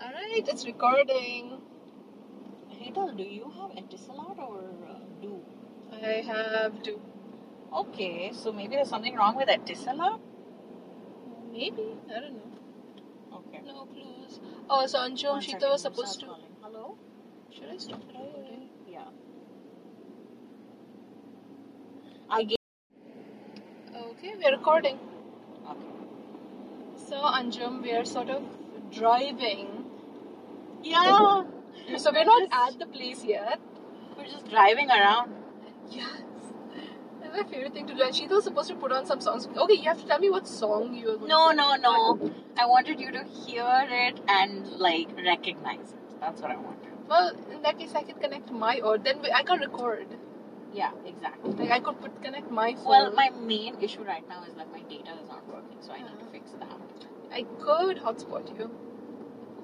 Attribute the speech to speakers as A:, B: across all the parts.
A: All right, it's recording.
B: Riddle, do you have Etisalat or uh, do?
A: I have to.
B: Okay, so maybe there's something wrong with Etisalat.
A: Maybe. I don't know.
B: Okay.
A: No clues. Oh, so Anjum
B: One
A: Shita
B: second,
A: was
B: I'm
A: supposed to.
B: start calling. Hello.
A: Should I stop it already?
B: Yeah. I gave.
A: Okay, we're recording.
B: Okay.
A: So, Anjum, we are sort of driving.
B: Yeah.
A: So, we're not
B: Yes.
A: at the place yet.
B: We're just driving around.
A: Yes. That's my favorite thing to do. And Shita was supposed to put on some songs. Okay, you have to tell me what song you are going
B: No, no, no. I wanted you to hear it and like recognize it. That's what I wanted.
A: Well, in that case, I can connect my or then we, I can record.
B: Yeah, exactly.
A: Like I could put connect my phone.
B: Well, my main issue right now is that my data is not working, so I need to
A: Uh-huh.
B: fix that.
A: I could hotspot you.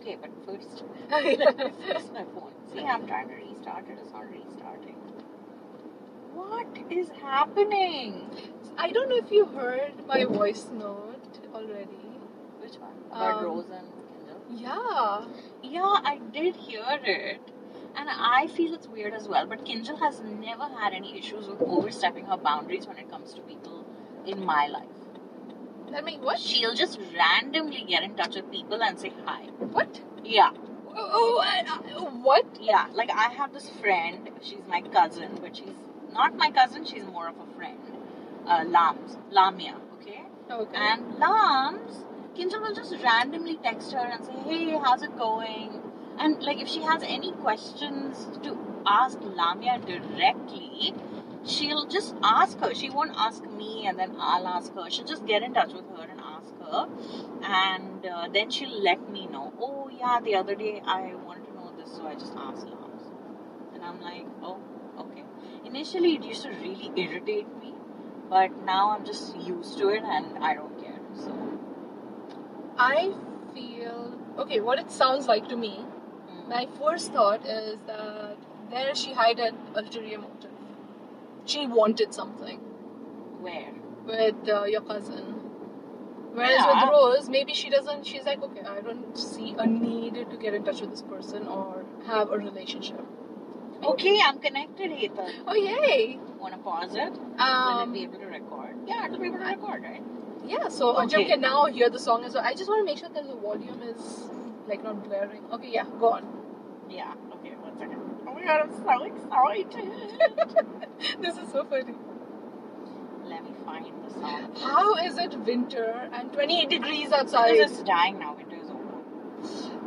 B: Okay, but first,
A: okay,
B: fix my phone. See, I'm trying to restart it. It's not restarting. What is happening?
A: I don't know if you heard my voice note already.
B: Which one? About
A: Um,
B: Rose and Kendall.
A: Yeah.
B: Yeah, I did hear it. And I feel it's weird as well, but Kinjal has never had any issues with overstepping her boundaries when it comes to people in my life.
A: That mean what?
B: She'll just randomly get in touch with people and say hi.
A: What?
B: Yeah,
A: Oh, oh, uh, uh, what?
B: yeah. Like I have this friend. She's my cousin, but she's not my cousin. She's more of a friend. Uh, Lams, Lamia. Okay.
A: Okay.
B: And Lams, Kinjal will just randomly text her and say, "Hey, how's it going?" And like, if she has any questions to ask Lamia directly, she'll just ask her. She won't ask me, and then I'll ask her. She'll just get in touch with her and ask her, and uh, then she'll let me know. Oh yeah, the other day I wanted to know this, so I just asked Lams, and I'm like, oh, okay. Initially, it used to really irritate me but now I'm just used to it and I don't care. So
A: I feel okay. What it sounds like to me,
B: mm.
A: my first thought is that there she had an ulterior motive. She wanted something
B: where?
A: with uh, your cousin. Whereas
B: Yeah.
A: with Rose, maybe she doesn't. She's like, okay, I don't see a need to get in touch with this person or have a relationship.
B: Okay, I'm connected, Hetal.
A: Oh yay!
B: Wanna pause it? Will it
A: Um,
B: be able to record? Yeah, it'll be able to record, right?
A: Yeah, so Ajam
B: Okay.
A: can now hear the song as well. I just want to make sure that the volume is like not blaring. Okay, yeah, go on.
B: Yeah. Okay, one second. Oh my god, I'm so excited.
A: This is so funny.
B: Let me find the song.
A: How is it winter and 28 degrees outside?
B: This is dying now, winter is over.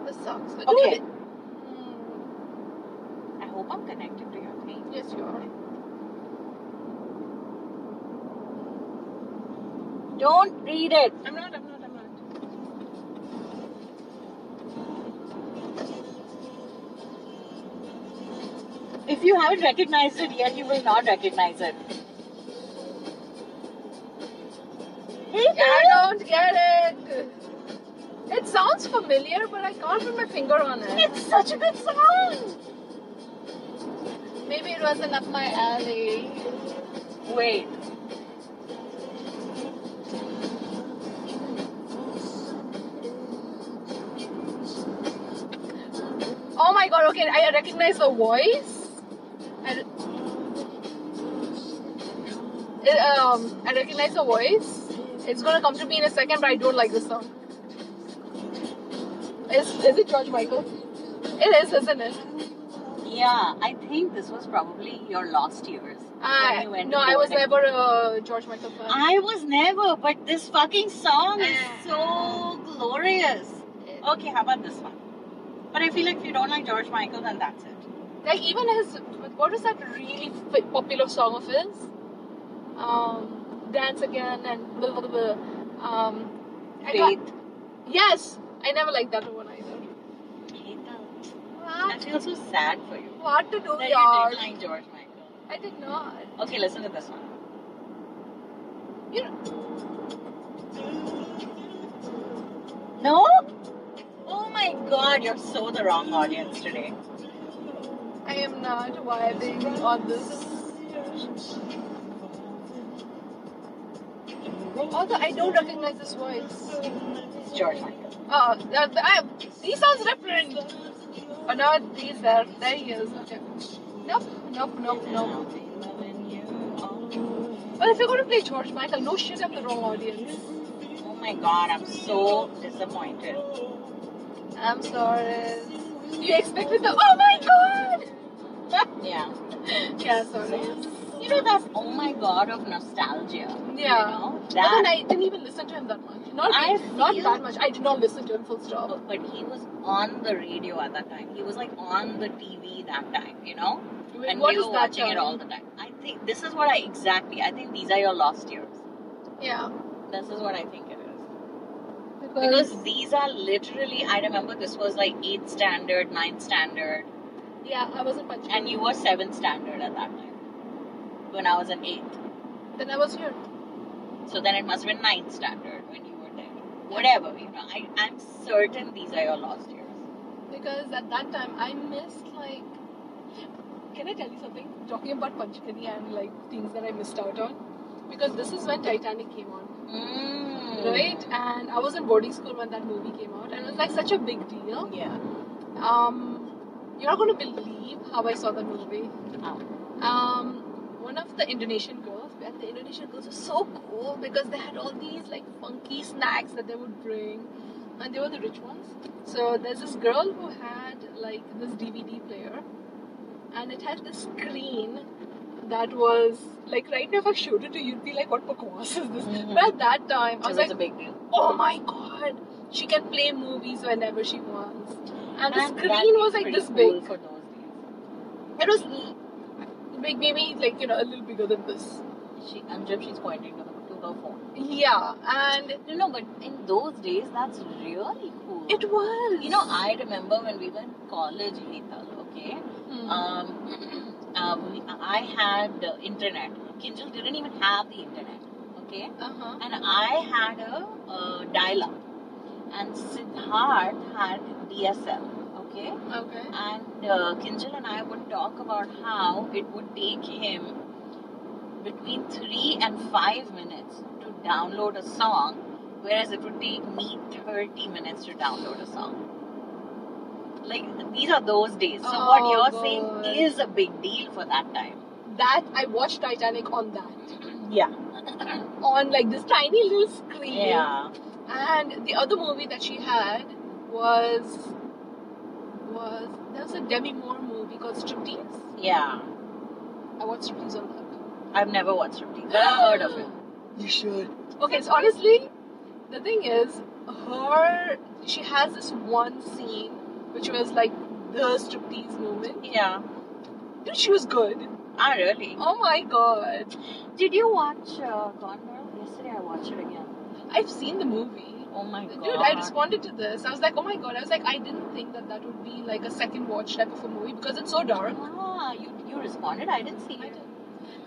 A: this sucks. But
B: Okay.
A: dude, mm,
B: I hope I'm connected to your thing.
A: yes, you are.
B: Don't read it.
A: I'm not, I'm not, I'm not.
B: If you haven't recognized it yet, you will not recognize it. Hetal!
A: I don't get it. It sounds familiar, but I can't put my finger on it.
B: It's such a good song.
A: Maybe it wasn't up my alley.
B: Wait.
A: Oh my god, okay, I recognize the voice. I, re- It, um, I recognize the voice. It's gonna come to me in a second, but I don't like this song. Is, is it George Michael? It is, isn't it?
B: Yeah, I think this was probably your lost years.
A: I,
B: you went
A: no, I was
B: boarding.
A: never a George Michael fan.
B: I was never, but this fucking song is
A: Ah.
B: so glorious. Okay, how about this one? But I feel like if you don't like George Michael, then that's it.
A: like even his what was that really f- popular song of his um dance again and blah, blah, blah, blah. um I can't-
B: Faith.
A: yes i never liked that one either
B: Hetal, I
A: what,
B: feel so sad for you.
A: what to do
B: That you
A: y'all
B: didn't like George Michael.
A: i did not
B: Okay, listen to this one.
A: You know-
B: No? Oh my god, you're so the wrong audience today.
A: i am not vibing on this Although I don't recognize this voice.
B: It's George Michael.
A: Oh, that, I, he sounds different. Oh no, he's there. There he is. Okay. Nope, nope, nope, nope. Well, if you're going to play George Michael, no shit, I'm the wrong audience.
B: Oh my god, I'm so disappointed.
A: I'm sorry. You expected the. Oh my god!
B: Yeah.
A: Yeah, sorry.
B: You know that oh my god of nostalgia. You
A: Yeah.
B: know?
A: But then
B: That,
A: I didn't even listen to him that much. Not,
B: I
A: not
B: feel-
A: that much. I did not listen to him full stop.
B: but he was on the radio at that time. He was like on the TV that time, you know?
A: Wait,
B: and
A: what
B: we
A: is
B: were
A: that
B: watching it
A: term?
B: all the time. I think this is what I exactly. I think these are your lost years.
A: Yeah.
B: This is what I think it is.
A: Because,
B: Because these are literally. I remember this was like eighth standard, ninth standard,
A: yeah, I wasn't punching.
B: and you were seventh standard at that time. When I was in eighth,
A: Then I was here.
B: so then it must have been ninth standard when you were there. Whatever you know, I I'm certain these are your lost years.
A: Because at that time I missed like. Can I tell you something? Talking about Panchkani and like things that I missed out on. Because this is when Titanic came on.
B: Mm.
A: right? And I was in boarding school when that movie came out, and it was like such a big deal.
B: Yeah.
A: Um, you're not going to believe how I saw the movie.
B: Oh.
A: Um, one of the Indonesian girls, and the Indonesian girls were so cool because they had all these like funky snacks that they would bring, and they were the rich ones. So there's this girl who had like this DVD player, and it had this screen that was like right now if I showed it to you, you'd be like, "What bokwas is this?"
B: Mhm.
A: But at that time, I Mm-hmm. was
B: It was
A: like,
B: a big deal.
A: oh my god, she can play movies whenever she wants. And the
B: And
A: screen
B: that'd
A: was
B: be
A: like
B: pretty
A: this
B: cool
A: big.
B: for those days.
A: It was l- big, maybe like, you know, a little bigger than this.
B: She, Anjum, she's pointing to the, to the phone.
A: Yeah, and
B: No, no, but in those days, that's really cool.
A: it was.
B: you know, I remember when we were in college, Hetal, okay?
A: Hmm.
B: Um, um, we- I had uh, internet. Kinjal didn't even have the internet, okay?
A: uh-huh.
B: And I had a uh, dial up. And Siddharth had DSL, okay?
A: Okay.
B: And uh, Kinjal and I would talk about how it would take him between three and five minutes to download a song, whereas it would take me 30 minutes to download a song. Like, these are those days. So, what
A: Oh,
B: you're
A: God.
B: saying is a big deal for that time.
A: That, I watched Titanic on that.
B: Yeah.
A: On like this tiny little screen.
B: Yeah.
A: And the other movie that she had was. was. There was a Demi Moore movie called Striptease.
B: Yeah.
A: I watched Striptease on that.
B: I've never watched Striptease, but I've heard of it.
A: You should. Okay, so honestly, the thing is, her she has this one scene which was like the striptease moment.
B: Yeah.
A: Dude, she was good.
B: Ah, really?
A: Oh my god.
B: Did you watch uh, Gone Girl? Yesterday I watched it again.
A: I've seen the movie.
B: Oh my god.
A: Dude, I responded to this. I was like, oh my god. I was like, I didn't think that that would be like a second watch type of a movie because it's so dark.
B: Ah, you, you responded? I didn't see
A: I
B: it.
A: did.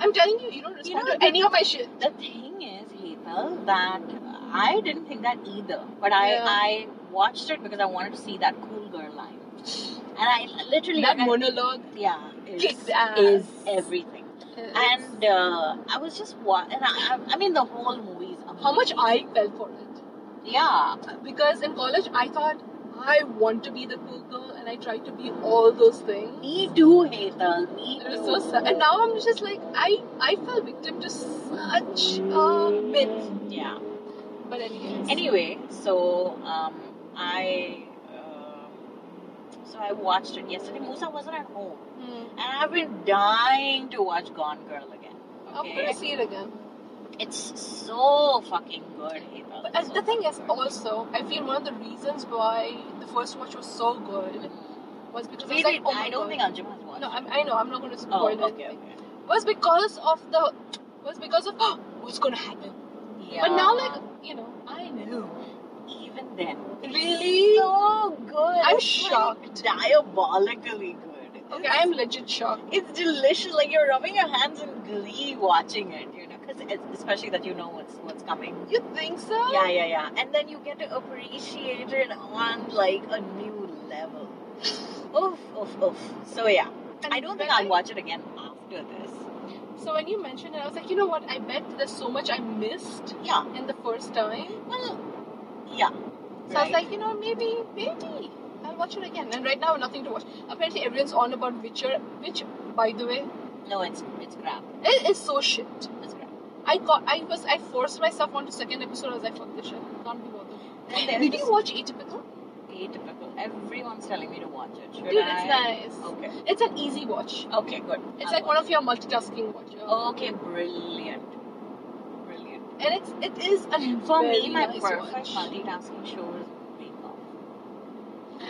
A: I'm telling you, you don't respond
B: You know,
A: to any of my shit.
B: The thing is, Hetal, that I didn't think that either. But I,
A: Yeah.
B: I watched it because I wanted to see that cool girl line. And I literally.
A: That
B: like, I-
A: monologue
B: yeah,
A: kicks
B: is,
A: ass.
B: is everything.
A: It's-
B: And uh, I was just watching. And I, I- I mean, the whole movie is amazing.
A: how much I fell for it.
B: Yeah.
A: because in college I thought I want to be the cool girl and I tried to be all those things.
B: Me too, Hetal. Me
A: It
B: too.
A: was so sad. And now I'm just like I I fell victim to such a myth.
B: Yeah.
A: But anyways.
B: Anyway, so um, I. um so I watched it yesterday. Musa wasn't at home.
A: Hmm.
B: And I've been dying to watch Gone Girl again.
A: I'm gonna see it again.
B: It's so fucking good, Hetal.
A: But and the thing is also I feel one of the reasons why the first watch was so good was because
B: Wait,
A: I was like,
B: wait,
A: oh my
B: Mm. I don't
A: God.
B: think Anjum has watched.
A: no,
B: it.
A: I'm, I know I'm not gonna
B: oh,
A: spoil
B: okay,
A: it.
B: okay.
A: Was because of the was because of oh, what's gonna happen.
B: Yeah.
A: But now like you know I know.
B: even then,
A: Really?
B: so good.
A: I'm
B: It's, like,
A: shocked.
B: diabolically good.
A: Okay, I'm legit shocked.
B: It's delicious. Like you're rubbing your hands in glee watching it, you know, because especially that you know what's what's coming.
A: You think so?
B: Yeah, yeah, yeah. And then you get to appreciate it on like a new level. Oof, oof, oof. So yeah,
A: And
B: I don't think
A: when
B: I'll watch it again after this.
A: So when you mentioned it, I was like, you know what? I bet there's so much I missed
B: Yeah.
A: in the first time.
B: Well, yeah.
A: So I was like, you know, maybe, maybe I'll watch it again. And right now, nothing to watch. Apparently, everyone's on about Witcher, which, by the way,
B: no, it's it's crap.
A: it is so shit.
B: It's crap.
A: I got, I was, I forced myself onto second episode. I was like, fuck this shit, can't be bothered.
B: And there's
A: Did
B: this
A: you watch Atypical?
B: atypical. Everyone's telling me to watch it. Should
A: Dude,
B: I?
A: it's nice.
B: Okay.
A: It's an easy watch.
B: Okay. Good.
A: It's like one of your multitasking watches.
B: Okay. Brilliant. Brilliant.
A: And it's, it is a
B: For
A: very
B: me, my
A: nice
B: perfect
A: watch.
B: multitasking show is Bake Off.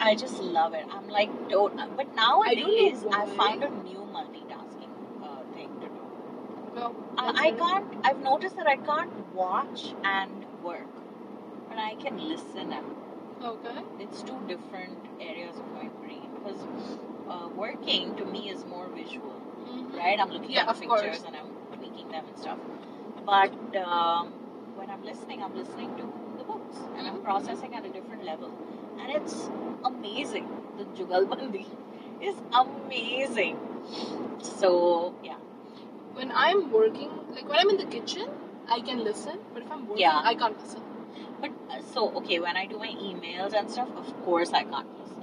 B: I just love it. I'm like, don't. But nowadays,
A: know
B: I,
A: why.
B: find a new multitasking uh, thing to do.
A: No,
B: I, I can't. I've noticed that I can't watch and work, but I can listen and
A: Okay.
B: it's two different areas of my brain because uh, working to me is more visual,
A: Mhm.
B: right? I'm looking
A: Yeah,
B: at
A: of
B: the pictures
A: course.
B: and I'm tweaking them and stuff. But um, when I'm listening, I'm listening to the books and I'm processing at a different level, and it's amazing. The Jugalbandi is amazing. So yeah,
A: When I'm working, like when I'm in the kitchen, I can listen, but if I'm working,
B: Yeah.
A: I can't listen.
B: but uh, so okay when I do my emails and stuff, of course I can't listen.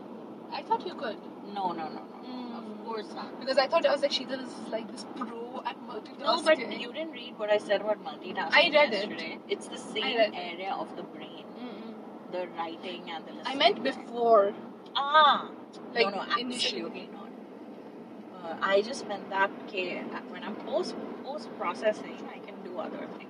A: I thought you could.
B: No, no, no, no. Of
A: Mm.
B: course not.
A: Because I thought I was like, Sheetal is like this pro at multitasking.
B: No, Oh, but you didn't read what I said about multitasking.
A: I read it.
B: yesterday. it. It's the same
A: read it.
B: area of the brain,
A: Mm-mm.
B: the writing and the listening.
A: I meant before.
B: Ah,
A: Like,
B: no, no,
A: initially.
B: absolutely not. Uh, I just meant that okay, uh, when I'm post post processing, I can do other things.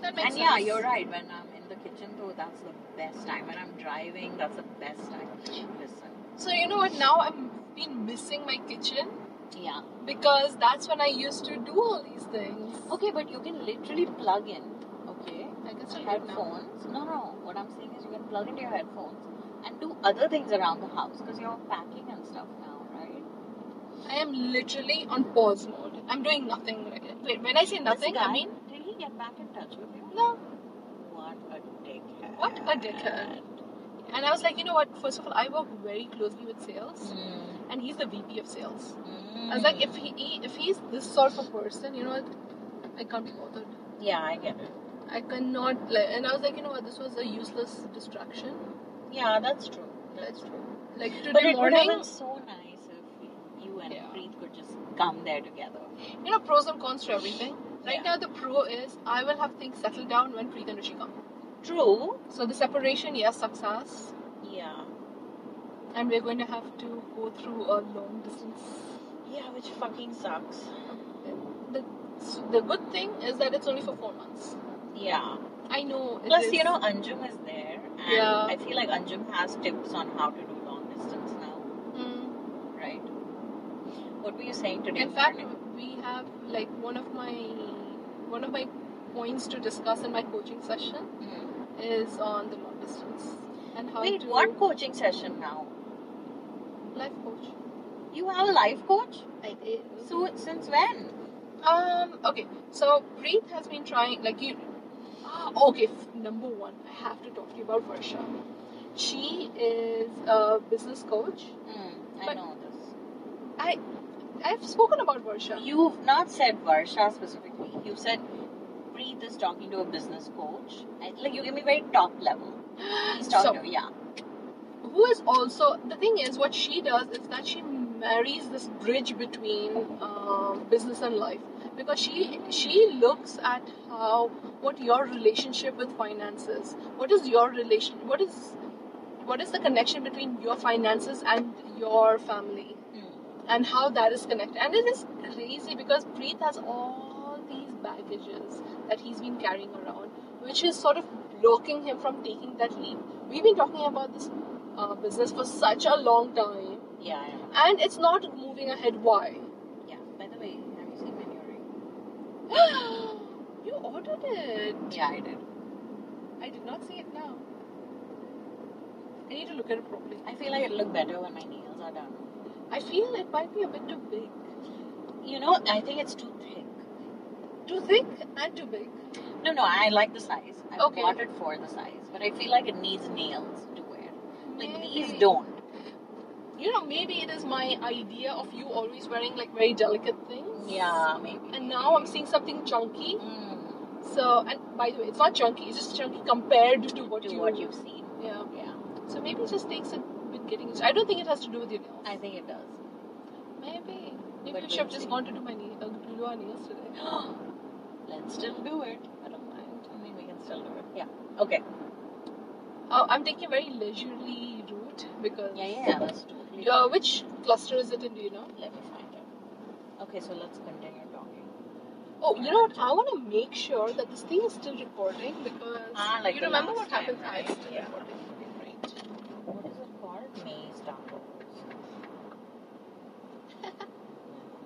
A: That makes sense.
B: and yeah, you're right. When I'm in the kitchen, though, that's the best time. When I'm driving, that's the best time to listen.
A: So you know what? Now I'm been missing my kitchen
B: Yeah.
A: because that's when I used to do all these things.
B: Okay, but you can literally plug in. Okay.
A: I can still do it now.
B: headphones. No, no. What I'm saying is you can plug into your headphones and do other things around the house because you're packing and stuff now, right?
A: I am literally on pause mode. I'm doing nothing. right now. Wait, when I say nothing,
B: This guy,
A: I mean
B: did he get back in touch with you?
A: no.
B: What a dickhead!
A: What a dickhead. And I was like, you know what? First of all, I work very closely with sales,
B: Mm.
A: and he's the VP of sales. I was like, if he he- if he's this sort of person, you know, what? I can't be bothered.
B: yeah, I get it.
A: I cannot. Like, and I was like, you know what? This was a useless distraction.
B: Yeah, that's true.
A: That's true. Like today
B: But it would have
A: morning,
B: been so nice if you and
A: Yeah.
B: Preet could just come there together.
A: you know, pros and cons to everything. Right
B: Yeah.
A: now, the pro is I will have things settled down when Preet and Rishi come.
B: True.
A: So the separation, yes, sucks ass,
B: Yeah.
A: and we're going to have to go through a long distance
B: Yeah, which fucking sucks.
A: So the good thing is that it's only for four months.
B: Yeah.
A: I know. it
B: Plus,
A: is-
B: you know, Anjum is there, and
A: Yeah.
B: I feel like Anjum has tips on how to do long distance now,
A: Mm.
B: right? What were you saying today?
A: in fact,
B: morning?
A: we have like one of my one of my points to discuss in my coaching session
B: Hmm.
A: is on the long distance and how
B: wait,
A: to
B: one coaching session now.
A: life coach.
B: You have a life coach?
A: I did. So
B: So since when?
A: um okay, so Preet has been trying like you. Ah, okay, f- number one, I have to talk to you about Varsha. She is a business coach.
B: Hmm, I
A: But-
B: know this.
A: I've spoken about Varsha.
B: You've not said Varsha specifically. You've said Preet is talking to a business coach. I, like you give me very top level. He's
A: So,
B: talking to yeah.
A: who is also the thing is what she does is that she marries this bridge between um, business and life because she she looks at how what your relationship with finances what is your relation what is what is the connection between your finances and your family
B: Hmm.
A: and how that is connected and it is crazy because Preet has all these baggages that he's been carrying around which is sort of blocking him from taking that leap we've been talking about this uh, business for such a long time
B: Yeah, yeah.
A: and it's not moving ahead why
B: Yeah. By the way, have you seen my new ring?
A: you ordered it
B: Yeah, I did.
A: i did not see it now i need to look at it properly
B: I feel like it'll look better when my nails are done.
A: i feel it might be a bit too big
B: You know, I think it's too thick.
A: too thick and too big
B: No, no, I like the size. I
A: Okay.
B: bought it for the size, but I feel like it needs nails to wear. Like these
A: Maybe.
B: don't.
A: you know, maybe it is my idea of you always wearing like very delicate things.
B: Yeah, maybe.
A: And now I'm seeing something chunky.
B: Mm,
A: So, and by the way, it's not chunky. It's just chunky compared to what
B: to
A: you.
B: what you've seen.
A: Yeah.
B: Yeah,
A: So maybe it just takes a bit getting. used- I don't think it has to do with your nails.
B: I think it does.
A: Maybe. Maybe we
B: But
A: should have
B: we'll
A: just
B: see.
A: gone to do my knee, uh, to do our nails today.
B: Let's still do it.
A: I don't mind.
B: I mean, we can still do it. Yeah. Okay.
A: Uh, I'm taking a very leisurely route because.
B: Yeah, yeah, yeah. Let's do it. later.
A: Uh, which cluster is it in? Do you know?
B: Let me find out. Okay, so let's continue talking.
A: Oh, you know what? I want to make sure that this thing is still recording because
B: Ah, like
A: you
B: the
A: remember what
B: last
A: happened. Ah,
B: time,
A: it's
B: right?
A: still
B: Yeah.
A: recording. Right.
B: What is it called? Maze tacos.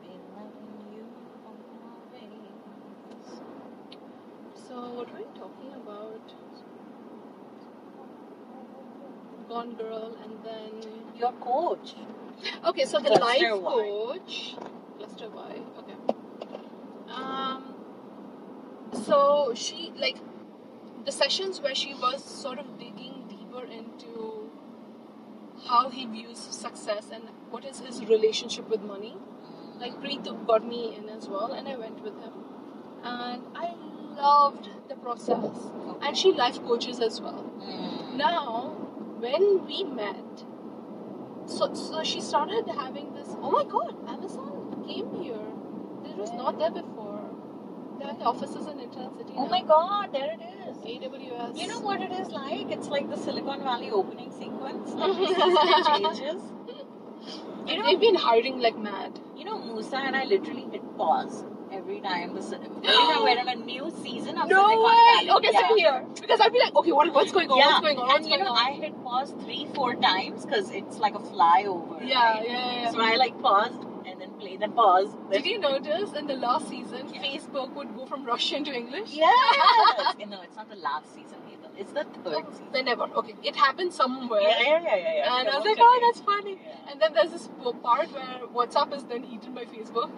B: Be loving you always.
A: So what were we talking about? Gone Girl, and then
B: Your coach.
A: Okay, so the
B: Cluster
A: life
B: Y.
A: coach, cluster Y. Okay. Um. So she like the sessions where she was sort of digging deeper into how he views success and what is his relationship with money. Like Preet got me in as well, and I went with him, and I loved the process. And she life coaches as well
B: Mm.
A: now when we met so so she started having this oh my god amazon came here it was not there before they have the offices in intern city
B: Oh
A: now.
B: my god, there it is.
A: aws
B: You know what it is like? It's like the Silicon Valley opening sequence. Like, it changes. You
A: And
B: know,
A: they've been hiring like mad
B: You know, Musa and I literally hit pause every time the Sil- every time we're on a new season of Silicon Valley.
A: okay
B: yeah.
A: same here because i'd be like okay what, what's going on
B: Yeah.
A: what's going on what's
B: and you
A: going
B: know,
A: on
B: I hit pause three, four times because it's like a flyover.
A: yeah
B: right?
A: yeah, yeah.
B: So I like paused and then played, then paused. Then
A: did you notice in the last season
B: Yeah.
A: facebook would go from russian to english
B: Yes. no, it's not the last season either. It's the third
A: Oh,
B: season.
A: they never okay it happened somewhere
B: Yeah, yeah, yeah, yeah. yeah.
A: and I was like,
B: Don't
A: oh,
B: forget.
A: that's funny.
B: Yeah.
A: And then there's this po- part where WhatsApp is then eaten by Facebook.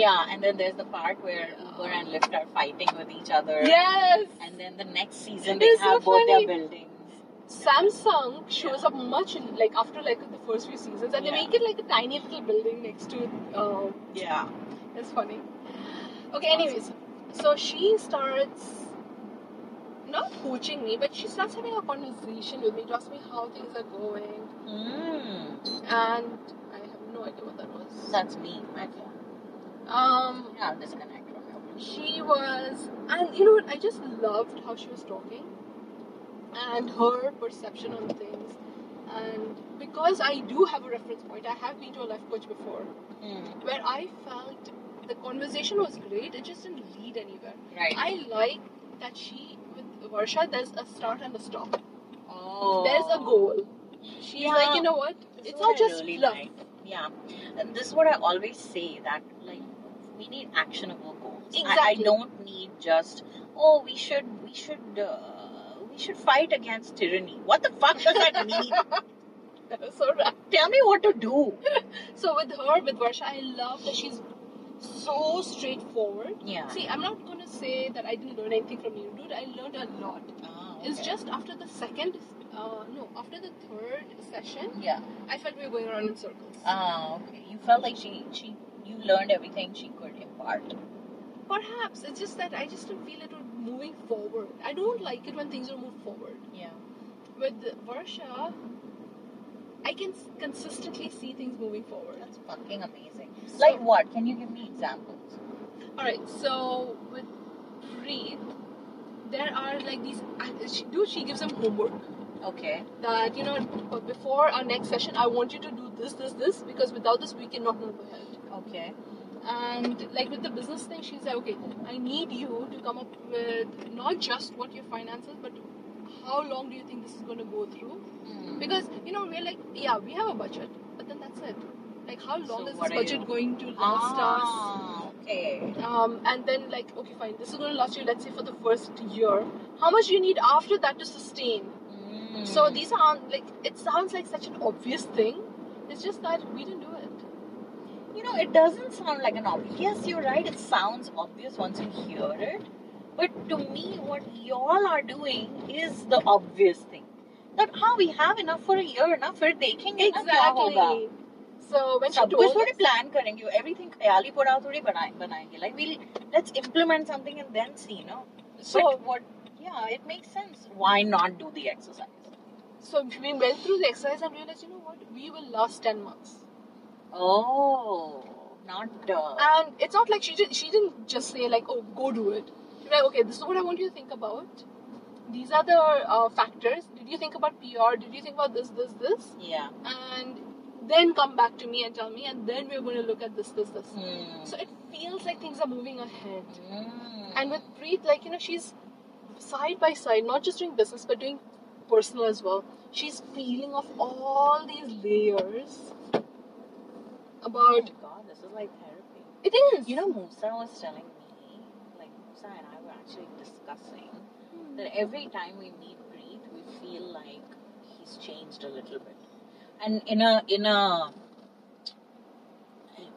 B: Yeah, and then there's the part where Uber and Lyft are fighting with each other.
A: Yes.
B: And then the next season
A: It
B: they
A: is so
B: have both their
A: funny.
B: buildings.
A: Samsung shows up much in, like after like the first few seasons, and they
B: Yeah.
A: make it like a tiny little building next to. Um,
B: Yeah.
A: it's funny. Okay. Anyways, so she starts not coaching me, but she starts having a conversation with me to ask me how things are going,
B: Mm,
A: and I have no idea what that was.
B: that's me. My phone.
A: Um,
B: Yeah, I'll disconnect from your phone.
A: she was and you know what i just loved how she was talking and her perception on things and because i do have a reference point i have been to a life coach before
B: Mm,
A: where i felt the conversation was great it just didn't lead anywhere
B: right.
A: i like that she with varsha there's a start and a stop
B: oh.
A: there's a goal she's
B: Yeah.
A: like you know what
B: This is
A: it's
B: what
A: not
B: I
A: just
B: really
A: fluff
B: like. Yeah. And this is what I always say that like we need actionable goals. I- I,
A: Exactly.
B: don't need just oh we should we should uh, we should fight against tyranny. What the fuck does that mean?
A: so right
B: Tell me what to do.
A: so with her with varsha i love that she's so straightforward
B: Yeah.
A: See, I'm not gonna say that I didn't learn anything from you, dude. I learned a lot.
B: Oh,
A: It's
B: okay.
A: just after the second, uh, no, after the third session,
B: yeah.
A: I felt we were going around in circles.
B: Oh, okay. You felt like she she you learned everything she could impart.
A: Perhaps it's just that I just didn't feel it was moving forward. I don't like it when things are moved forward.
B: Yeah.
A: With Varsha, I can s- consistently see things moving forward.
B: That's fucking amazing.
A: So-
B: Like what? Can you give me examples?
A: All right, so with Preet, there are like these. She, dude, she gives them homework.
B: Okay.
A: that you know b- before our next session i want you to do this this this because without this we cannot move ahead
B: Okay.
A: and like with the business thing she's like okay i need you to come up with not just what your finances but how long do you think this is going to go through
B: Mm.
A: because you know we're like yeah we have a budget but then that's it like how long
B: So
A: is this
B: what are
A: budget
B: you-
A: going to last us
B: Ah, okay.
A: um, and then like okay fine this is going to last you let's say for the first year how much do you need after that to sustain
B: Mm.
A: So these are like it sounds like such an obvious thing. It's just that we didn't do it.
B: you know, it doesn't sound like an obvious. Yes, you're right. It sounds obvious once you hear it, but to me, what y'all are doing is the obvious thing. That how we have enough for a year, enough for taking, enough क्या होगा?
A: So when she
B: सब कुछ
A: told
B: थोड़ी
A: us-
B: plan करेंगे everything ख्याल ही पूरा थोड़ी बनाए बनाएंगे like we let's implement something and then see no
A: so
B: so what yeah it makes sense why not do the exercise
A: so we went through the exercise and realized, you know what, we will last ten months.
B: Oh not
A: And it's not like she did, she didn't just say like, oh, go do it. She was like, okay, this is what I want you to think about. These are the uh, factors. Did you think about PR? Did you think about this, this, this?
B: Yeah
A: And then come back to me and tell me, and then we're going to look at this, this, this.
B: Mm. Hmm.
A: So it feels like things are moving ahead. And with Preet, like, you know, she's side by side, not just doing business, but doing personal as well. She's peeling off all these layers
B: Oh
A: about.
B: my god, this is like therapy.
A: It is!
B: You know, Musa was telling me, like Musa and I were actually discussing that every time we meet Preet, we feel like he's changed a little bit. And in a in a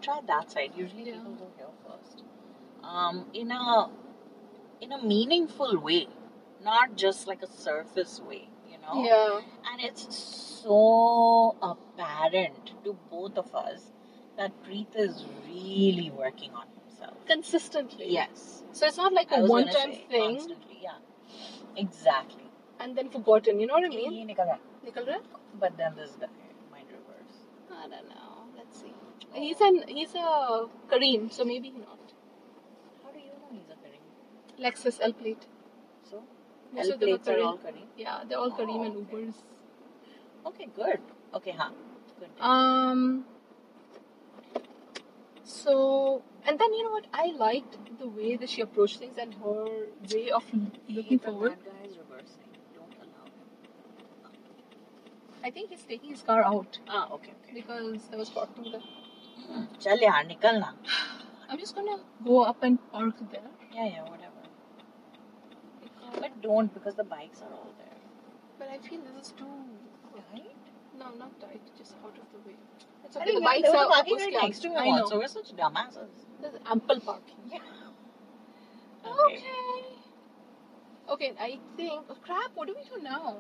B: try that side. Usually
A: Yeah.
B: people go here first. Um, in a in a meaningful way, not just like a surface way. You know
A: Yeah.
B: and it's so apparent to both of us that Preet is really working on himself.
A: Consistently.
B: Yes,
A: So it's not like
B: I
A: a
B: was
A: one
B: gonna
A: time
B: say
A: thing
B: Constantly, yeah, exactly.
A: and then forgotten. You know what I mean?
B: He निकल रहा है.
A: Nikal Ray?
B: But then this guy might reverse.
A: I don't know. Let's see. He's an he's a Kareem, so maybe not.
B: How do you know he's a Kareem?
A: Lexus L plate.
B: So
A: Most
B: L
A: of them are
B: plates are all
A: Kareem.
B: Kareem.
A: Yeah, they're all Kareem
B: Oh,
A: and
B: okay.
A: Ubers.
B: Okay, good. Okay, huh? Good.
A: Um. So and then you know what? I liked the way that she approached things and her way of looking
B: the
A: forward.
B: bad guy is reversing. Don't allow him.
A: I think he's taking his car out
B: Ah, okay, okay.
A: because there was parking there.
B: चल यार निकलना.
A: I'm just gonna go up and park there.
B: Yeah, yeah, whatever. But don't because the bikes are all there.
A: But I feel this is too.
B: Right?
A: No, not tight, just out of the way. It's
B: I
A: okay, the
B: don't know,
A: bikes
B: there was
A: are
B: a parking
A: opposite
B: right
A: lanes.
B: next to me
A: I know.
B: once. So we're such dumbasses.
A: There's ample parking.
B: Yeah.
A: Okay. Okay, I think. Oh, crap, what do we do now?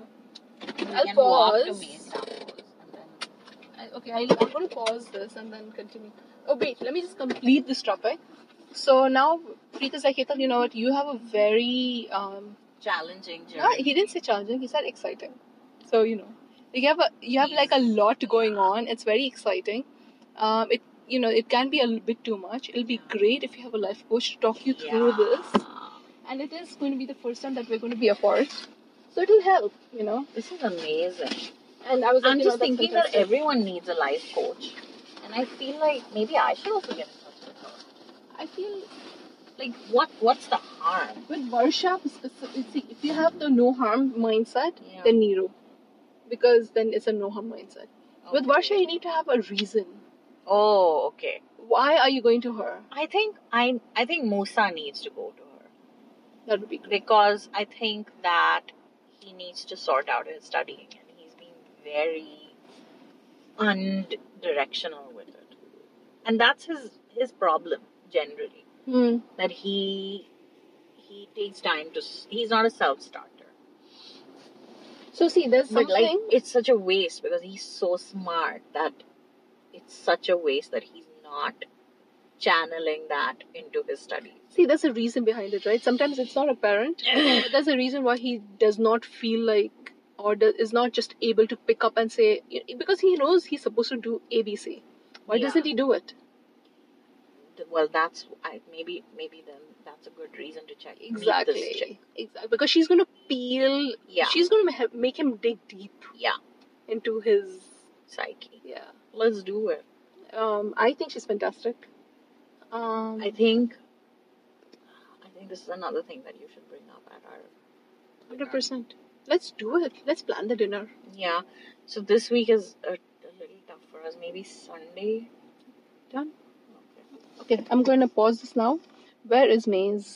A: I'll
B: Walk to
A: pause.
B: me, stop pause, and then
A: I, okay, I'll, I'm gonna pause this and then continue. Oh, wait, let me just complete this topic. So now, Preet is like, Hetal, you know what? You have a very. Um,
B: challenging
A: no,
B: journey.
A: he didn't say challenging, he said exciting. So, you know. You have, a, you have like a lot going on. It's very exciting. Um, it you know it can be a l- bit too much. It'll be great if you have a life coach to talk you through this.
B: Ah.
A: and it is going to be the first time that we're going to be apart. So it'll help, you know.
B: This is amazing.
A: And I was like,
B: I'm
A: you
B: just
A: know, that's
B: thinking that
A: fantastic.
B: everyone needs a life coach. And I feel like maybe I should also get in touch with her.
A: I feel
B: Like what what's the harm?
A: with Varsha, specific, see, if you have the no harm mindset,
B: Yeah.
A: then Nero, because then it's a no harm mindset. With
B: Okay.
A: Varsha, you need to have a reason.
B: Oh, okay.
A: Why are you going to her?
B: I think I I think Musa needs to go to her.
A: That would be great.
B: because I think that he needs to sort out his studying and he's being very undirectional with it. And that's his his problem generally
A: Hmm.
B: that he he takes time to s- he's not a self starter.
A: So see, there's
B: But
A: something.
B: like it's such a waste because he's so smart that it's such a waste that he's not channeling that into his study.
A: see, there's a reason behind it, right? Sometimes it's not apparent. but there's a reason why he does not feel like or do, is not just able to pick up and say because he knows he's supposed to do ABC. Why
B: Yeah.
A: doesn't he do it?
B: Th- well that's I, maybe maybe then that's a good reason to check meet this chick.
A: Exactly. Exactly. Because she's going to peel.
B: Yeah.
A: She's going to ha- make him dig deep.
B: Yeah.
A: Into his.
B: psyche.
A: Yeah.
B: Let's do it.
A: Um. I think she's fantastic. Um.
B: I think. I think this is another thing that you should bring up at our.
A: Hundred percent. Let's do it. Let's plan the dinner.
B: Yeah. So this week is a, a little tough for us. Maybe Sunday.
A: Done.
B: Okay.
A: Okay. I'm going to pause this now. Where is Maze?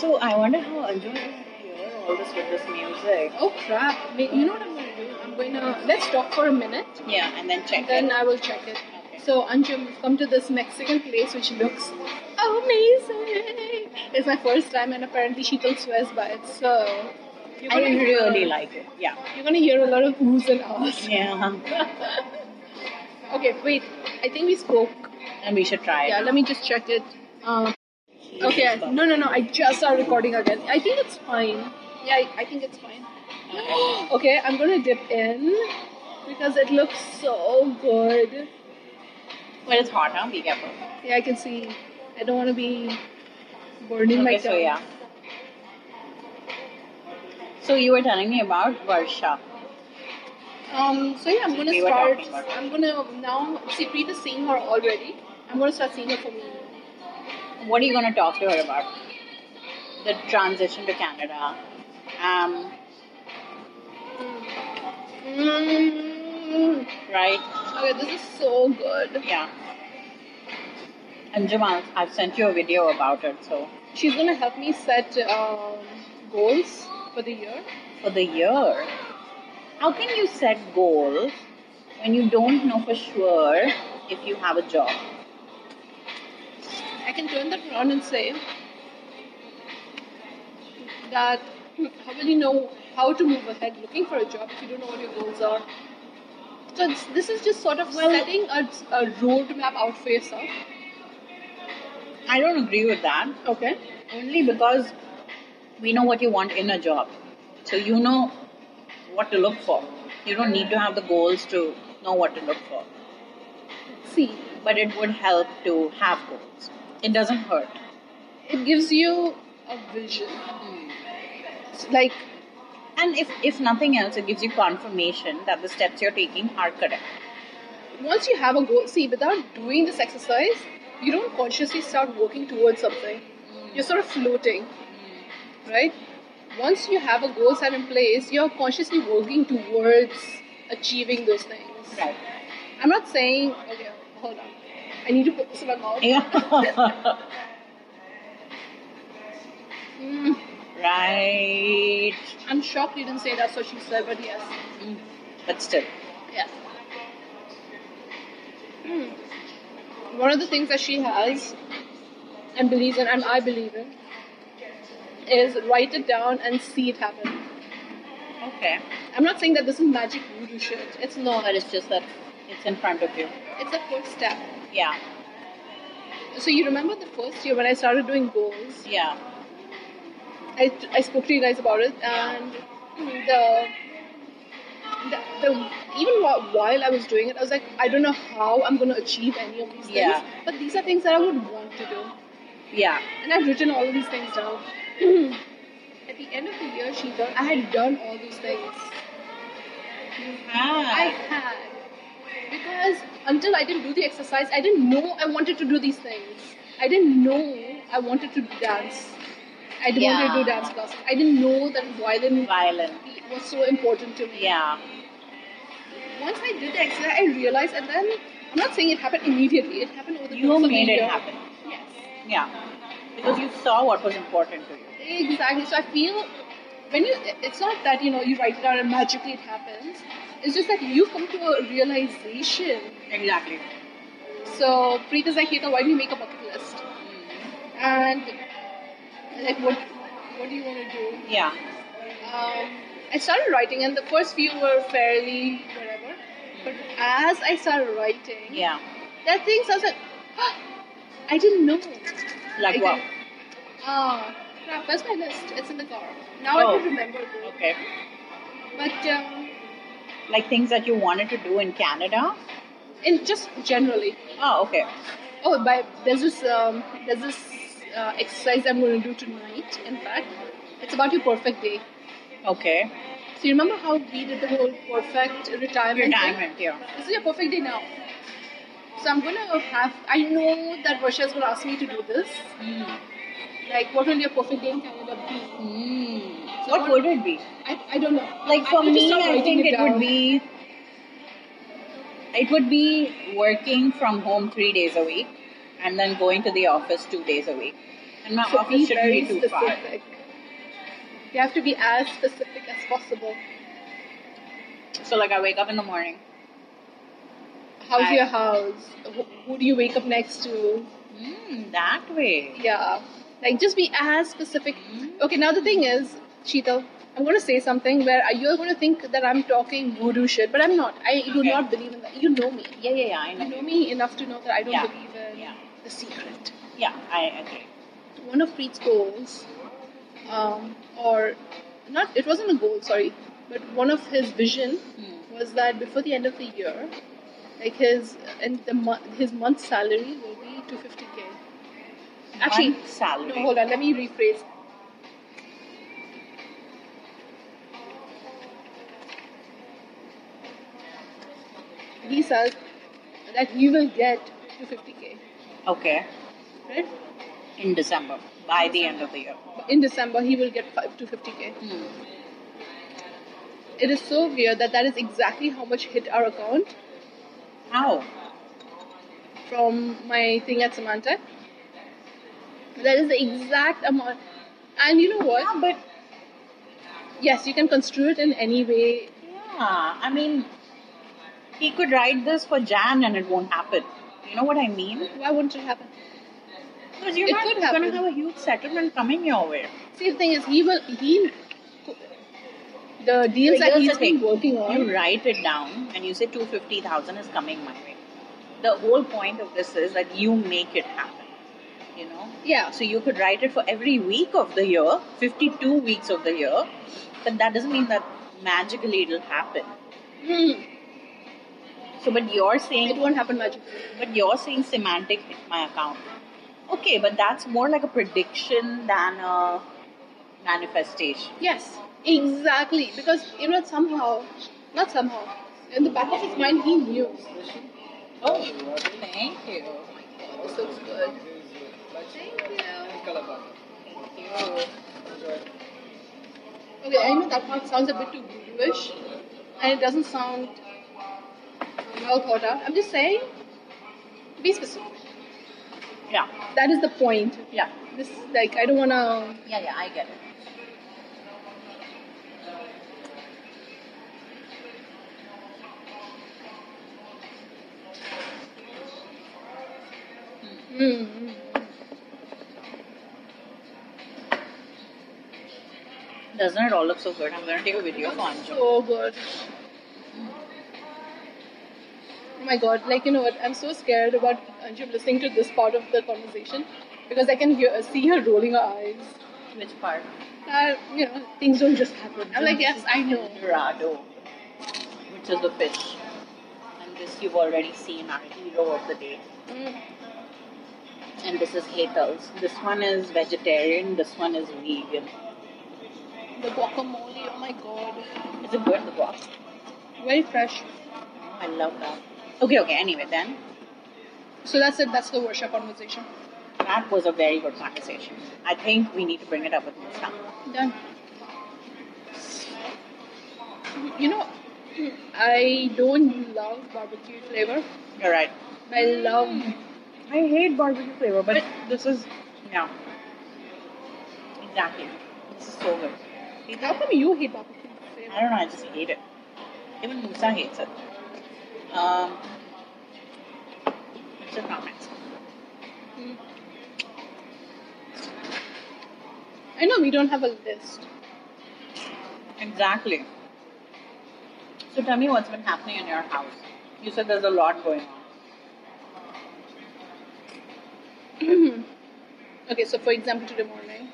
B: So I wonder how Anju is hear all this with this music.
A: Oh crap! Ma- You know what I'm going to do? I'm going to let's talk for a minute.
B: Yeah, and then check
A: Then I will check it.
B: Okay.
A: So Anjum, we've come to this Mexican place which looks amazing. It's my first time, and apparently Sheetal swears by it. So you're gonna hear-
B: like it. Yeah.
A: You're gonna hear a lot of oohs and ahs.
B: Yeah.
A: Okay, wait. I think we spoke.
B: And we should try it.
A: Yeah, let me just check it. Um, okay, no, no, no. I just are recording again. I think it's fine. Yeah, I, I think it's fine. okay, I'm gonna dip in because it looks so good.
B: But it's hot, huh? Be careful.
A: Yeah, I can see. I don't want to be burning my
B: Okay,
A: tongue.
B: so yeah. So you were telling me about Varsha.
A: Um, so yeah, I'm gonna
B: We were
A: start.
B: talking about-
A: I'm gonna now. See, Preet is seeing her already. I'm gonna start seeing her for me.
B: What are you going to talk to her about? The transition to Canada. Um,
A: Mm.
B: right?
A: Okay, this is so good.
B: Yeah. And Jamal, I've sent you a video about it. So
A: She's gonna help me set um, goals for the year.
B: for the year, how can you set goals when you don't know for sure if you have a job?
A: I can turn that around and say that how will you know how to move ahead looking for a job if you don't know what your goals are? So it's, this is just sort of
B: Well-
A: setting a, a roadmap out for yourself.
B: I don't agree with that.
A: Okay.
B: Only because we know what you want in a job. So you know what to look for. You don't need to have the goals to know what to look for.
A: See,
B: But it would help to have goals. It doesn't hurt.
A: it gives you a vision. It's like,
B: And if, if nothing else, it gives you confirmation that the steps you're taking are correct.
A: once you have a goal, see, without doing this exercise, you don't consciously start working towards something. You're sort of floating, right? Once you have a goal set in place, you're consciously working towards achieving those things.
B: Right.
A: I'm not saying, okay, hold on. I need to put this in my mouth.
B: Yeah.
A: Mm,
B: right.
A: I'm shocked you didn't say that's what she said, but yes.
B: But still.
A: Yeah. Hmm. One of the things that she has and believes in, and I believe in, is write it down and see it happen.
B: Okay.
A: I'm not saying that this is magic voodoo shit. It's not.
B: But it's just that it's in front of you.
A: It's a first step.
B: Yeah.
A: So you remember the first year when I started doing goals?
B: Yeah.
A: I, I spoke to you guys about it, and the, the, the even while, while I was doing it, I was like, I don't know how I'm going to achieve any of these
B: Yeah.
A: things, but these are things that I would want to do.
B: Yeah.
A: And I've written all of these things down. At the end of the year, she done. I had done all those things. I
B: Ah.
A: had because until I didn't do the exercise, I didn't know I wanted to do these things. I didn't know I wanted to dance. I didn't want
B: Yeah.
A: to do dance classes. I didn't know that violin
B: Violin.
A: was so important to me.
B: Yeah.
A: Once I did the exercise, I realized, and then I'm not saying it happened immediately. It happened over the
B: You
A: course of
B: made
A: the
B: it
A: year.
B: happen.
A: Yes.
B: Yeah. Because you saw what was important to you.
A: Exactly. So I feel when you, it's not that you know you write it down and magically it happens. It's just that you come to a realization.
B: Exactly.
A: So Preet is like, Heta, why do you make a bucket list? And like, what what do you want to do?
B: Yeah.
A: Um, I started writing, and the first few were fairly whatever. But as I started writing,
B: Yeah.
A: there are things I was like, I didn't know.
B: Like what?
A: Ah, crap, where's my list? It's in the car. Now
B: Oh.
A: I can remember. though.
B: Okay.
A: But um,
B: Like things that you wanted to do in Canada?
A: in just generally,
B: Oh, okay.
A: oh, by there's this um, there's this uh, exercise I'm going to do tonight. In fact, it's about your perfect day.
B: Okay.
A: So you remember how we did the whole perfect retirement? thing?
B: Retirement, yeah.
A: This is your perfect day now. So I'm gonna have. I know that Russia is gonna ask me to do this.
B: Mm.
A: Like, what will your perfect day in Canada be?
B: What would it be?
A: I, I don't know.
B: Like for
A: Hmm. I just
B: me,
A: start
B: I
A: writing
B: think it would
A: down.
B: be it would be working from home three days a week and then going to the office two days a week. And my
A: So
B: office shouldn't be too far.
A: specific. You have to be as specific as possible.
B: So like I wake up in the morning.
A: How's
B: I-
A: your house? Who, who do you wake up next to? Hmm,
B: Mm, that way.
A: Hmm. Yeah. Like, just be as specific. Okay, now the thing is, Cheetal, I'm going to say something where you're going to think that I'm talking voodoo shit, but I'm not. I do
B: Okay.
A: not believe in that. You know me.
B: Yeah, yeah, yeah. I
A: You know me enough to know that I don't
B: Yeah.
A: believe in
B: Yeah,
A: the secret.
B: yeah. I agree.
A: One of Preet's goals, um, or not, it wasn't a goal, sorry, but one of his vision
B: Hmm.
A: was that before the end of the year, like his and the mo- his month's salary will be 250k. Actually,
B: Month salary.
A: No, hold on. Let me rephrase. He says that he will get 250k,
B: Okay.
A: right?
B: In December, by the end of the year.
A: In December, he will get 5 to 50k.
B: Hmm.
A: It is so weird that that is exactly how much hit our account
B: How?
A: from my thing at Samantha. That is the exact amount. And you know what?
B: Yeah, but
A: Yes, you can construe it in any way.
B: yeah. I mean, he could write this for Jan, and it won't happen. You know what I mean?
A: Why wouldn't it happen?
B: Because you're
A: It
B: not
A: could
B: going
A: happen.
B: to have a huge settlement coming your way.
A: See, the thing is, he will he the deals
B: But
A: that
B: here's
A: he's
B: the
A: been
B: thing.
A: working on.
B: You write it down and you say 250,000 is coming my way. The whole point of this is that you make it happen. You know?
A: Yeah,
B: So you could write it for every week of the year, 52 weeks of the year, but that doesn't mean that magically it'll happen.
A: Hmm.
B: So, but you're
A: it
B: saying,
A: won't happen magically.
B: but you're saying semantic hit my account. Okay, but that's more like a prediction than a manifestation.
A: Yes, exactly. Because you know somehow, not somehow, in the back of his mind, he knew.
B: Oh, thank you.
A: This looks good.
B: Thank you.
A: Okay, I know that part sounds a bit too voodooish, and it doesn't sound well thought out. I'm just saying, be specific.
B: Yeah,
A: That is the point.
B: yeah,
A: This like I don't wanna.
B: yeah, yeah. I get it.
A: Mm.
B: Doesn't it all look so good? I'm gonna take a video for Anju.
A: So good. Oh my god, like you know what? I'm so scared about Anjum listening to this part of the conversation because I can hear, see her rolling her eyes.
B: Which part?
A: Uh, you know, things don't just happen. I'm like, yes, I know.
B: Dorado, which is the fish. And this you've already seen our hero of the day.
A: Mm.
B: And this is Hathel's. This one is vegetarian. This one is vegan.
A: The guacamole, oh my god.
B: Is it good the box?
A: Very fresh.
B: I love that. Okay, okay. Anyway, then
A: So that's it, that's the worship conversation.
B: that was a very good conversation. I think we need to bring it up with Musta.
A: Done. You know, I don't love barbecue flavor,
B: All right.
A: but I love
B: I hate barbecue flavor, but this is yeah. Exactly. This is so good.
A: How come you hate barbecue flavor?
B: I don't know. I just hate it. Even Musa hates it. Um, it's just not nice.
A: Mm. I know we don't have a list.
B: Exactly. So tell me what's been happening in your house. You said there's a lot going on.
A: Okay, so for example, today morning,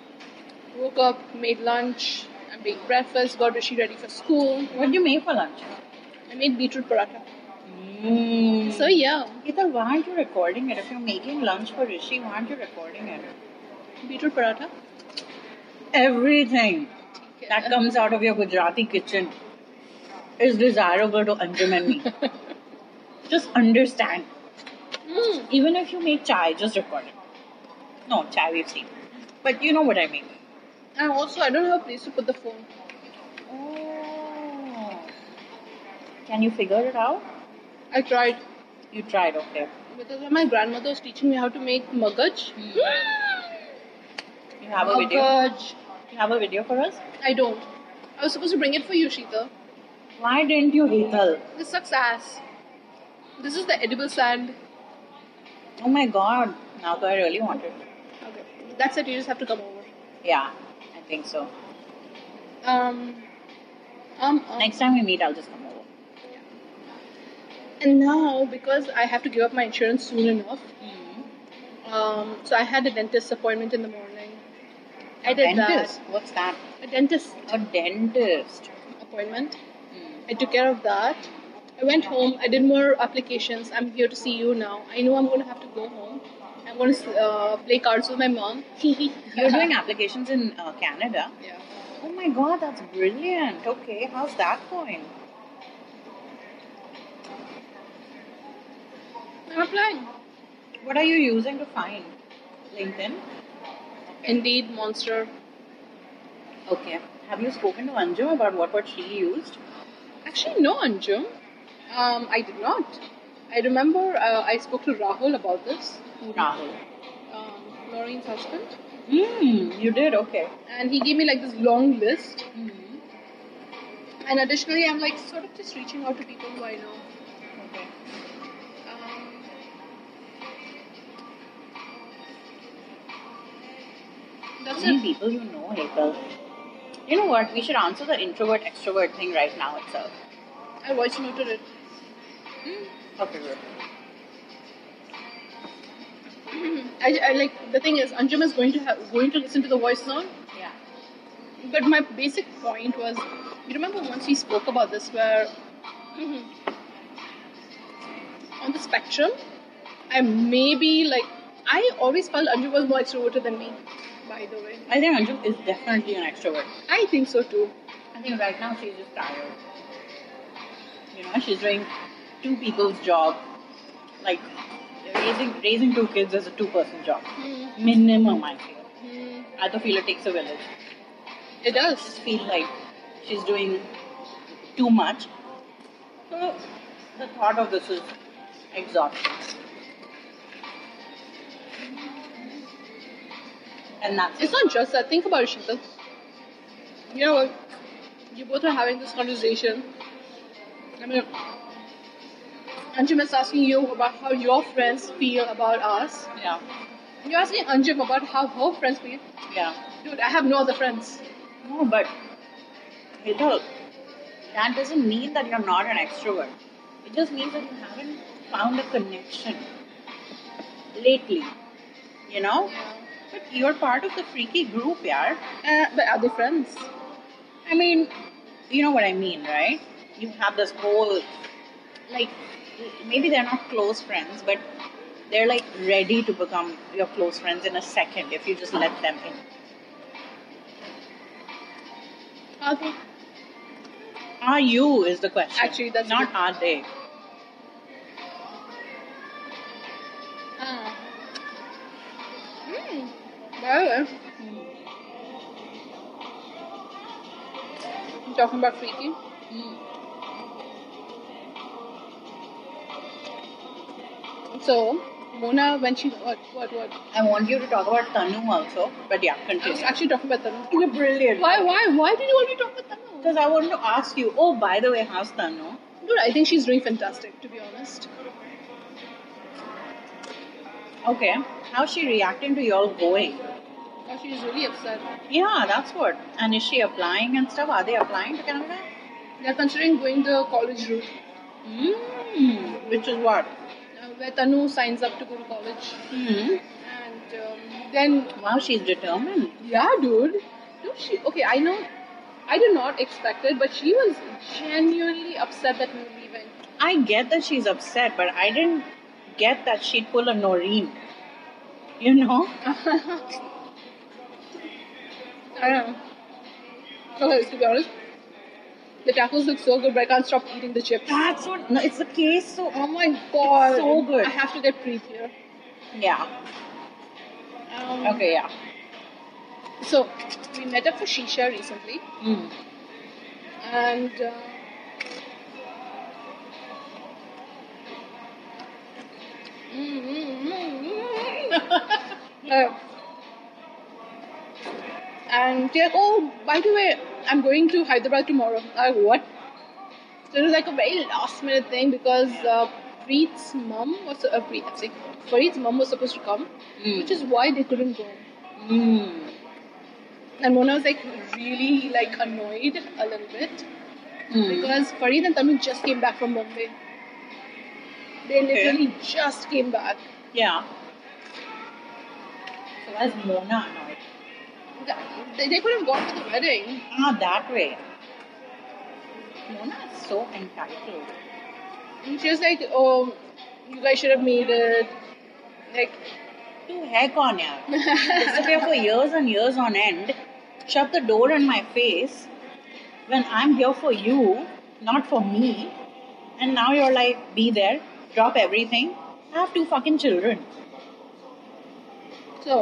A: woke up, made lunch, I made breakfast, got Rishi ready for school.
B: What do you make for lunch?
A: I made beetroot paratha.
B: Mm.
A: So yeah,
B: Geeta, why aren't you recording it? If you're making lunch for Rishi, why aren't you recording it?
A: beetroot paratha.
B: Everything.
A: Okay.
B: that comes out of your Gujarati kitchen is desirable to Anjum and me. just understand.
A: Mm.
B: Even if you make chai, just record it. No, chai we've seen. But you know what I mean.
A: And also, I don't have a place to put the phone.
B: Oh. Can you figure it out?
A: I tried
B: You tried, okay.
A: because when my grandmother was teaching me how to make magaj.
B: You Hmm. have a video?
A: Magaj.
B: You have a video for us?
A: I don't. I was supposed to bring it for you, Sheeta.
B: Why didn't you, Hetal?
A: This sucks ass. This is the edible sand.
B: Oh my god. Now that I really wanted.
A: Okay, that's it. You just have to come over.
B: Yeah, I think so.
A: Um, um, um,
B: Next time we meet, I'll just come over.
A: and now because I have to give up my insurance soon enough,
B: Mm.
A: um, so I had a dentist appointment in the morning. I did
B: Dentist? What's that?
A: that. A dentist
B: A dentist.
A: appointment.
B: Mm.
A: I took care of that. I went home. I did more applications. I'm here to see you now. I know I'm going to have to go home. I'm going to uh, play cards with my mom.
B: You're doing applications in uh, Canada.
A: Yeah.
B: Oh my god, that's brilliant. Okay, how's that going?
A: I'm applying.
B: What are you using to find? LinkedIn?
A: Indeed, monster.
B: Okay. Have you spoken to Anju about what, what she used?
A: Actually, no, Anjum. Um, I did not. I remember uh, I spoke to Rahul about this,
B: Rahul.
A: um, Maureen's husband,
B: Mm, you did? Okay.
A: and he gave me like this long list.
B: Mm.
A: And additionally, I'm like sort of just reaching out to people who I know.
B: Okay.
A: Um,
B: How
A: that's
B: many
A: it.
B: people you know, April? You know what? We should answer the introvert extrovert thing right now itself.
A: I voice noted it.
B: Okay, good.
A: I, I like the thing is Anjum is going to ha- going to listen to the voice now.
B: Yeah.
A: But my basic point was, you remember once we spoke about this, where mm-hmm, on the spectrum, I maybe like I always felt Anju was more extroverted than me. By the way,
B: I think Anju is definitely an extrovert.
A: I think so too.
B: I think right now she's just tired. You know, she's doing two people's job. Like raising raising two kids is a two person job. Minimum I feel. I do feel it takes a village.
A: It
B: I
A: does.
B: just feel like she's doing too much. So the thought of this is exhausting. And that's
A: It's not just that. Think about it, Sheetal. You know what? You both are having this conversation. I mean, Anjum is asking you about how your friends feel about us.
B: yeah.
A: You're asking Anjum about how her friends feel.
B: Yeah.
A: Dude, I have no other friends.
B: No, but Hital, that doesn't mean that you're not an extrovert. It just means that you haven't found a connection lately. You know? But you're part of the freaky group, yeah.
A: Uh, but are they friends?
B: I mean, you know what I mean, right? You have this whole, like, maybe they're not close friends, but they're like ready to become your close friends in a second if you just let them in.
A: Okay.
B: Are you is the question.
A: Actually, that's
B: not
A: good.
B: are they.
A: Ah. Mm. Well, I'm talking about freaky. So, Mona, when she what what what?
B: I want you to talk about Tanu also, but yeah,
A: I was
B: continue.
A: actually talking about Tanu.
B: You're brilliant.
A: Why why why did you want me to talk about Tanu?
B: Because I wanted to ask you. Oh, by the way, how's Tanu?
A: Dude, I think she's doing fantastic. To be honest,
B: Okay, how's she reacting to y'all going?
A: oh, she's really upset.
B: Yeah, that's what. And is she applying and stuff? Are they applying to Canada?
A: They're considering going the college route,
B: Mm, which is what?
A: uh, where Tanu signs up to go to college,
B: Mm.
A: and um, then
B: Wow, she's determined.
A: Yeah, dude. Dude, she okay. I know. I did not expect it, but she was genuinely upset that we were leaving.
B: I get that she's upset, but I didn't get that she'd pull a Noreen. You know?
A: I don't know. Okay, to be honest, the tacos look so good, but I can't stop eating the chips.
B: That's what. No, it's the case. So
A: Oh my god,
B: It's so good.
A: I have to get Preet here.
B: yeah.
A: Um,
B: Okay. Yeah.
A: So we met up for shisha recently,
B: Mm.
A: and uh, mm, mm, mm, mm, mm. Uh, and they're like, oh, by the way, I'm going to Hyderabad tomorrow. I'm like, what? So it was like a very last minute thing because uh, Preet's mom was uh, Preet, I'm saying, Farid's mom was supposed to come,
B: Mm. Hmm.
A: which is why they couldn't go.
B: Mm.
A: And Mona was like really like annoyed a little bit
B: Mm.
A: because Farid and Tanu just came back from Bombay. They literally just came back.
B: Yeah. So why is Mona annoyed?
A: They, they could have gone to the wedding.
B: Ah, that way. Mona is so entitled.
A: And she was like, "Oh, you guys should have made it." Like,
B: To heck on ya. Disappear for years and years on end. Shut the door in my face. When I'm here for you, not for me. And now you're like, be there, drop everything. I have two fucking children.
A: so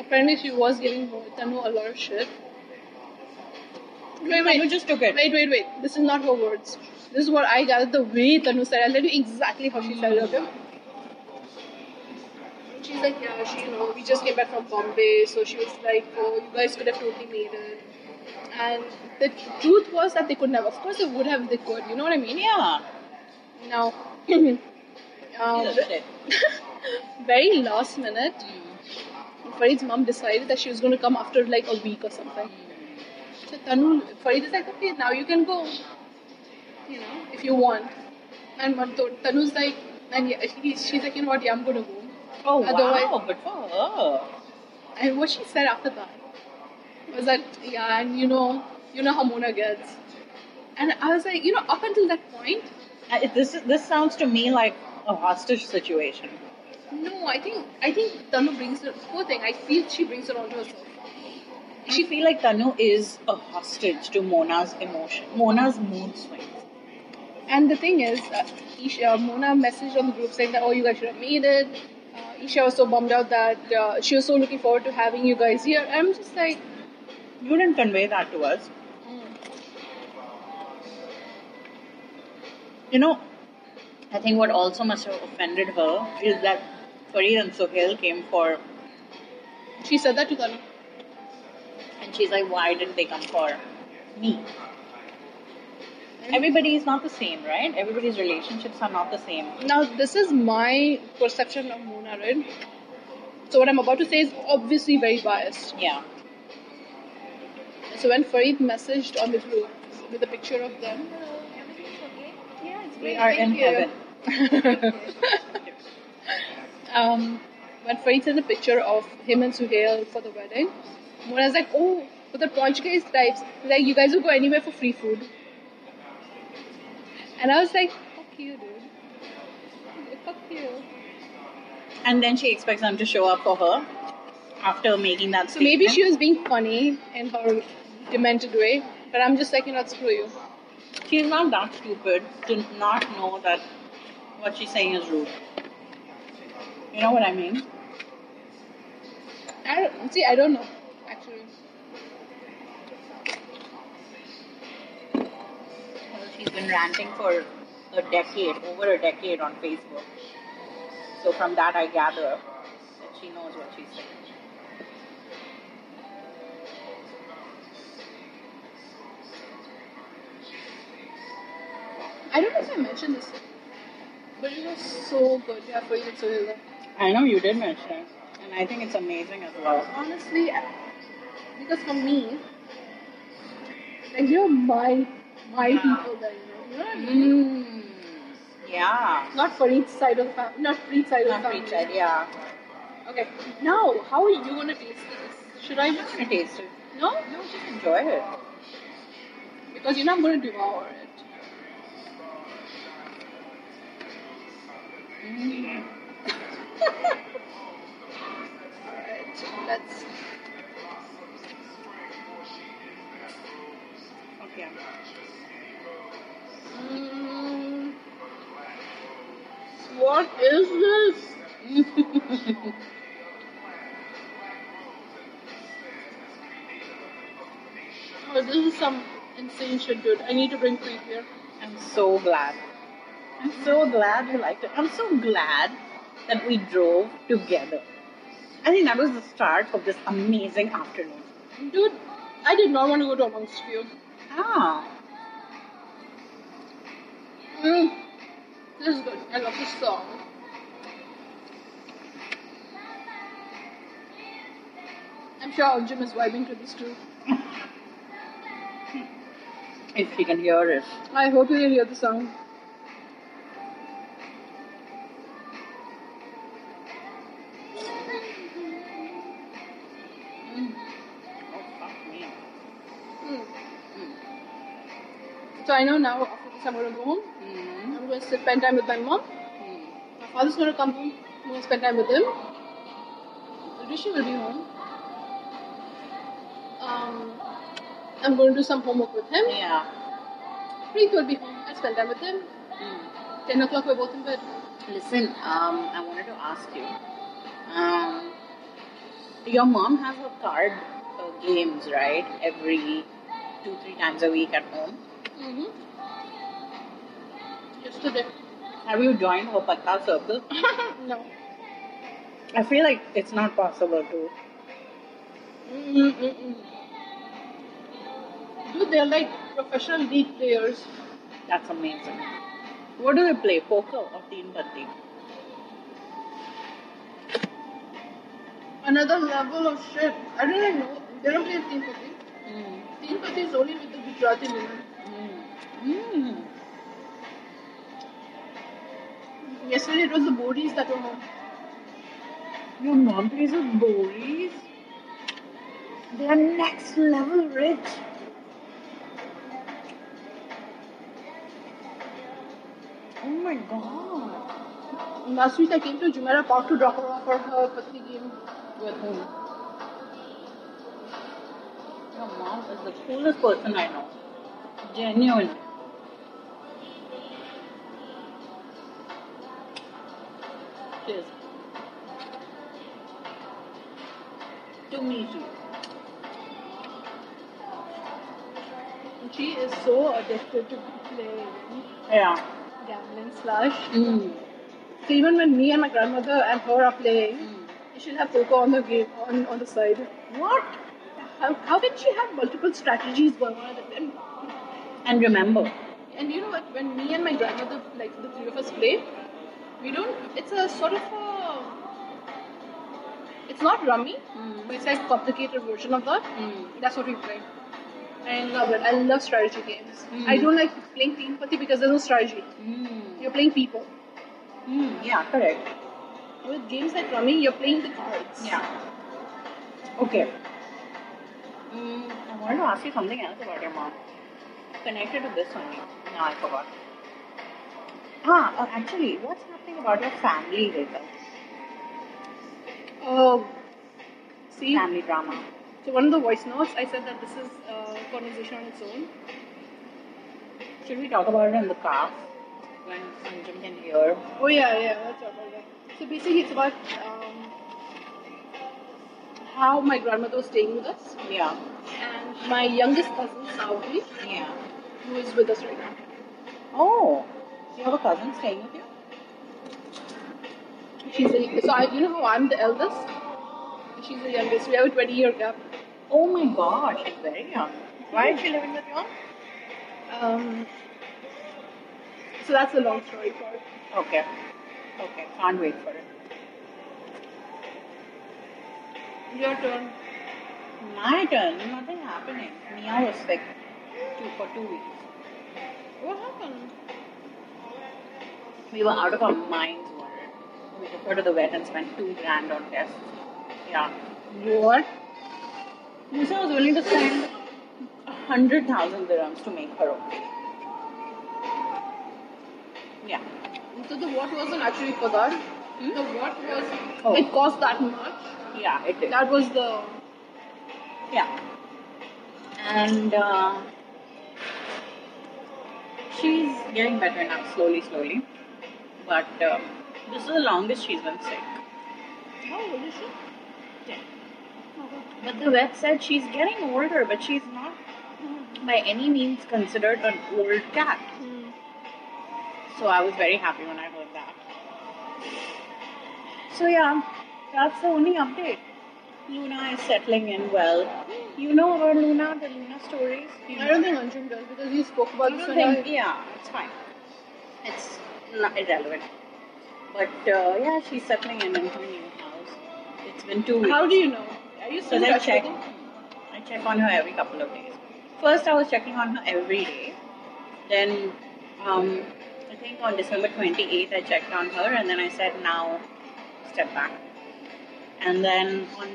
A: apparently she was giving Tanu a lot of shit. Wait,
B: You
A: wait,
B: just took it.
A: wait, wait, wait. This is not her words. This is what I gathered the way Tanu said. I'll tell you exactly how she said it. Okay? She's like, yeah, she, you know, we just came back from Bombay, so she was like, oh, you guys could have totally made it. And the truth was that they couldn't have. Of course, they would have. if They could. You know what I mean?
B: Yeah.
A: Now,
B: You
A: um,
B: just did.
A: very last minute, Farid's mom decided that she was going to come after like a week or something. So Tanu, Farid is like, okay, now you can go, you know, if you want. And Man- Tanu's like, and yeah, he, she's like, you know what, yeah, I'm going to go.
B: Oh, wow.
A: Otherwise-
B: Good for her.
A: And what she said after that was that, yeah, and you know, you know how Mona gets. And I was like, you know, up until that point,
B: I, this, is- this sounds to me like a hostage situation.
A: no, I think I think Tanu brings her poor thing. I feel she brings her onto herself.
B: She feel like Tanu is a hostage to Mona's emotion, Mona's mood swings.
A: And the thing is, uh, Isha, Mona messaged on the group saying that, oh, you guys should have made it. Uh, Isha was so bummed out that uh, she was so looking forward to having you guys here. I'm just like,
B: You didn't convey that to us. You know, I think what also must have offended her is that Farid and Sohail came for,
A: she said that to Tanu.
B: and she's like, why didn't they come for me? Everybody is not the same, right? Everybody's relationships are not the same.
A: Now, this is my perception of Mona, right? So, what I'm about to say is obviously very biased.
B: Yeah.
A: So, when Farid messaged on the group with a picture of them, yeah, it's
B: We
A: great,
B: are
A: thank
B: in
A: you.
B: heaven.
A: um, when Farid sent a picture of him and Suhail for the wedding, Mona's like, oh, for the Portuguese types, like you guys will go anywhere for free food. And I was like, fuck you, dude. Fuck you.
B: And then she expects them to show up for her after making that
A: So maybe
B: statement.
A: she was being funny in her demented way, but I'm just like, you know, what, screw you.
B: She's not that stupid to not know that what she's saying is rude. You know what I mean?
A: I don't, see, I don't know, actually.
B: Well, she's been ranting for a decade, over a decade on Facebook. So from that, I gather that she knows what she's saying.
A: I don't know if I mentioned this, but it was so good to have Farid and Suhail.
B: I know you did mention it, and I think it's amazing as well.
A: honestly, I- because for me, like you're my my people, then you know what I mean?
B: Mm. Yeah.
A: Not for each side of family, Mm-hmm. not for each side of
B: Not
A: family.
B: pre-tried, yeah.
A: Okay, now how are you gonna taste this? Should I
B: I'm not
A: just
B: gonna taste it.
A: no?
B: No, just enjoy it.
A: Because you know I'm gonna devour it.
B: Mm-hmm.
A: Alright, let's.
B: Okay.
A: Mm, what is this? Oh, this is some insane shit, dude. I need to bring Preet here.
B: I'm so glad. I'm so glad you liked it. I'm so glad that we drove together. I think that was the start of this amazing afternoon.
A: Dude, I did not want to go to amongst you.
B: Ah,
A: Mm. This is good. I love this song. I'm sure Jim is vibing to this too.
B: If you can hear it.
A: I hope you can hear the sound.
B: Mm-hmm. Oh, fuck me.
A: Mm. So I know now after this I'm gonna go home.
B: Mm-hmm.
A: I'm gonna spend time with my mom. My father's gonna come home. I'm gonna spend time with him. Rishi will be home. Um, I'm gonna do some homework with him.
B: Yeah.
A: Preet will be home. I'll spend time with him.
B: Mm.
A: 10 o'clock, we're both in bed.
B: Listen, um, I wanted to ask you. Um, your mom has her card uh, games, right? Every two, three times a week at home.
A: Mm-hmm. Yesterday.
B: Have you joined her Patta circle?
A: no.
B: I feel like it's not possible to.
A: Mm-mm-mm. Dude, they're like professional league players.
B: That's amazing. What do they play? Poker or teen batti?
A: Another level of shit. I don't even know. They don't play team pati.
B: Hmm,
A: Team pati is only with the Gujarati women.
B: Mm. Mm.
A: Yesterday it was the Bodhis that were home.
B: Your mom plays with Boris. They are next level rich. Oh my god.
A: Last week I came to Jumeirah Park to drop her off for her pati game.
B: With whom? Your mom is the coolest person I know. Genuine. Cheers. To me too.
A: And she is so addicted to playing
B: Yeah.
A: gambling slash.
B: Mm.
A: So even when me and my grandmother and her are playing,
B: Mm.
A: she'll have poker on the game on, on the side.
B: What?
A: How, how can she have multiple strategies going on? And,
B: And remember,
A: and you know what? When me and my grandmother, like the three of us play, we don't. It's a sort of a. It's not rummy, but it's like complicated version of that. That's what we play. I love it. Oh, I love strategy games.
B: Mm.
A: I don't like playing team putty because there's no strategy. You're playing people.
B: Mm. yeah, correct.
A: With games like rummy, you're playing the cards.
B: Okay. Mm, I wanted to ask you something else about your mom. Connected to this only. No, I forgot. Ah, uh, actually, what's happening about your family later?
A: Um, see,
B: Family drama.
A: so one of the voice notes, I said that this is a conversation on its own.
B: Should we talk about it in the car? When Anjum can hear.
A: Oh yeah, yeah, that's what I like. So basically, it's about um, how my grandmother was staying with us,
B: Yeah.
A: and my youngest cousin Saudi,
B: Yeah.
A: who is with us right now.
B: Oh, you have a cousin staying with you?
A: She's a, so I, you know how I'm the eldest, and she's the youngest. We have a 20 year gap.
B: Oh my god, she's very young. Why is she living with you? all?
A: Um, so that's the long story part.
B: Okay. Okay, can't wait for it.
A: Your turn.
B: My turn, nothing happening. Mia was sick two, for two weeks.
A: What happened?
B: We were out of our minds over it. We took her to the vet and spent two grand on tests. Yeah. What? Musa was willing to spend a hundred thousand dirhams to make her okay. Yeah.
A: So the what wasn't actually for that. Hmm? The what was
B: Oh.
A: it cost that much?
B: Yeah, it did.
A: That was the
B: Yeah. And uh, she's getting better now, slowly, slowly. But uh, this is the longest she's been sick.
A: how old is she?
B: But the vet said she's getting older, but she's not by any means considered an old cat. So I was very happy when I heard that. So yeah, that's the only update. Luna is settling in well. You know about Luna, the Luna stories? You
A: I
B: know?
A: don't think Anjum does because he spoke
B: I
A: about this.
B: don't
A: and
B: think,
A: I-
B: yeah, it's fine. It's not irrelevant. But uh, yeah, she's settling in in her new house. It's been two weeks.
A: How do you know? Are you
B: So
A: still
B: then
A: touch
B: check.
A: with him?
B: I check on her every couple of days. First, I was checking on her every day. Then, um, I think on December 28th, I checked on her, and then I said, now step back. And then on,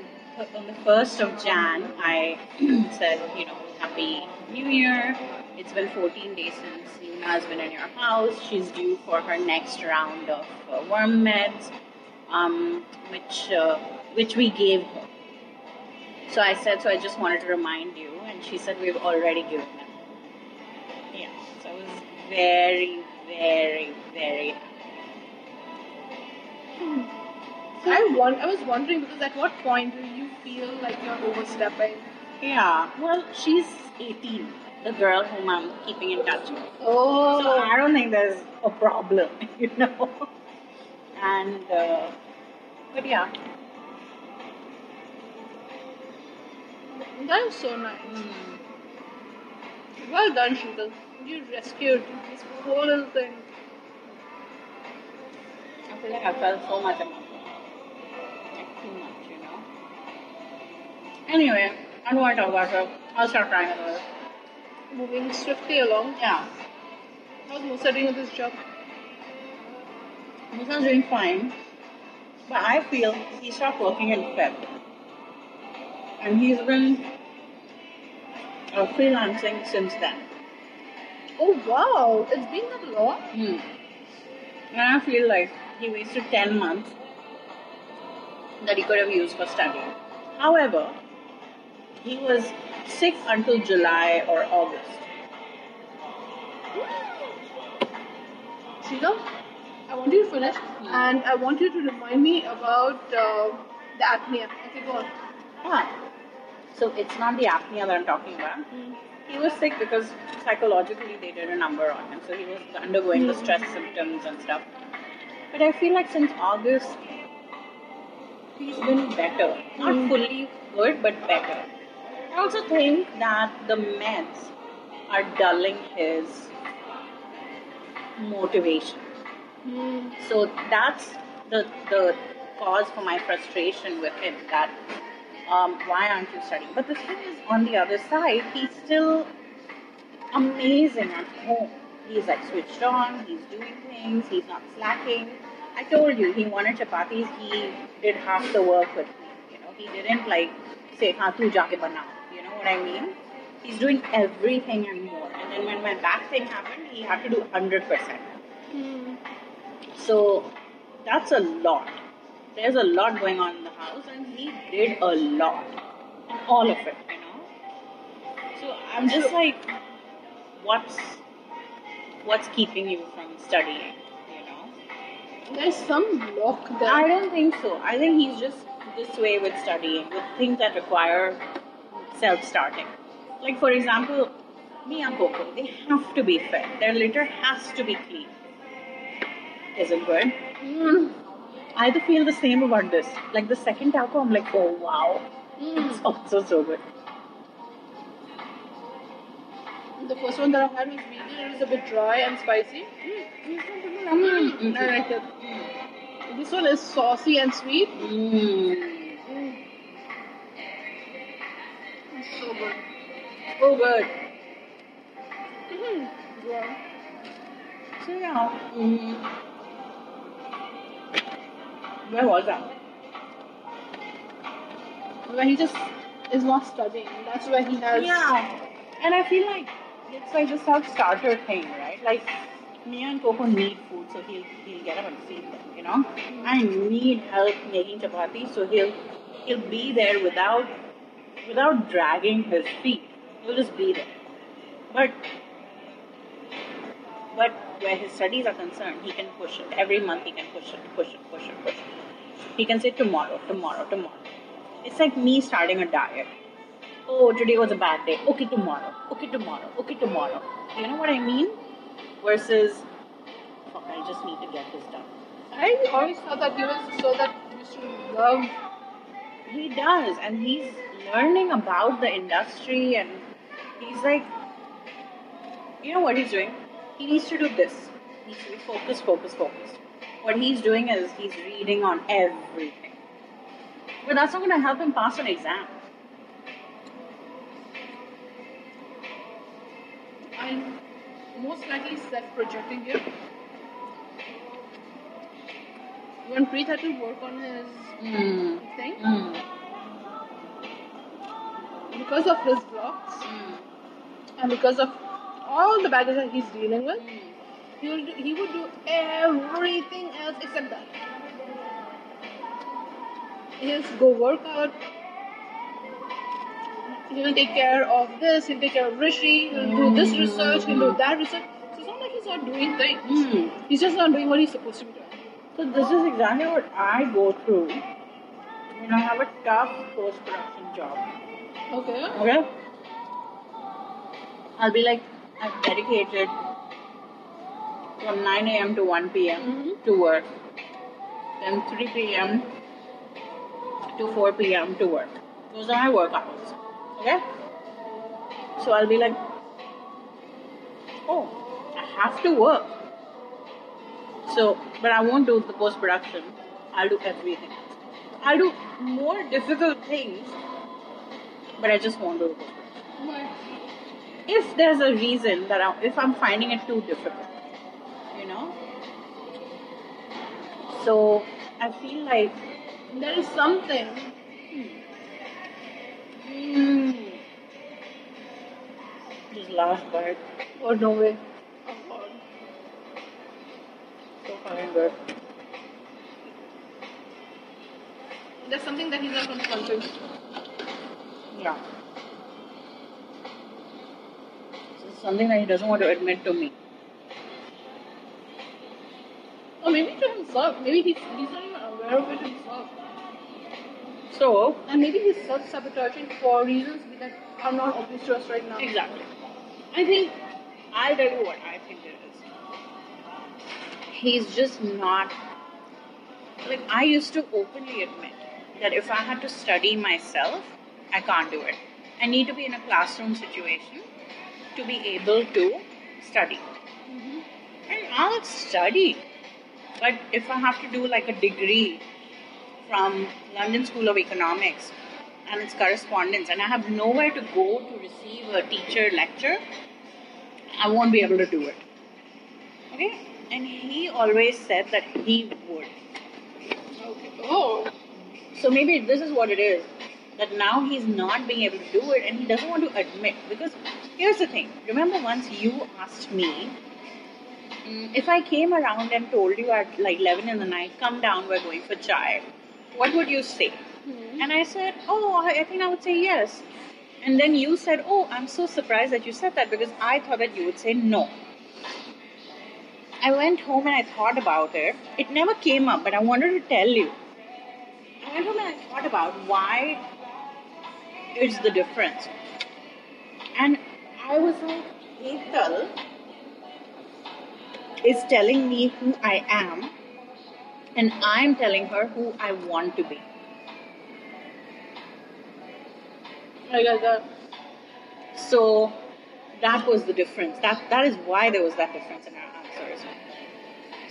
B: on the 1st of Jan, I said, you know, Happy New Year. It's been 14 days since Nina has been in your house. She's due for her next round of uh, worm meds, um, which, uh, which we gave her. So I said, so I just wanted to remind you. And she said, we've already given them. Yeah. So I was very, very, very.
A: I, want, I was wondering because at what point do you feel like you're overstepping?
B: Yeah. Well, she's 18, the girl whom I'm keeping in touch with.
A: Oh.
B: So I don't think there's a problem, you know. And, uh, but yeah.
A: That was so nice.
B: mm,
A: Well done, Sheetal. You rescued this whole thing.
B: I feel like I felt so much about it. Like too much, you know. Anyway, I don't want to talk about her. I'll start crying about her.
A: Moving swiftly along.
B: Yeah.
A: How's Musa doing with his job?
B: Musa's doing fine, but I feel he stopped working in Feb. And he's been uh, freelancing since then.
A: Oh wow, it's been that long.
B: Hmm. And I feel like he wasted 10 months that he could have used for studying. However, he was sick until July or August.
A: Sheila, I want you to finish, and I want you to remind me about uh, the apnea. Okay, go on.
B: Ah. So it's not the apnea that I'm talking about.
A: Mm.
B: He was sick because psychologically they did a number on him. So he was undergoing the stress symptoms and stuff. But I feel like since August, he's been better. Not fully good, but better. I also think that the meds are dulling his motivation. So that's the the cause for my frustration with him. That um, why aren't you studying? But the thing is, on the other side, he's still amazing at home. He's like switched on. He's doing things. He's not slacking. I told you he wanted chapatis. He did half the work with me. You know, he didn't like say "ha tu jaake banao." You know what I mean? He's doing everything and more. And then when my back thing happened, he had to do hundred percent.
A: Mm-hmm.
B: So that's a lot. There's a lot going on in the house, and he did a lot. And all of it, you know. So I'm just like, what's what's keeping you from studying, you know?
A: There's some block there.
B: I don't think so. I think he's just this way with studying, with things that require self starting. Like, for example, me and Coco, they have to be fed. Their litter has to be clean. Isn't good?
A: Mm.
B: I do feel the same about this. Like the second taco, I'm like, oh wow, it's
A: Mm.
B: also so good.
A: The first one that I had was vegan. It was a bit dry and spicy.
B: Mm.
A: I liked it. This one is saucy and sweet.
B: Mm.
A: Mm-hmm. It's so good.
B: So good.
A: Mm-hmm. Mm-hmm. Yeah.
B: So yeah. Mm. Where was I?
A: Where he just is not studying. That's where he has.
B: Yeah. And I feel like it's like the self-starter thing, right? Like me and Coco need food, so he'll he'll get up and feed them. You know, I need help making chapati, so he'll he'll be there without without dragging his feet. He'll just be there. But but where his studies are concerned, he can push it. Every month he can push it, push it, push it, push it. He can say tomorrow, tomorrow, tomorrow. It's like me starting a diet. Oh, today was a bad day. Okay, tomorrow. Okay, tomorrow. Okay, tomorrow. You know what I mean? Versus, fuck, I just need to get this done.
A: I always thought that he was so that he used to love.
B: He does, and he's learning about the industry, and he's like, you know what he's doing? He needs to do this. He needs to be focused, focused, focused. What he's doing is he's reading on everything. But that's not going to help him pass an exam.
A: I'm most likely self projecting here. When Preet had to work on his
B: Mm.
A: thing,
B: Mm.
A: because of his blocks
B: Hmm.
A: and because of all the baggage that he's dealing
B: Hmm.
A: with, he will do, he would do everything else except that. He'll go work out. He'll take care of this. He'll take care of Rishi. He'll do this research. He'll do that research. So it's not like he's not doing things.
B: Mm.
A: He's just not doing what he's supposed to be doing.
B: So this is exactly what I go through when I have a tough post-production job.
A: Okay.
B: Okay? I'll be like, I've dedicated from 9 a.m. to 1 p.m.
A: Mhm.
B: to work. Then 3 p.m. to 4 p.m. to work. Those are my work hours. Okay? So I'll be like, oh, I have to work. So, but I won't do the post production. I'll do everything. I'll do more difficult things, but I just won't do it. If there's a reason that I, if I'm finding it too difficult, you know. So I feel like
A: There is something.
B: mm, just last bite
A: Oh no way.
B: so fucking good.
A: There's something that he's not confronting.
B: Yeah. This is something that he doesn't want to admit to me.
A: Or maybe to himself. Maybe he's, he's not even aware of it himself.
B: So
A: And maybe he's self sabotaging for reasons that are not obvious to us right now.
B: Exactly. I think I'll tell you what I think it is. He's just not like I used to openly admit that if I had to study myself, I can't do it. I need to be in a classroom situation to be able to study. And I'll study. But if I have to do like a degree from London School of Economics and its correspondence, and I have nowhere to go to receive a teacher lecture, I won't be able to do it. Okay? And he always said that he would.
A: Okay. Oh.
B: So maybe this is what it is that now he's not being able to do it and he doesn't want to admit. Because here's the thing remember, once you asked me mm, if I came around and told you at like 11 in the night, come down, we're going for chai, what would you say? And I said, oh, I I think I would say yes. And then you said, oh, I'm so surprised that you said that because I thought that you would say no. I went home and I thought about it. It never came up, but I wanted to tell you. I went home and I thought about why is the difference. And I was like, Ethel is telling me who I am, and I'm telling her who I want to be.
A: I got that.
B: So that was the difference. That that is why there was that difference in our answers.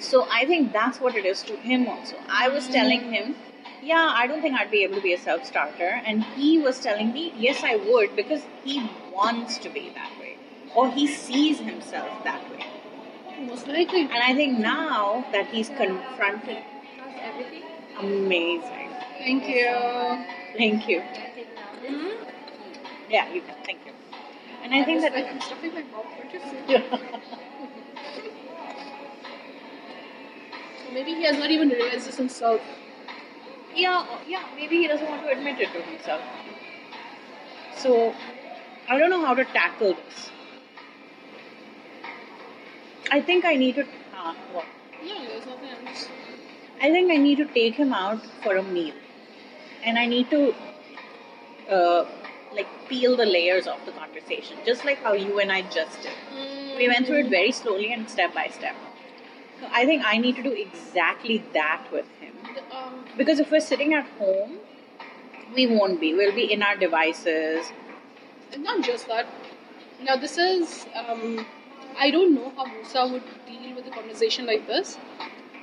B: So I think that's what it is to him also. I was telling him, yeah, I don't think I'd be able to be a self starter, and he was telling me, yes, I would because he wants to be that way, or he sees himself that way.
A: Most likely.
B: And I think now that he's confronted,
C: That's everything.
B: amazing.
A: Thank you.
B: Thank you.
C: Can I take now?
B: Yeah, you can. Thank you. And I think
A: was
B: that
A: like, I'm stuffing my mouth. What you say? So maybe he has not even realized this himself.
B: Yeah, yeah, maybe he doesn't want to admit it to himself. So, I don't know how to tackle this. I think I need to. Uh, what?
A: No, there's nothing else.
B: I think I need to take him out for a meal, and I need to, uh, like peel the layers of the conversation, just like how you and I just did.
A: Mm,
B: We went through it very slowly and step by step. So I think I need to do exactly that with him.
A: Um,
B: Because if we're sitting at home, we won't be. We'll be in our devices.
A: And not just that. Now this is um, I don't know how Musa would deal with a conversation like this.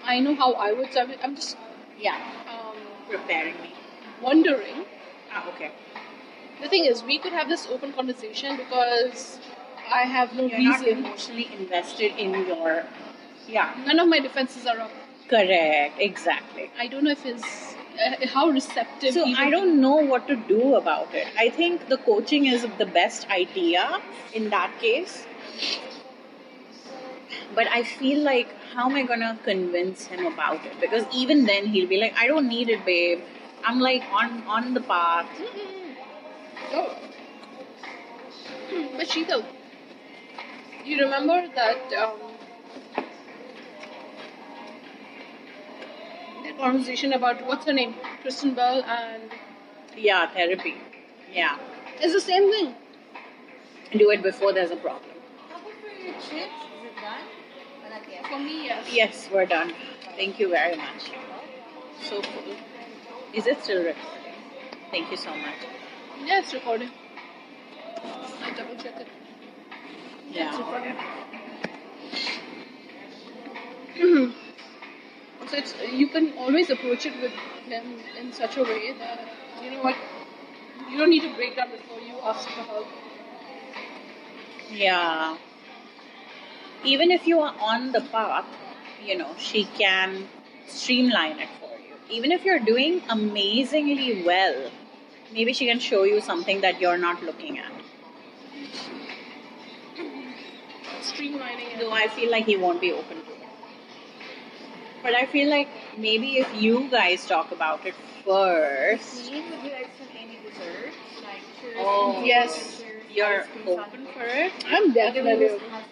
A: I know how I would. So I'm, I'm just
B: Yeah,
A: um,
B: preparing me.
A: wondering,
B: Ah, okay.
A: the thing is, we could have this open conversation because I have no
B: You're not
A: reason.
B: emotionally invested in your. Yeah.
A: None of my defenses are up.
B: Correct. Exactly.
A: I don't know if his uh, how receptive.
B: So
A: he would
B: I
A: be.
B: don't know what to do about it. I think the coaching is the best idea in that case. But I feel like how am I gonna convince him about it? Because even then he'll be like, I don't need it, babe. I'm like on on the path.
A: Mm-mm. Oh. Hmm, But Sheetal, you remember that um, that conversation about what's her name, Kristen Bell, and
B: Yeah, therapy. Yeah.
A: it's the same thing.
B: Do it before there's a problem.
D: chips, is it done? Well, okay.
A: For me, yes.
B: Yes, we're done. Thank you very much. So cool. Is it still recording? Thank you so much.
A: Yeah, it's recording. I double check it. It's recording. so it's you can always approach it with them in such a way that you know what you don't need to break down before you ask for help.
B: Yeah. Even if you are on the path, you know, she can streamline it for you. Even if you're doing amazingly well, maybe she can show you something that you're not looking at.
A: Streamlining it.
B: Though I feel like he won't be open to it. But I feel like maybe if you guys talk about it first,
D: Would you like some any desserts? Like cheers.
B: Oh.
D: and
A: Yes.
D: cheers,
B: you're
D: ice cream,
B: open
D: sundae.
B: for it.
A: I'm definitely.
D: Who has the
A: open.
D: birthday?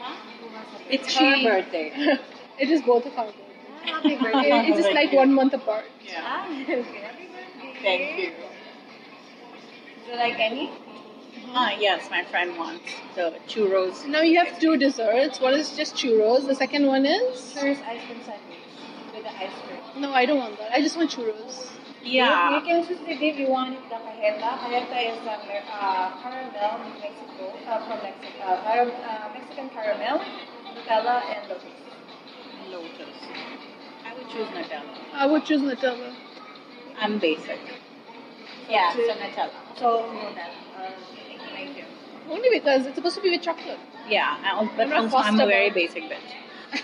D: Huh? Who has the birthday?
B: It's her
A: She-
B: birthday.
A: it is both of our birthdays.
D: Ah, Happy
A: It-
D: birthday.
A: It's just like one month apart.
B: Yeah.
D: Ah, okay. Happy birthday.
B: Thank you.
D: Do you like any?
B: Ah, yes, my friend wants the churros.
A: So now you have two desserts. One is just churros. The second one is
D: Cheers, ice cream sandwich with the ice cream.
A: no. I don't want that. I just want churros.
B: Yeah.
D: You can choose the day you want the Cajeta. Cajeta is um, uh, caramel in Mexico, uh, from Mexico, uh, car- uh, Mexican caramel, Nutella, and lotus.
B: Lotus. I would choose Nutella.
A: I would choose Nutella.
B: I'm basic.
D: Yeah,
B: so Nutella.
D: So, Nutella. Uh, thank you.
A: Only because it's supposed to be with chocolate.
B: Yeah, I, but
A: I'm not
B: also I'm
A: fussed
B: a very
A: about-
B: basic bitch.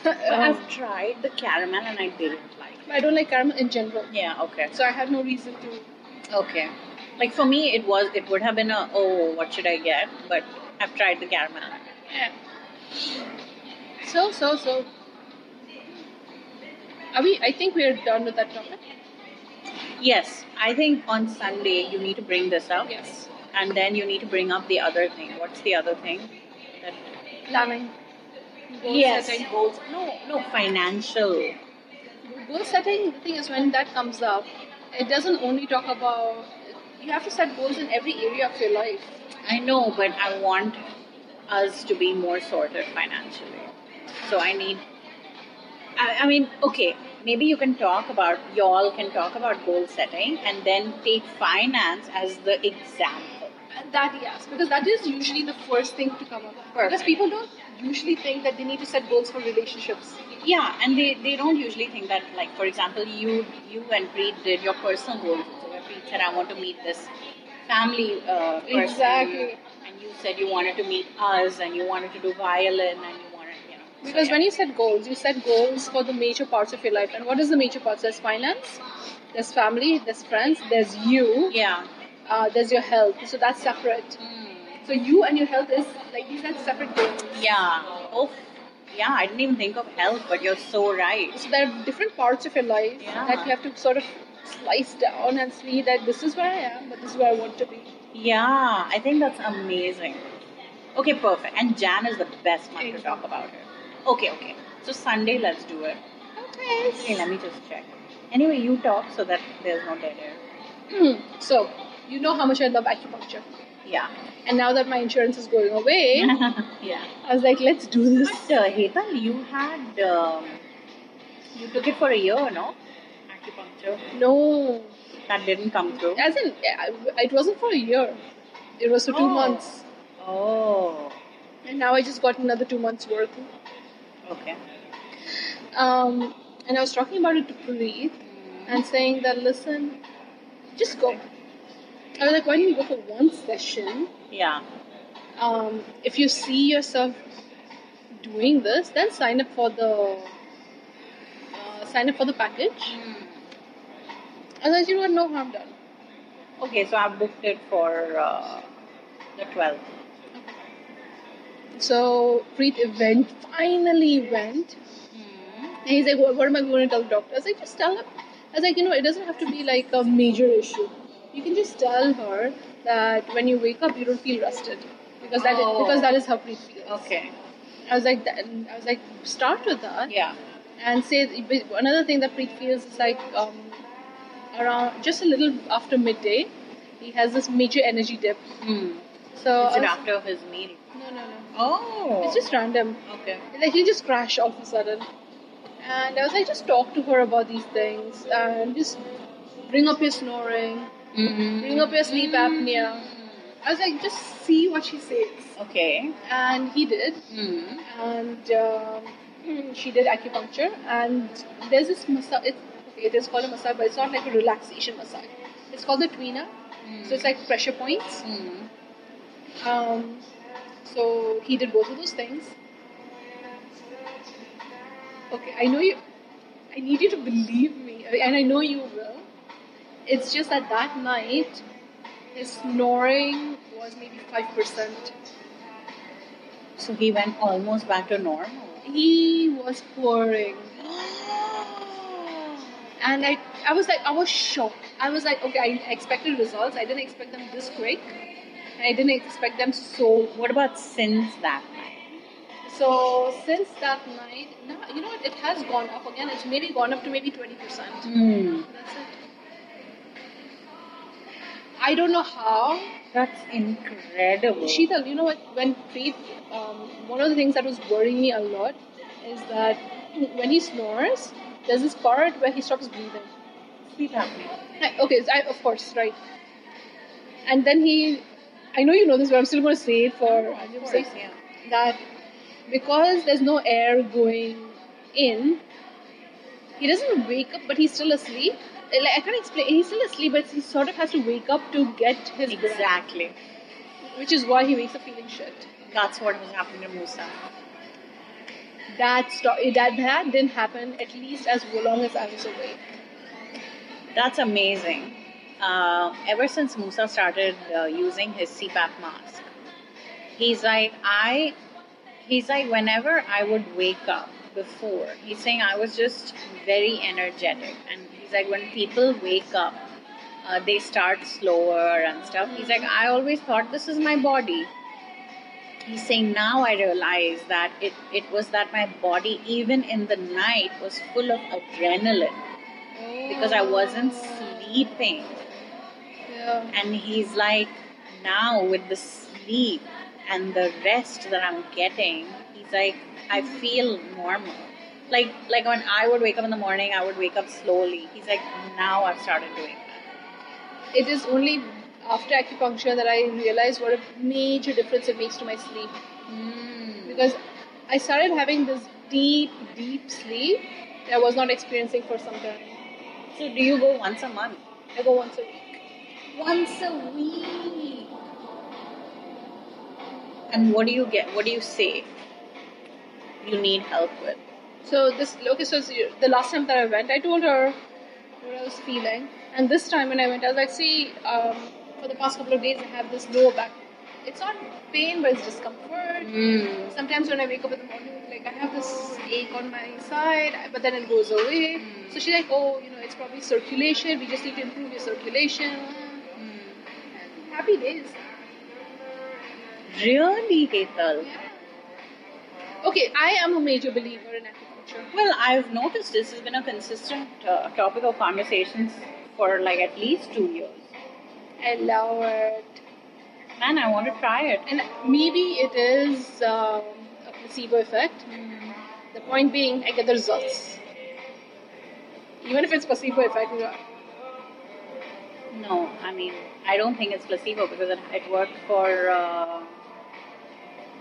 B: But
A: Um,
B: I've tried the caramel and I didn't like
A: I don't like caramel in general,
B: it. Yeah, okay.
A: so I have no reason to.
B: Okay. Like for me, it was it would have been a oh, what should I get? But I've tried the caramel.
A: Yeah. So so so. Are we? I think we are done with that topic.
B: Yes, I think on Sunday you need to bring this up,
A: Yes.
B: and then you need to bring up the other thing. What's the other thing? That
A: Planning. Goal setting.
B: goals. No, no, financial.
A: Goal setting. The thing is, when that comes up, it doesn't only talk about. You have to set goals in every area of your life.
B: I know, but I want us to be more sorted financially. So I need. I, I mean, okay, maybe you can talk about, y'all can talk about goal setting and then take finance as the example.
A: And That yes, because that is usually the first thing to come up. Because
B: Perfect.
A: people don't usually think that they need to set goals for relationships.
B: Yeah, and they, they don't usually think that, like, for example, you you and Preet did your personal goals. So where Preet said, I want to meet this family uh, person.
A: Exactly.
B: And you said you wanted to meet us and you wanted to do violin and you wanted, you know. so
A: Because
B: yeah.
A: when you set goals, you set goals for the major parts of your life. And what is the major parts? There's finance, there's family, there's friends, there's you, Hmm.
B: Yeah.
A: uh, there's your health. So that's separate.
B: Mm.
A: So you and your health is like these are separate goals.
B: Yeah. Oh, yeah. I didn't even think of health, but you're so right.
A: So there are different parts of your life
B: Yeah.
A: that you have to sort of slice down and see that this is where I am, but this is where I want to be.
B: Yeah. I think that's amazing. Okay, perfect. And Jan is the best month to talk about it. Okay, okay. So Sunday, let's do it. Okay, let me just check. Anyway, you talk so that there's no dead air.
A: so you know how much I love acupuncture.
B: Yeah.
A: And now that my insurance is going away,
B: yeah.
A: I was like, let's do this.
B: But uh, Hetal, you had um, you took it for a year, no? Acupuncture.
A: No.
B: That didn't come through.
A: As in, I- it wasn't for a year. It was for two
B: Oh.
A: months.
B: Oh.
A: And now I just got another two months worth.
B: Okay.
A: Um, and I was talking about it to Puneet and saying that, listen, Just go. I was like, why don't you go for one session?
B: Yeah.
A: Um, if you see yourself doing this, then sign up for the uh, sign up for the package. Otherwise, you will no harm done.
B: Okay, so I booked it for uh, the 12th.
A: So Preet event finally went.
B: Hmm.
A: And he's like, what, what am I going to tell the doctor? I was like, just tell her. I was like, you know, it doesn't have to be like a major issue. You can just tell her that when you wake up, you don't feel rested because that
B: Oh.
A: because that is how Preet feels.
B: Okay.
A: I was like, that, and I was like, start with that
B: Yeah.
A: and say but another thing that Preet feels is like um, around just a little after midday, he has this major energy dip.
B: Mm.
A: So uh, I
B: Is it
A: was-
B: after his meal?
A: no, no, no.
B: Oh.
A: It's just random.
B: Okay.
A: Like he just crashed all of a sudden. And I was like, just talk to her about these things and just bring up your snoring, bring up your sleep Mm-hmm. apnea. I was like, just see what she says.
B: Okay.
A: And he did. Mm-hmm.
B: Mm.
A: And um, she did acupuncture. And there's this massage. It, okay, it is called a massage, but it's not like a relaxation massage. It's called the tweener. So it's like pressure points.
B: Mm.
A: Um, so he did both of those things. Okay, I know you. I need you to believe me, and I know you will. It's just that that night, his snoring was maybe five percent.
B: So he went almost back to normal.
A: He was pouring, and I, I was like, I was shocked. I was like, okay, I expected results. I didn't expect them this quick. I didn't expect them so
B: What about since that?
A: So since that night, now you know what? It has gone up again. It's maybe gone up to maybe twenty percent.
B: Mm.
A: That's it. I don't know how.
B: That's incredible.
A: Sheetal, you know what? When Preet, um, one of the things that was worrying me a lot is that when he snores, there's this part where he stops breathing.
B: sleep apnea.
A: Like, okay, so I, of course, right. And then he, I know you know this, but I'm still going to say it for
B: Of
A: argument's sake
B: course, yeah.
A: that because there's no air going in, he doesn't wake up, but he's still asleep. Eh, Like, I can't explain. He's still asleep, but he sort of has to wake up to get his breath,
B: Exactly.
A: which is why he wakes up feeling shit.
B: That's what was happening to Musa.
A: That sto- that that didn't happen at least as long as I was awake.
B: That's amazing. Uh, ever since Musa started uh, using his CPAP mask, he's like I. He's like whenever I would wake up before. He's saying I was just very energetic, and he's like when people wake up, uh, they start slower and stuff. He's like I always thought this is my body. He's saying now I realize that it, it was that my body even in the night was full of adrenaline because I wasn't sleeping.
A: Yeah.
B: And he's like, now with the sleep and the rest that I'm getting, he's like, I feel normal. Like like when I would wake up in the morning, I would wake up slowly. He's like, now I've started doing that.
A: It is only after acupuncture that I realized what a major difference it makes to my sleep.
B: Hmm.
A: because I started having this deep, deep sleep that I was not experiencing for some time.
B: So do you go once a month?
A: I go once a week.
B: Once a week. And what do you get? What do you say? You need help with.
A: So this okay, so it's- the last time that I went, I told her what I was feeling, and this time when I went, I was like, see, um, for the past couple of days, I have this lower back. It's not pain, but it's discomfort.
B: Hmm.
A: Sometimes when I wake up in the morning, like I have this ache on my side, but then it goes away. So she's like, oh, you know, it's probably circulation. We just need to improve your circulation. Happy days.
B: Really, Ketal?
A: Okay, I am a major believer in acupuncture.
B: Well, I've noticed this has been a consistent uh, topic of conversations for like at least two years.
A: I love it.
B: Man, I want to try it.
A: And maybe it is um, a placebo effect. The point being, I get the results. Even if it's placebo effect, you know,
B: No, I mean, I don't think it's placebo because it, it worked for uh,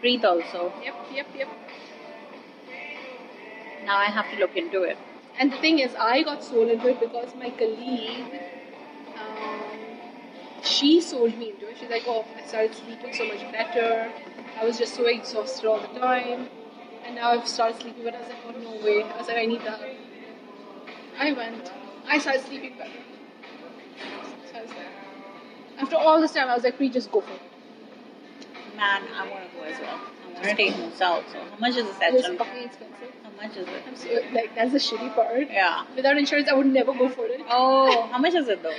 B: Preet also.
A: yep, yep, yep.
B: Now I have to look into it.
A: And the thing is, I got sold into it because my colleague um, she sold me into it. She's like, oh, I started sleeping so much better. I was just so exhausted all the time. And now I've started sleeping, but I was like, oh, no way. I was like, I need the help. I went. I started sleeping better. So I was like, after all this time, I was like, we just go for it.
B: Man, I want to go as well. I want to take Musa also. How much is the
A: It was
B: session?
A: fucking expensive.
B: How much is it?
A: I'm so, like, that's the shitty part.
B: Yeah.
A: Without insurance, I would never go for it.
B: Oh, how much is it though?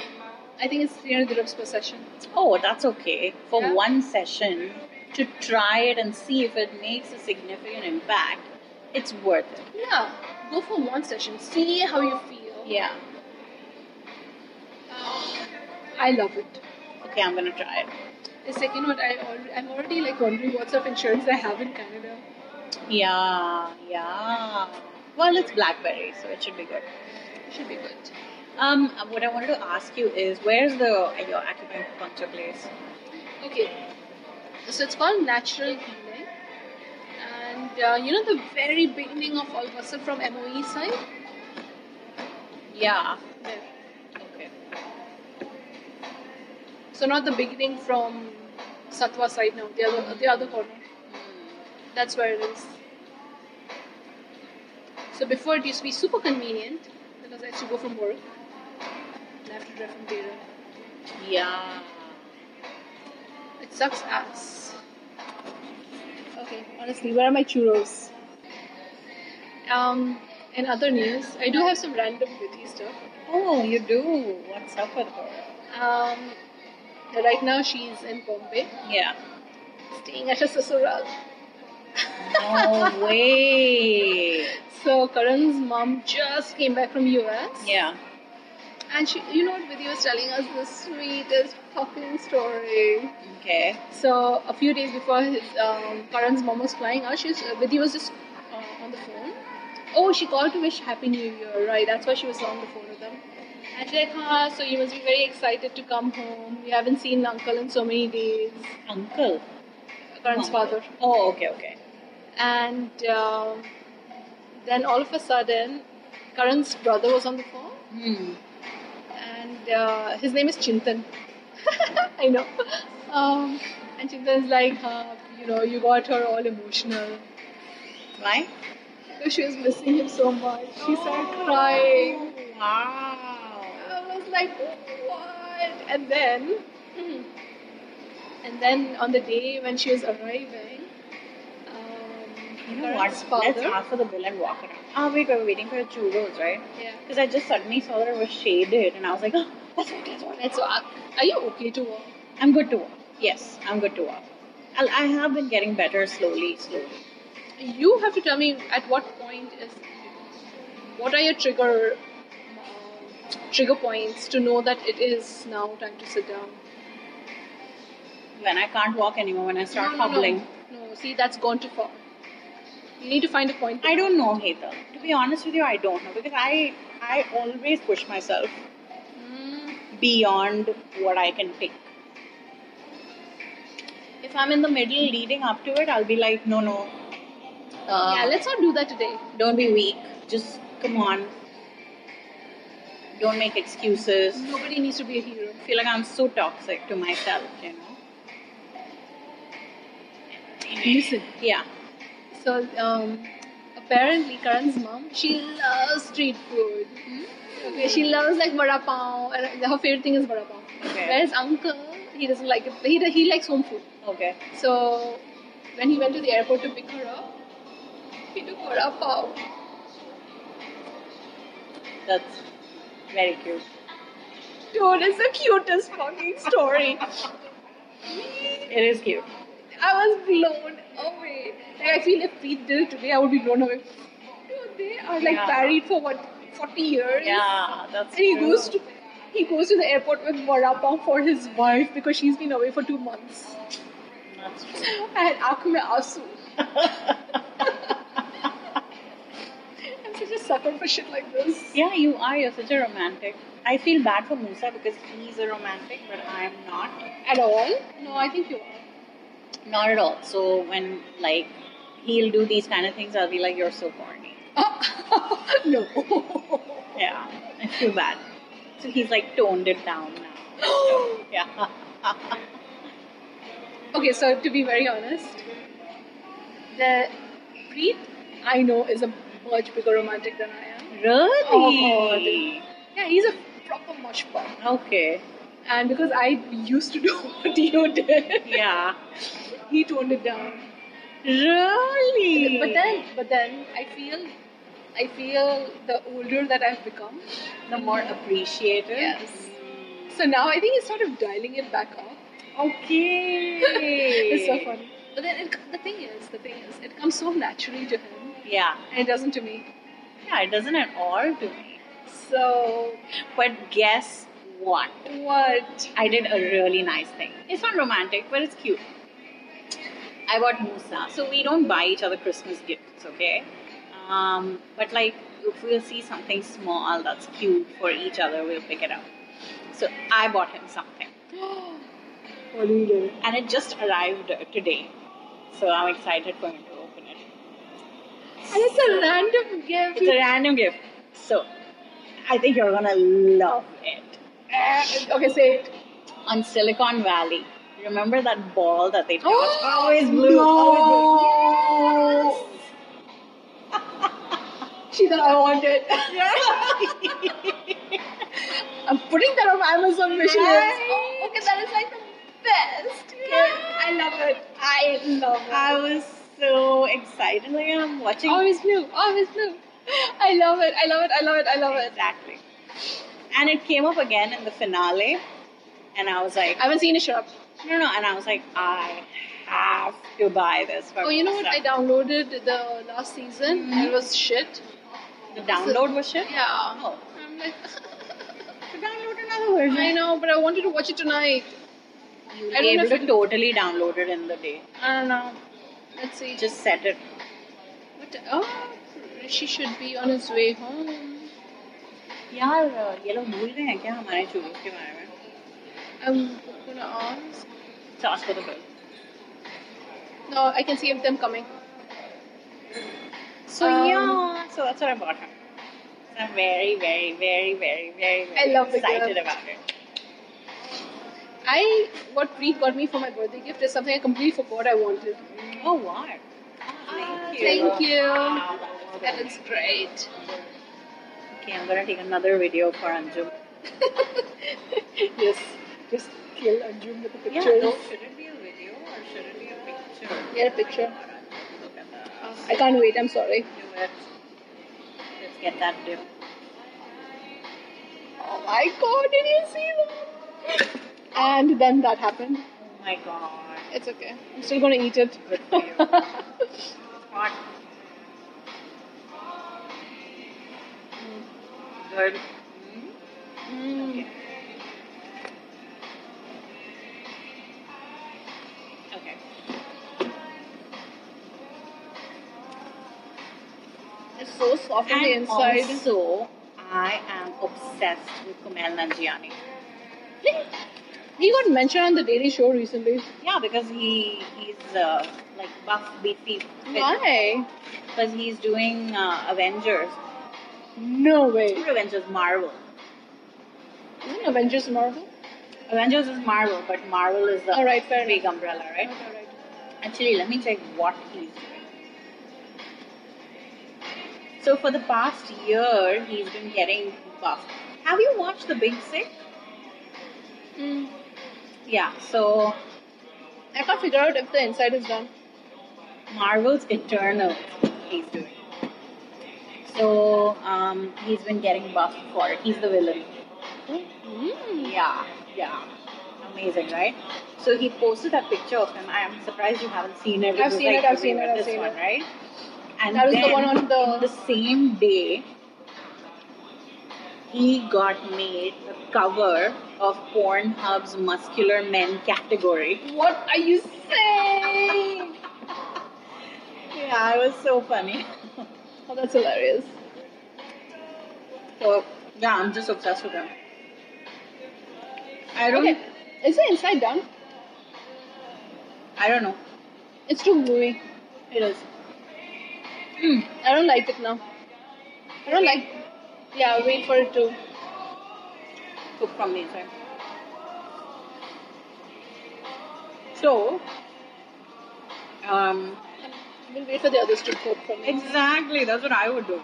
A: I think it's 300 dirhams per session.
B: Oh, that's okay. For
A: Yeah.
B: one session, to try it and see if it makes a significant impact, it's worth it.
A: Yeah, go for one session. See how you feel.
B: Yeah.
A: I love it.
B: Okay, I'm gonna try it.
A: The second one, I already, I'm already like wondering what sort of insurance I have in Canada.
B: Yeah, yeah. Well, it's blackberry, so it should be good.
A: Should be good.
B: Um, what I wanted to ask you is, where's the your acupuncture place?
A: Okay, so it's called natural healing, and uh, you know the very beginning of all Alvasa from MOE side.
B: Yeah.
A: There.
B: Okay.
A: So not the beginning from Satwa side now. The other, the other corner.
B: Hmm.
A: That's where it is. So before it used to be super convenient because I used to go from work and I have to drive from there.
B: Yeah.
A: It sucks ass. Okay, honestly, where are my churros? Um, and other news, I do have some random beauty stuff.
B: Oh, you do. What's up with her?
A: Um, right now she's in Bombay,
B: Yeah.
A: staying at her sasural.
B: No way.
A: So Karan's mom just came back from US.
B: Yeah.
A: And she, you know what, Vidhi was telling us the sweetest fucking story.
B: Okay.
A: So a few days before his um, Karan's mom was flying out, she was, uh, Vidhi was just uh, on the phone. Oh, she called to wish Happy New Year, right? That's why she was on the phone with them. And she's like, ah, so you must be very excited to come home. You haven't seen uncle in so many days.
B: Uncle.
A: Karan's father.
B: Oh, okay, okay.
A: And um, then all of a sudden, Karan's brother was on the phone.
B: Hmm.
A: and uh, his name is Chintan. I know. Um, and Chintan's like, uh, you know, you got her all emotional.
B: Why?
A: So she was missing him so much. She started
B: Oh.
A: crying.
B: Wow.
A: I was like, what? And then, and then on the day when she was arriving, um,
B: You know what?
A: Karan's
B: Let's
A: Father,
B: ask for the bill and walk around. Ah, wait, we're waiting for the churros, right?
A: yeah.
B: Because I just suddenly saw that it was shaded, and I was like, oh, that's what, that's what.
A: Let's, are you okay to walk?
B: I'm good to walk. Yes, I'm good to walk. I'll, I have been getting better slowly, slowly.
A: You have to tell me at what point is what are your trigger um, trigger points to know that it is now time to sit down.
B: When I can't walk anymore, when I start
A: No, no,
B: hobbling.
A: No, no, see that's gone too far. You need to find a point.
B: I don't know, Hetal. To be honest with you, I don't know because I I always push myself
A: Mm,
B: beyond what I can take. If I'm in the middle leading up to it, I'll be like, no, no. Uh,
A: yeah, let's not do that today.
B: don't be weak. Just come on. Don't make excuses.
A: Nobody needs to be a hero.
B: I feel like I'm so toxic to myself, you know?
A: Listen.
B: Yeah.
A: So um, apparently Karan's mom, she loves street food.
B: Hmm.
A: Okay, she loves like vada pav, and her favorite thing is vada pav.
B: Okay.
A: Whereas uncle, he doesn't like it. He he likes home food.
B: Okay.
A: So when he went to the airport to pick her up, he took her up out.
B: That's very cute.
A: Dude, it's the cutest fucking story.
B: It is cute.
A: I was blown away. Like I feel if Pete did it today, I would be blown away. Dude, they are like
B: Yeah.
A: married for what, 40 years?
B: Yeah, that's
A: And he
B: true.
A: goes to he goes to the airport with vada pav for his wife because she's been away for two months.
B: That's true.
A: And आंख में आंसू. I'm such a sucker for shit like this.
B: Yeah, you are. You're such a romantic. I feel bad for Musa because he's a romantic, but I'm not.
A: At all? No, I think you are.
B: Not at all. So when like he'll do these kind of things, I'll be like, "You're so corny."
A: no.
B: Yeah, I feel bad. So he's like toned it down now. Yeah.
A: Okay, so to be very honest, the Preet I know is a much bigger romantic than I am. Oh,
B: really?
A: Yeah, he's a proper mush pot.
B: okay.
A: And because I used to do what you did,
B: Yeah.
A: he toned it down.
B: Really?
A: But then, but then I feel, I feel the older that I've become.
B: the more appreciated.
A: Yes. So now I think he's sort of dialing it back up.
B: Okay.
A: It's so funny. But then it, the thing is, the thing is, it comes so naturally to him,
B: Yeah.
A: and it doesn't to me.
B: Yeah, it doesn't at all to me.
A: So
B: But guess what?
A: what?
B: I did a really nice thing. It's not romantic, but it's cute. I bought Musa. So we don't buy each other Christmas gifts, okay? Um, but like, if we'll see something small that's cute for each other, we'll pick it up. So I bought him something.
A: What do you do?
B: And it just arrived today. So I'm excited for him to open it.
A: And it's a random gift.
B: It's a random gift. So I think you're gonna love it.
A: Eh, okay, say it.
B: On Silicon Valley. Remember that ball that they Oh, tossed?
A: No.
B: Always blue.
A: She thought I want it. I'm putting that on Amazon wish list.
B: Right.
A: Oh, okay, that is like the best. gift. I love it. I love it. Oh,
B: I was so excited. Like I'm watching
A: Always blue. Always blue. I love it. I love it. I love it. I love it.
B: exactly. And it came up again in the finale. And I was like,
A: I haven't seen a shop.
B: no, no. And I was like, I have to buy this. For
A: Oh, you know what? I
B: myself.
A: downloaded the last season. It was shit.
B: The download was shit.
A: Yeah.
B: Oh,
A: I'm like,
B: to download another version.
A: I know, but I wanted to watch it tonight.
B: You'll
A: I
B: be
A: don't know
B: able
A: if
B: to totally download it in the day.
A: I don't know. Let's see.
B: Just set it.
A: But, oh, she should be on his way home.
B: यार ये लोग भूल गए हैं क्या हमारे चूहों के बारे में?
A: I'm gonna ask.
B: So ask for the bill.
A: No, I can see them coming.
B: So
A: Um,
B: yeah, so that's what I bought him. So I'm very, very, very, very, very,
A: I
B: very
A: love the
B: excited
A: gift.
B: about it.
A: I what Preet got me for my birthday gift is something I completely forgot I wanted.
B: Oh what? Thank you.
A: Thank you.
B: Ah, that was
A: That
B: good.
A: is great.
B: Okay, I'm gonna take another video for Anjum.
A: yes. Just kill Anjum with a
B: Yeah,
A: picture.
B: no, should it be a video or should it be a picture?
A: Get a picture.
B: Look at that.
A: I can't wait. I'm sorry.
B: Do it. Let's get that dip.
A: Oh my god! Did you see that? And then that happened.
B: Oh my god.
A: It's okay. I'm still gonna eat it.
B: Good for you. Hot. Good.
A: Mm.
B: Okay.
A: It's so soft on the
B: And
A: inside.
B: also, I am obsessed with Kumail Nanjiani.
A: He got mentioned on the Daily Show recently.
B: Yeah, because he he's uh, like buff, beefy, fit.
A: Why?
B: Because he's doing uh, Avengers,
A: No way.
B: not Avengers, Marvel.
A: Isn't Avengers Marvel?
B: Avengers is Marvel, but Marvel is the
A: All right, fair
B: big umbrella, right? Actually, let me check what he's doing. So for the past year, he's been getting buffed. Have you watched The Big Sick?
A: Mm.
B: Yeah. So
A: I can't figure out if the inside is done.
B: Marvel's Eternal he's doing. So um, he's been getting buffed for it. He's the villain.
A: Mm.
B: Yeah, yeah. Amazing, right? So he posted that picture of him. I am surprised you haven't seen it.
A: I've
B: was
A: seen
B: like
A: it, I've seen
B: everywhere,
A: it, I've
B: this
A: seen
B: one,
A: it.
B: right? And
A: That was the
B: then
A: one on
B: in the
A: the.
B: same day, he got made the cover of Pornhub's muscular men category.
A: What are you saying?
B: Yeah, it was so funny.
A: oh, that's hilarious.
B: So yeah, I'm just obsessed with him. I don't.
A: Okay. Is the inside done?
B: I don't know.
A: It's too gooey.
B: It is.
A: I don't like it now. I don't like. Yeah, wait for it to.
B: Cook from the inside. So, um,
A: We'll wait for the others to cope from it.
B: Exactly, that's what I would do.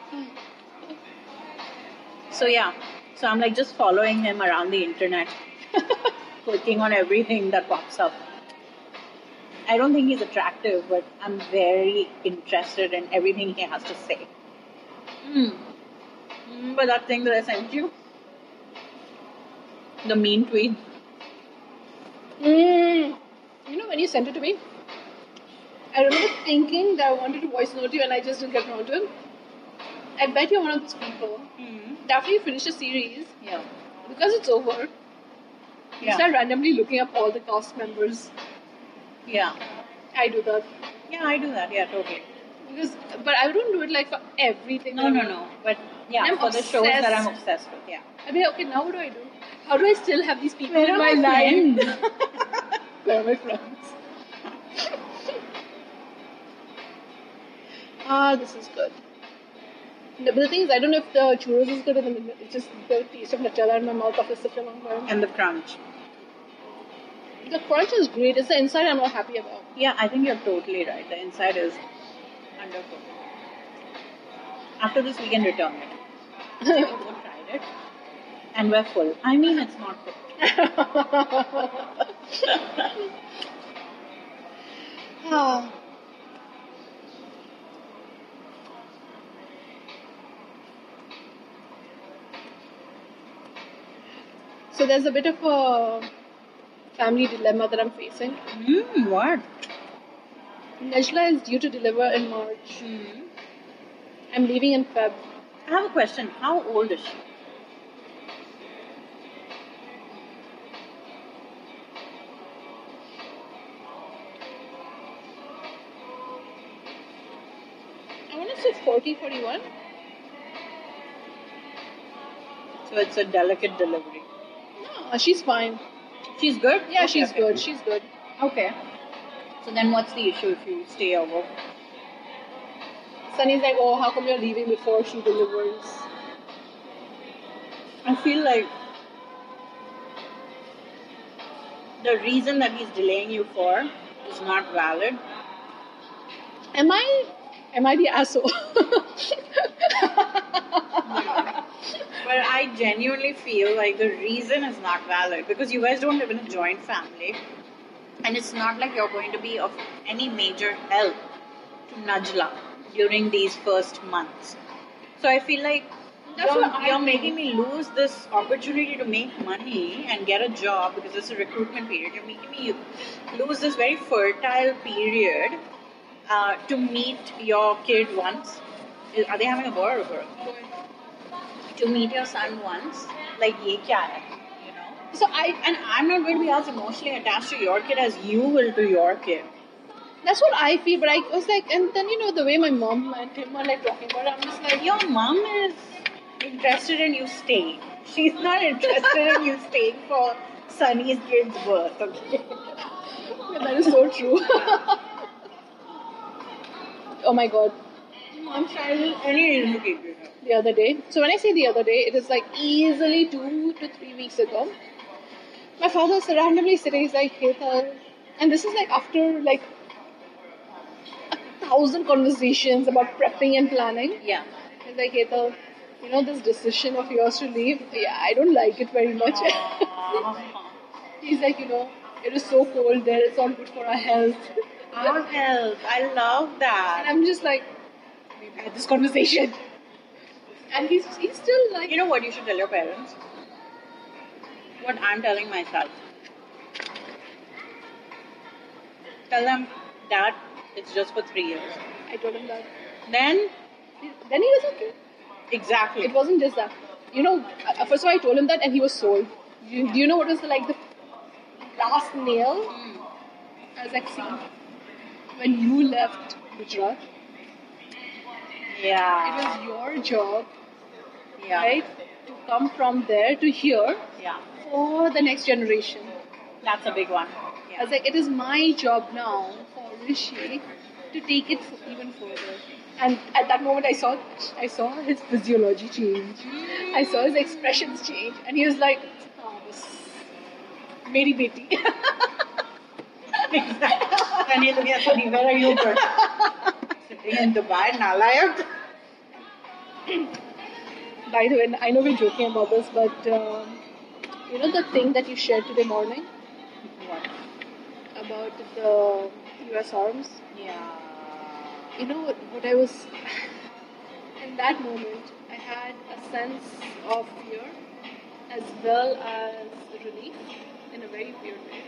B: So yeah, so I'm like just following him around the internet, clicking on everything that pops up. I don't think he's attractive, but I'm very interested in everything he has to say. Remember that thing that I sent you? The mean tweet.
A: Mm. You know, when you sent it to me, I remember thinking that I wanted to voice note you and I just didn't get around to it. I bet you're one of those people. that After you finish a series,
B: Yeah.
A: because it's over, you
B: Yeah.
A: start randomly looking up all the cast members.
B: Yeah.
A: I do that.
B: Yeah, I do that. Yeah, totally.
A: Because, but I don't do it like for everything.
B: No,
A: that
B: no,
A: I'm-
B: no. But yeah,
A: I'm
B: for the shows that I'm
A: obsessed.
B: obsessed with. Yeah.
A: I'd be like, okay, now what do I do? How do I still have these people
B: Where
A: in
B: are
A: my,
B: my
A: life? Where are my friends? ah, this is good. No, but the thing is, I don't know if the churros is good or the min- it's just the taste of Nutella in my mouth after such a long time.
B: And the crunch.
A: The crunch is great. It's the inside I'm not happy about.
B: Yeah, I think you're totally right. The inside is undercooked. After this, we can return it. we both tried it, and we're full. I mean, it's not cooked.
A: Ah. So there's a bit of a family dilemma that I'm facing. Mm-hmm.
B: Mm, what?
A: Najla is due to deliver in March.
B: Mm.
A: I'm leaving in Feb.
B: I have a question. How old is she?
A: I want to say 40, 41.
B: So it's a delicate delivery.
A: No, she's fine.
B: She's good.
A: Yeah,
B: Okay,
A: she's
B: okay.
A: good. She's good.
B: Okay. So then, what's the issue if you stay over?
A: Sunny's like, oh, how come you're leaving before she delivers?
B: I feel like the reason that he's delaying you for is not valid.
A: Am I, am I the asshole?
B: But I genuinely feel like the reason is not valid because you guys don't live in a joint family, and it's not like you're going to be of any major help to Najla during these first months. So I feel like
A: That's
B: you're,
A: what I
B: you're
A: think.
B: making me lose this opportunity to make money and get a job because it's a recruitment period. You're making me lose this very fertile period uh, to meet your kid once. Are they having a boy or a girl? to meet your son once, like ye kya hai, you know.
A: so I,
B: And I'm not going to be as emotionally attached to your kid as you will to your kid.
A: that's what I feel. But I was like, and then you know the way my mom and him are like talking about it, I'm just like,
B: Your mom is interested in you staying. She's not interested in you staying for Sunny's kid's birth. Okay.
A: yeah, that is so true. oh my god.
B: I'm trying any reason to keep you here.
A: the other day. So when I say the other day, it is like easily two to three weeks ago. My father was randomly sitting, he's like, hey, Tal. And this is like after like a thousand conversations about prepping and planning.
B: Yeah.
A: He's like, hey, Tal, you know, this decision of yours to leave, yeah, I don't like it very much. he's like, you know, it is so cold there, it's not good for our health.
B: Our health. I love
A: And
B: that.
A: I'm just like, we've had this conversation. And he's, he's still like,
B: You know what you should tell your parents? What I'm telling myself. Tell them that it's just for three years.
A: I told him that.
B: Then,
A: Then he was okay.
B: exactly.
A: It wasn't just that. You know, uh, first of all, I told him that and he was sold. You, Do you know what was like the last nail? I was like, see, when you left Gujarat, it
B: Yeah.
A: was your job,
B: Yeah.
A: right, to come from there to here
B: Yeah.
A: for the next generation.
B: That's a big one.
A: I
B: Yeah.
A: was like, it is my job now for Rishi to take it f- even further. And at that moment, I saw, I saw his physiology change. I saw his expressions change, and he was like, oh, this, "Meri beti."
B: and he's looking at Sunny, where are you girl? Sitting in Dubai, Nalayak.
A: By the way, I know we're joking about this, but um, you know the thing that you shared today morning about the U.S. arms.
B: Yeah.
A: You know what, what I was in that moment. I had a sense of fear as well as relief in a very weird way.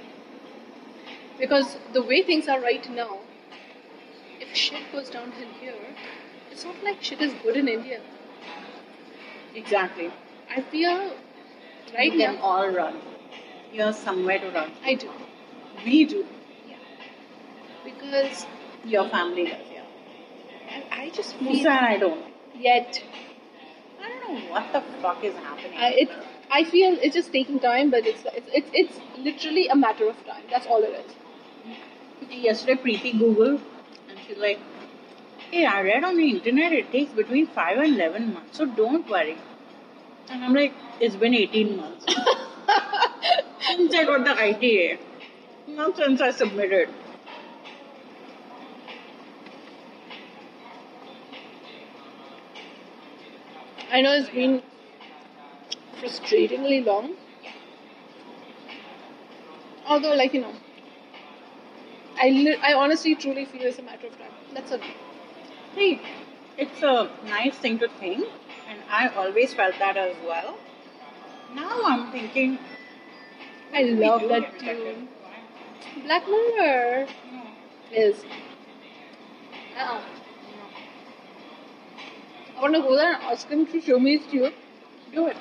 A: Because the way things are right now, if shit goes downhill here, it's not like shit is good in India.
B: Exactly.
A: I feel right
B: you can
A: now.
B: all run. You're somewhere to run.
A: I do.
B: We do.
A: Because
B: Your family does, yeah.
A: I, I just
B: Musa
A: feel
B: and I don't.
A: yet
B: I don't know what the fuck is happening.
A: I, it, I feel it's just taking time, but it's it's, it's it's literally a matter of time. That's all it is.
B: Yesterday, Preeti Google, and she's like, "Hey, I read on the internet it takes between five and eleven months, so don't worry." And I'm like, "It's been eighteen months since I got the ITA, not since I submitted."
A: I know it's been frustratingly long. Although, like you know, I li- I honestly truly feel it's a matter of time. That's it.
B: Hey, it's a nice thing to think, and I always felt that as well. Now I'm thinking,
A: I
B: we
A: love
B: do
A: that
B: get rejected.
A: tune. Black Mirror
B: No,
A: is. Uh-uh. I want to go there and ask him to show me his tune.
B: do it,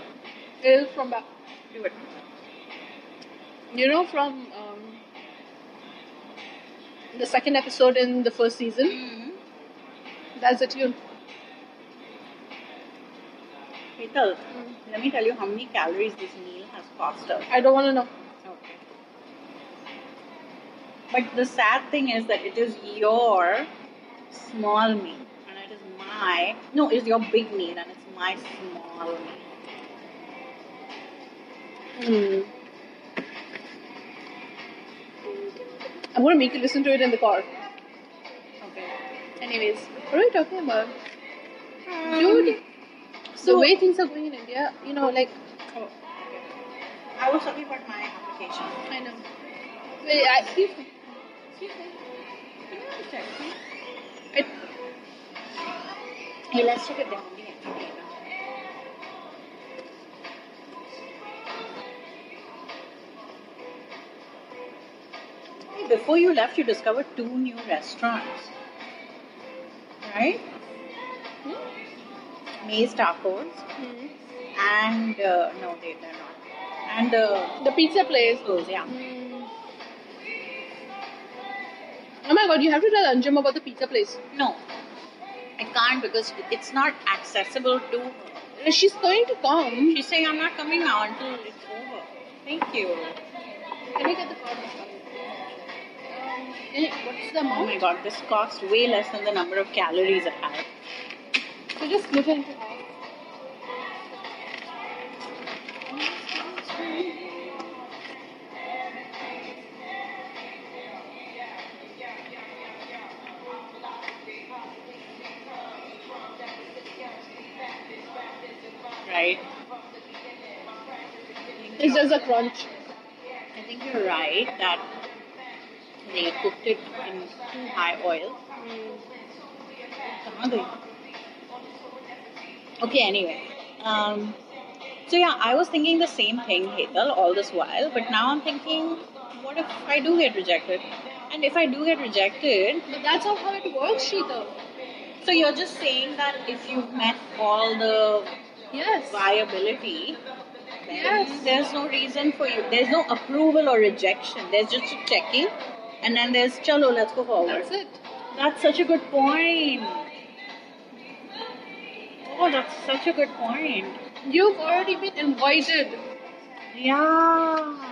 A: It is from back.
B: do it.
A: You know, from um, the second episode in the first season, that's the tune.
B: Hetal,
A: Mm-hmm.
B: let me tell you how many calories this meal has cost us.
A: I don't want to know.
B: Okay. But the sad thing is that it is your small me, and it is my no, it's your big me, and it's my small me.
A: Hmm. I'm going to make you listen to it in the car.
B: Okay.
A: Anyways, what are we talking about? Dude, so, the way things are going in India, you know, like,
B: Oh, okay. I was talking about my application.
A: I know. Wait, I, excuse me.
B: Excuse me. Can you just check, please?
A: I,
B: Hey, let's check if they're on the application. Hey, before you left, you discovered two new restaurants, right? Maze tacos and uh, no, they, they're not. And uh,
A: The pizza place.
B: tacos, yeah.
A: Oh my god, you have to tell Anjum about the pizza place.
B: No, I can't because it's not accessible to. her.
A: Uh, She's going to come.
B: She's saying I'm not coming now until it's over. Thank you.
A: Can you get the card? Um, eh, what's the
B: Oh
A: amount?
B: my god, this costs way less than the number of calories I have.
A: So just split it into half.
B: Right?
A: It's just a crunch.
B: I think you're right that they cooked it in too high oil. कहाँ गई? Okay, anyway. Um, so yeah, I was thinking the same thing, Hetal, all this while, but now I'm thinking, what if I do get rejected? And if I do get rejected,
A: But that's not how it works, Sheeta.
B: so you're just saying that if you've met all the
A: Yes.
B: viability, then
A: Yes.
B: there's no reason for you. There's no approval or rejection. There's just a checking, and then there's chalo, let's go forward.
A: That's it.
B: That's such a good point. Oh, that's such a good point.
A: You've already been invited.
B: Yeah.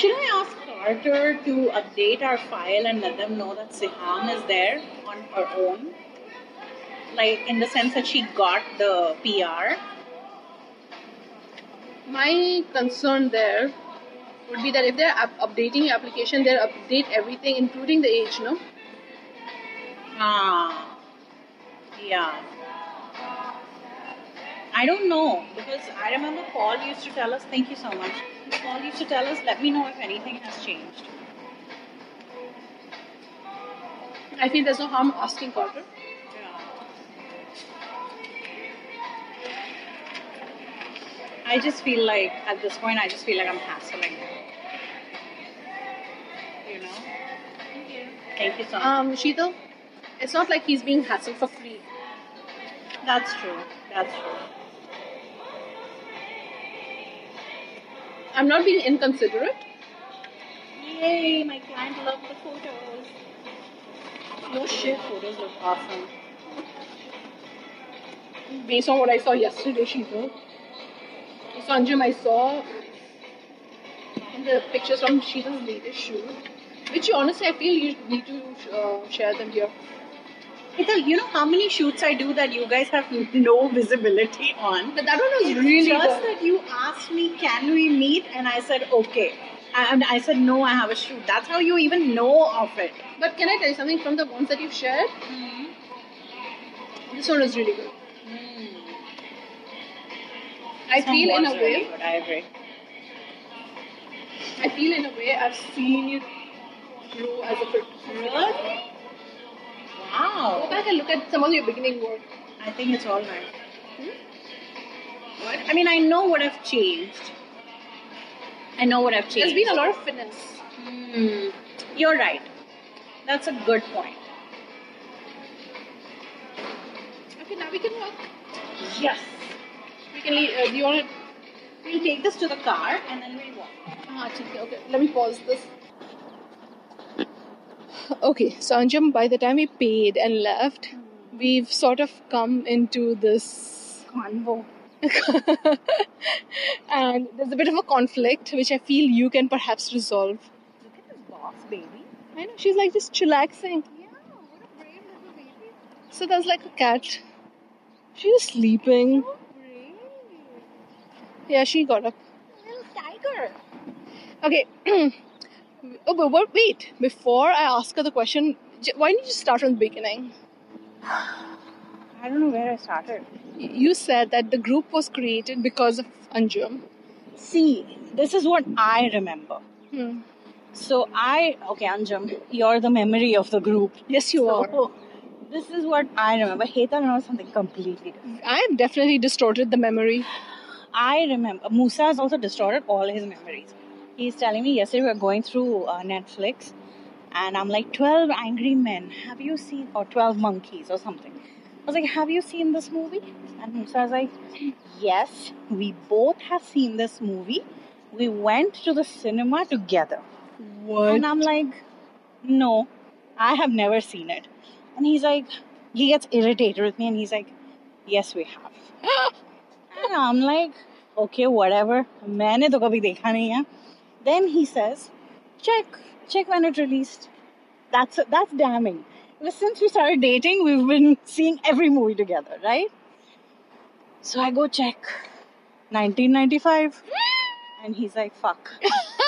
B: Should I ask Carter to update our file and let them know that Sihan is there on her own? Like, in the sense that she got the PR?
A: My concern there would be that if they're up- updating your application, they'll update everything, including the age, no?
B: Ah, yeah. I don't know because I remember Paul used to tell us, thank you so much. Paul used to tell us, let me know if anything has changed.
A: I feel there's no harm asking corporate.
B: I just feel like at this point, I just feel like I'm hassling. You know? Thank you so much.
A: Um, Sheetal, it's not like he's being hassled for free.
B: That's true. That's true.
A: I'm not being inconsiderate.
B: Yay, my client loved the photos.
A: No shit.
B: Photos look awesome.
A: Based on what I saw yesterday, Sheetal. Sanjum, I saw in the pictures from Sheetal's latest shoot, which you honestly, I feel you need to uh, share them here.
B: Ethel, you know how many shoots I do that you guys have no visibility on?
A: But that one was really
B: just
A: good.
B: that you asked me, can we meet? And I said, okay. And I said, no, I have a shoot. That's how you even know of it.
A: But can I tell you something from the ones that you've shared? This one was really good. I
B: This one
A: feel in a
B: was
A: way,
B: really good, I agree.
A: I feel in a way, I've seen you grow as a photographer. Go
B: Wow.
A: back and look at some of your beginning work.
B: I think it's all mine. What? I mean, I know what I've changed. I know what I've
A: There's
B: changed.
A: been a lot of finesse.
B: Hmm. You're right. That's a good point.
A: Okay, now we can work.
B: Yes.
A: We can leave. Uh, do you want to?
B: We'll take this to the car and then we'll walk.
A: Ah, ठीक है, okay. Let me pause this. Okay, so Anjum, by the time we paid and left,
B: Hmm.
A: we've sort of come into this
B: Convo.
A: and there's a bit of a conflict which I feel you can perhaps resolve.
B: Look at this boss, baby.
A: I know she's like just chillaxing.
B: Yeah, what a brave little baby.
A: So there's like a cat. She's sleeping.
B: Brave.
A: Yeah, she got up.
B: Little tiger.
A: Okay. oh, but, but wait. Before I ask her the question, j- why didn't you start from the beginning?
B: I don't know where I started.
A: Y- You said that the group was created because of Anjum.
B: See, this is what I remember.
A: Hmm.
B: So I okay, Anjum, you're the memory of the group.
A: Yes, you are.
B: So, this is what I remember. Heta knows something completely different.
A: I have definitely distorted the memory.
B: I remember Musa has also distorted all his memories. He's telling me yesterday we were going through uh, Netflix, and I'm like, 12 Angry Men, have you seen, or 12 Monkeys, or something. I was like, Have you seen this movie? And Musa was like, Yes, we both have seen this movie. We went to the cinema together.
A: What?
B: And I'm like, no, I have never seen it. And he's like, he gets irritated with me and he's like, yes, we have. and I'm like, okay, whatever. मैंने तो कभी देखा नहीं है. Then he says, check, check when it released. That's that's damning. Because since we started dating, we've been seeing every movie together, right? So I go check. 1995. And he's like, fuck.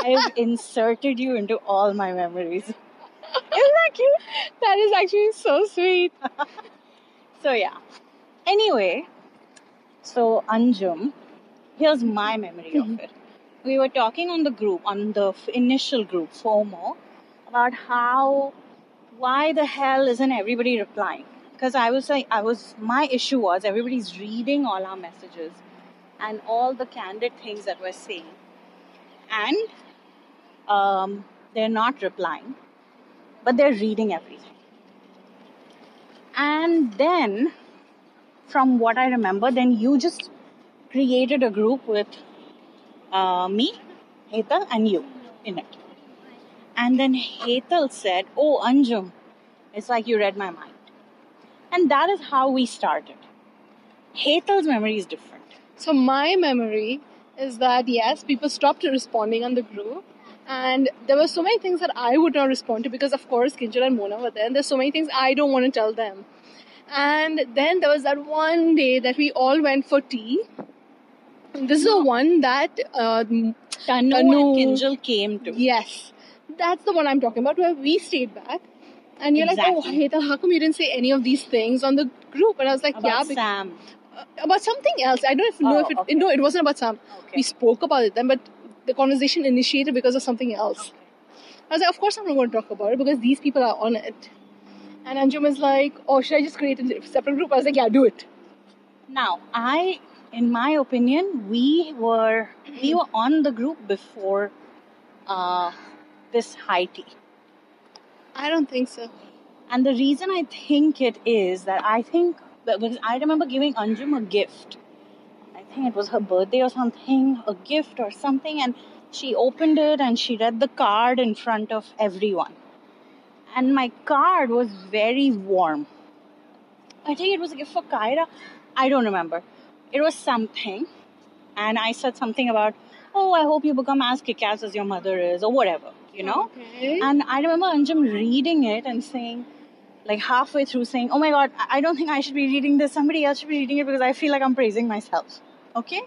B: I've inserted you into all my memories. Isn't that cute?
A: That is actually so sweet.
B: So, yeah. Anyway, so Anjum, here's my memory of it. We were talking on the group, on the f- initial group, FOMO, about how, why the hell isn't everybody replying? Because I was like, I was, my issue was everybody's reading all our messages and all the candid things that we're saying. And um, they're not replying, but they're reading everything. And then, from what I remember, then you just created a group with uh, me, Hetal, and you in it. And then Hetal said, Oh, Anjum, it's like you read my mind. And that is how we started. Hetal's memory is different.
A: So my memory is that yes, people stopped responding on the group, and there were so many things that I would not respond to because of course Kinjal and Mona were there, and there's so many things I don't want to tell them. And then there was that one day that we all went for tea. This is the one that uh,
B: Tanu,
A: Tanu.
B: and Kinjal came to.
A: Yes, that's the one I'm talking about where we stayed back. And you're like, oh,
B: Exactly.
A: Heta, how come you didn't say any of these things on the group? And I was like,
B: About
A: yeah, bec-
B: Sam.
A: uh, about something else. I don't know
B: Oh,
A: if it,
B: okay.
A: no, it wasn't about Sam. We
B: Okay.
A: spoke about it then, but the conversation initiated because of something else. I was like, of course I'm not going to talk about it because these people are on it. And Anjum is like, oh, should I just create a separate group? I was like, yeah, do it.
B: Now, I, in my opinion, we were we were on the group before uh, this high tea.
A: I don't think so.
B: And the reason I think it is that I think that because I remember giving Anjum a gift. I think it was her birthday or something, a gift or something, and she opened it and she read the card in front of everyone. And my card was very warm. I think it was a gift for Kyra. I don't remember. It was something. And I said something about, oh, I hope you become as kick ass as your mother is, or whatever, you know?
A: Okay.
B: And I remember Anjum reading it and saying, like halfway through, saying, Oh my god, I- I don't think I should be reading this. Somebody else should be reading it because I feel like I'm praising myself. Okay?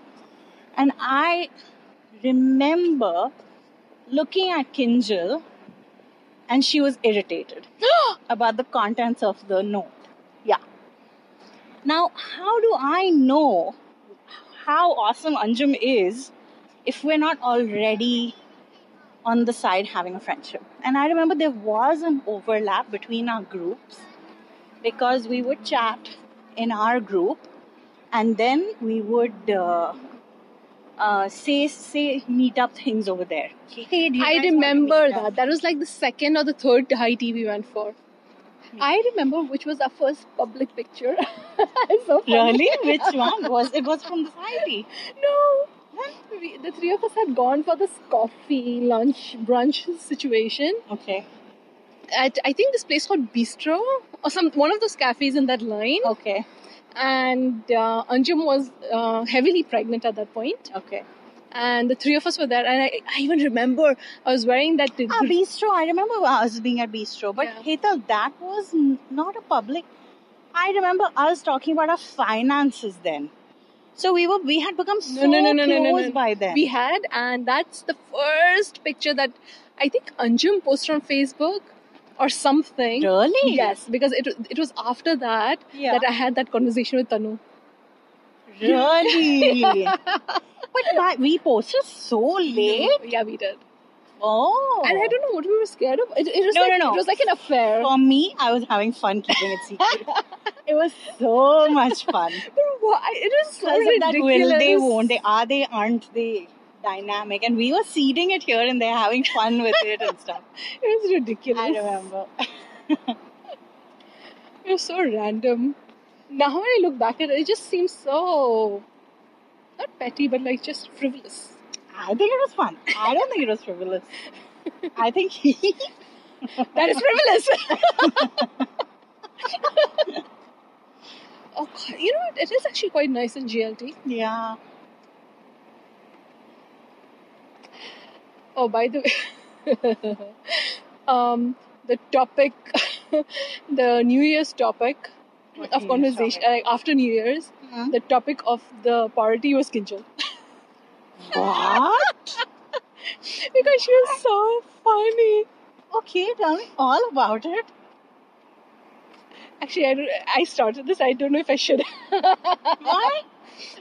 B: And I remember looking at Kinjal and she was irritated about the contents of the note. Yeah. Now, how do I know how awesome Anjum is if we're not already on the side having a friendship. And I remember there was an overlap between our groups because we would chat in our group and then we would uh, uh, say say meet up things over there. Hey, do you
A: I
B: guys want to
A: remember
B: meet up?
A: that. That was like the second or the third high tea we went for.
B: Hmm.
A: I remember which was our first public picture. It's so funny.
B: Really? Which one was it? Was from the society?
A: No. We, the three of us had gone for this coffee, lunch, brunch situation
B: Okay.
A: at I think this place called Bistro or some one of those cafes in that line.
B: Okay.
A: And uh, Anjum was uh, heavily pregnant at that point,
B: Okay.
A: and the three of us were there. And I, I even remember I was wearing that.
B: Ah, bistro. I remember us being at bistro, but
A: Yeah.
B: Hetal, that was n- not a public. I remember us talking about our finances then. So we were we had become so
A: no, no, no, no,
B: close
A: no, no, no.
B: by then.
A: we had, and that's the first picture that I think Anjum posted on Facebook or something.
B: really?
A: Yes, because it it was after that
B: Yeah.
A: that I had that conversation with Tanu.
B: really. But why- we posted so late.
A: Yeah, we did.
B: Oh.
A: And I don't know what we were scared of. It, it was
B: No,
A: like,
B: no, no.
A: It was like an affair.
B: For me, I was having fun keeping it secret. it was so much fun.
A: But why? It is so
B: Because of that
A: ridiculous.
B: will they won't they are they aren't they dynamic and we were seeding it here and they're having fun with it and stuff.
A: It was ridiculous.
B: I remember.
A: It was so random. Now when I look back at it, it just seems so not petty, but like just frivolous.
B: I think it was fun. I don't think it was frivolous. I think he
A: That is frivolous. oh, God. you know what? It is actually quite nice in GLT.
B: Yeah.
A: Oh, by the way, um, the topic, the New Year's topic
B: What
A: of
B: New Year's
A: conversation uh, after New Year's, the topic of the party was Kinjal
B: What?
A: because she was so funny.
B: Okay, tell me all about it.
A: Actually, I, don't- I started this. I don't know if I should.
B: Why?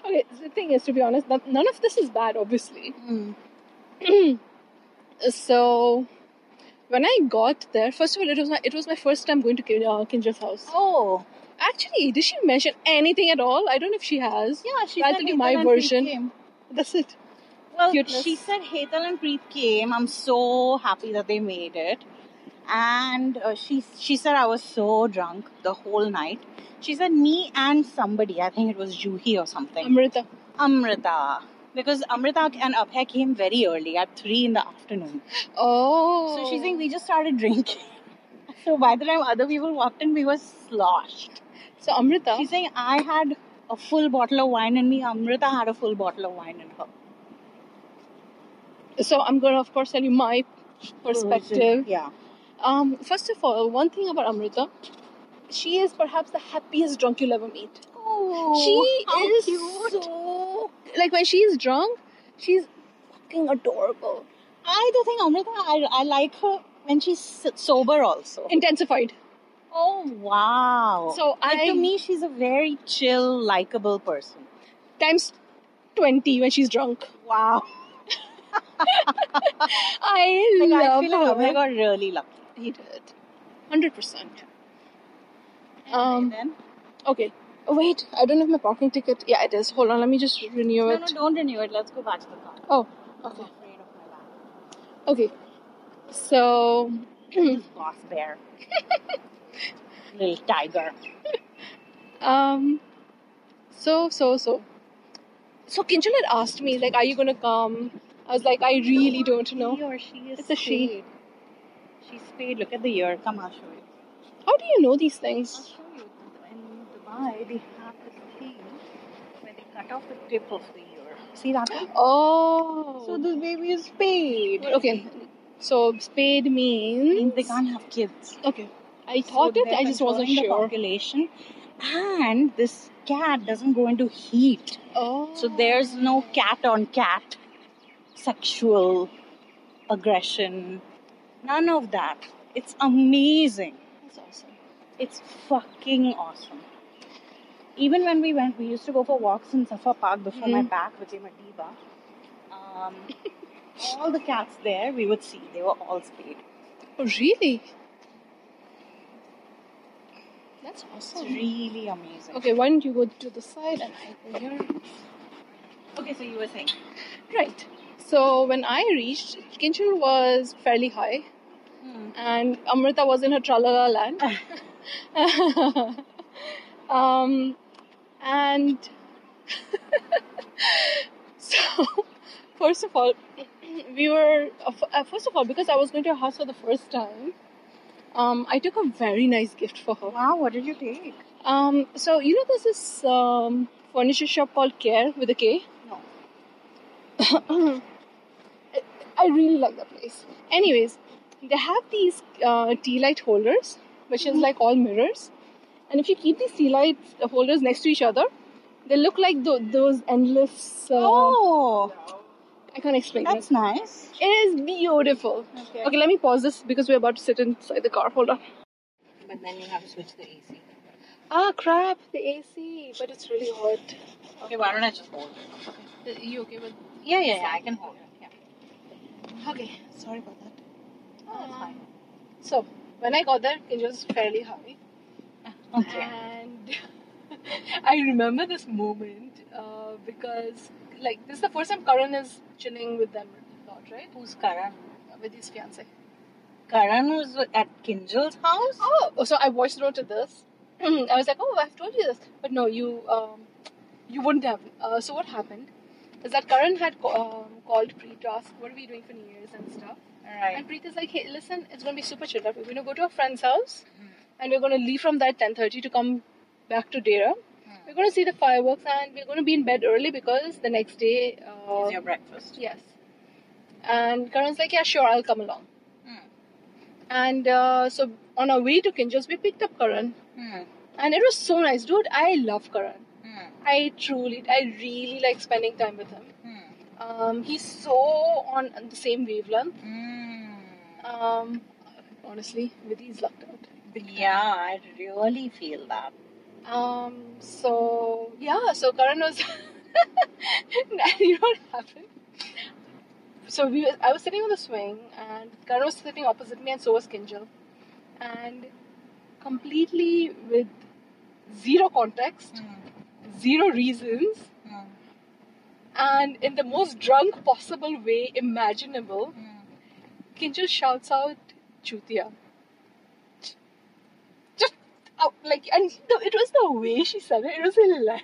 A: Okay, so the thing is, to be honest, no- none of this is bad, obviously.
B: Hmm.
A: Uh, So, when I got there, first of all, it was my it was my first time going to Kin- uh, Kinjal's house.
B: Oh.
A: Actually, did she mention anything at all? I don't know if she has.
B: Yeah, she
A: I'll
B: said
A: tell you
B: Hetal
A: my
B: and
A: version.
B: Preet came.
A: That's it.
B: Well,
A: Cuteness.
B: she said Hetal and Preet came. I'm so happy that they made it. And uh, she she said I was so drunk the whole night. She said me and somebody, I think it was Juhi or something.
A: Amrita.
B: Amrita. Because Amrita and Abhay came very early at 3 in the afternoon.
A: Oh.
B: So she's saying we just started drinking. So by the time other people walked in, we were sloshed.
A: So Amrita.
B: She's saying I had a full bottle of wine in me, Amrita had a full bottle of wine in her.
A: So I'm gonna of course tell you my
B: Oh,
A: perspective.
B: Yeah.
A: Um, first of all, one thing about Amrita, she is perhaps the happiest drunk you'll ever meet.
B: Oh,
A: she
B: how
A: is
B: cute.
A: so like when she is drunk, she's fucking adorable.
B: I do think Amrita, I, I like her when she's s- sober also.
A: Intensified.
B: Oh wow!
A: So
B: So like
A: I
B: to me, she's a very chill, likable person.
A: times twenty when she's drunk.
B: Wow!
A: I
B: Like I
A: love
B: feel like
A: her.
B: Abhay got really lucky.
A: He did. Hundred percent. Um,
B: then
A: Okay. Oh, wait, I don't have my parking ticket. Yeah, it is. Hold on, let me just renew
B: no,
A: it.
B: no, don't renew it. Let's go back to the car.
A: Oh,
B: I'm
A: okay.
B: afraid of my back.
A: Okay. So,
B: Boss bear. Little tiger.
A: um, so, so, so. So, Kinchal had asked me, like, are you gonna come? I was like, I really don't know.
B: He or she is.
A: It's a she.
B: spayed. She's spayed. Look at the ear. Come, I'll show you.
A: How do you know these
B: I'll
A: things?
B: show you. In Dubai, they have this thing where they cut off the tip of the ear. See that one?
A: Oh.
B: So this baby is spayed.
A: okay. So, spade means.
B: Means they can't have kids.
A: Okay. I thought
B: So
A: it,
B: they're
A: I just wasn't
B: controlling the
A: sure.
B: population, and this cat doesn't go into heat,
A: Oh.
B: so there's no cat on cat sexual aggression. None of that. It's amazing.
A: That's awesome.
B: It's fucking awesome. Even when we went, we used to go for walks in Safa Park before my
A: Mhm.
B: back became a diva. Um, all the cats there, we would see, they were all spayed.
A: Oh, really? That's
B: It's
A: awesome.
B: really amazing.
A: Okay, why don't you go to the side and I go here?
B: okay, so you were saying.
A: Right. So when I reached, Kinchul was fairly high, and Amrita was in her tralala land. um, and so, first of all, we were uh, f- uh, first of all because I was going to her house for the first time. Um, I took a very nice gift for her.
B: Wow, what did you take?
A: Um, so you know there's this um, furniture shop called Care with a K.
B: No.
A: I I really like that place. Anyways, they have these uh, tea light holders, which is like all mirrors, and if you keep these tea light holders next to each other, they look like tho- those endless. Uh,
B: oh,
A: I can't explain it.
B: that's nice.
A: It is beautiful.
B: Okay.
A: Okay, let me pause this because we're about to sit inside the car. Hold on.
B: But then you have to switch the AC.
A: Ah, crap! The AC, but it's really hot.
B: Okay, why don't I just hold it?
A: You okay with?
B: Yeah, yeah, yeah, I can hold it. Yeah.
A: Okay, sorry about that.
B: Oh, that's fine.
A: So when I got there, it was fairly high. Ah,
B: Okay.
A: And I remember this moment uh, because, like, this is the first time Karan is chilling with them, a lot, right?
B: Who's Karan?
A: With his fiance.
B: Karan was at Kinjal's house?
A: Oh, so I voice noted this. I was like, oh, I've told you this, but no, you um, you wouldn't have. Uh, so what happened is that Karan had ca- um, called Preet to ask what are we doing for New Year's and stuff.
B: Alright.
A: And Preet is like, hey, listen, it's gonna be super chill. We're gonna go to a friend's house, and we're gonna leave from there at ten thirty to come back to Dera. We're gonna see the fireworks, and we're gonna be in bed early because the next day. Uh,
B: Here's your breakfast.
A: yes. And Karan's like, yeah, sure, I'll come along.
B: Hmm.
A: And uh, so on our way to Kinjos, we picked up Karan,
B: Hmm.
A: and it was so nice, dude. I love Karan. I truly, I really like spending time with him.
B: Hmm.
A: Um, he's so on the same wavelength.
B: Hmm.
A: Um, honestly, Vidhi's lucked out.
B: Yeah, I really feel that.
A: Um, so yeah, so Karan was. you know what happened? So we, was, I was sitting on the swing, and Karan was sitting opposite me, and so was Kinjal, and completely with zero context,
B: Hmm.
A: zero reasons,
B: Mm.
A: and in the most drunk possible way imaginable, Kinjal shouts out "Chutia." Just out, like, and the, it was the way she said it. It was hilarious.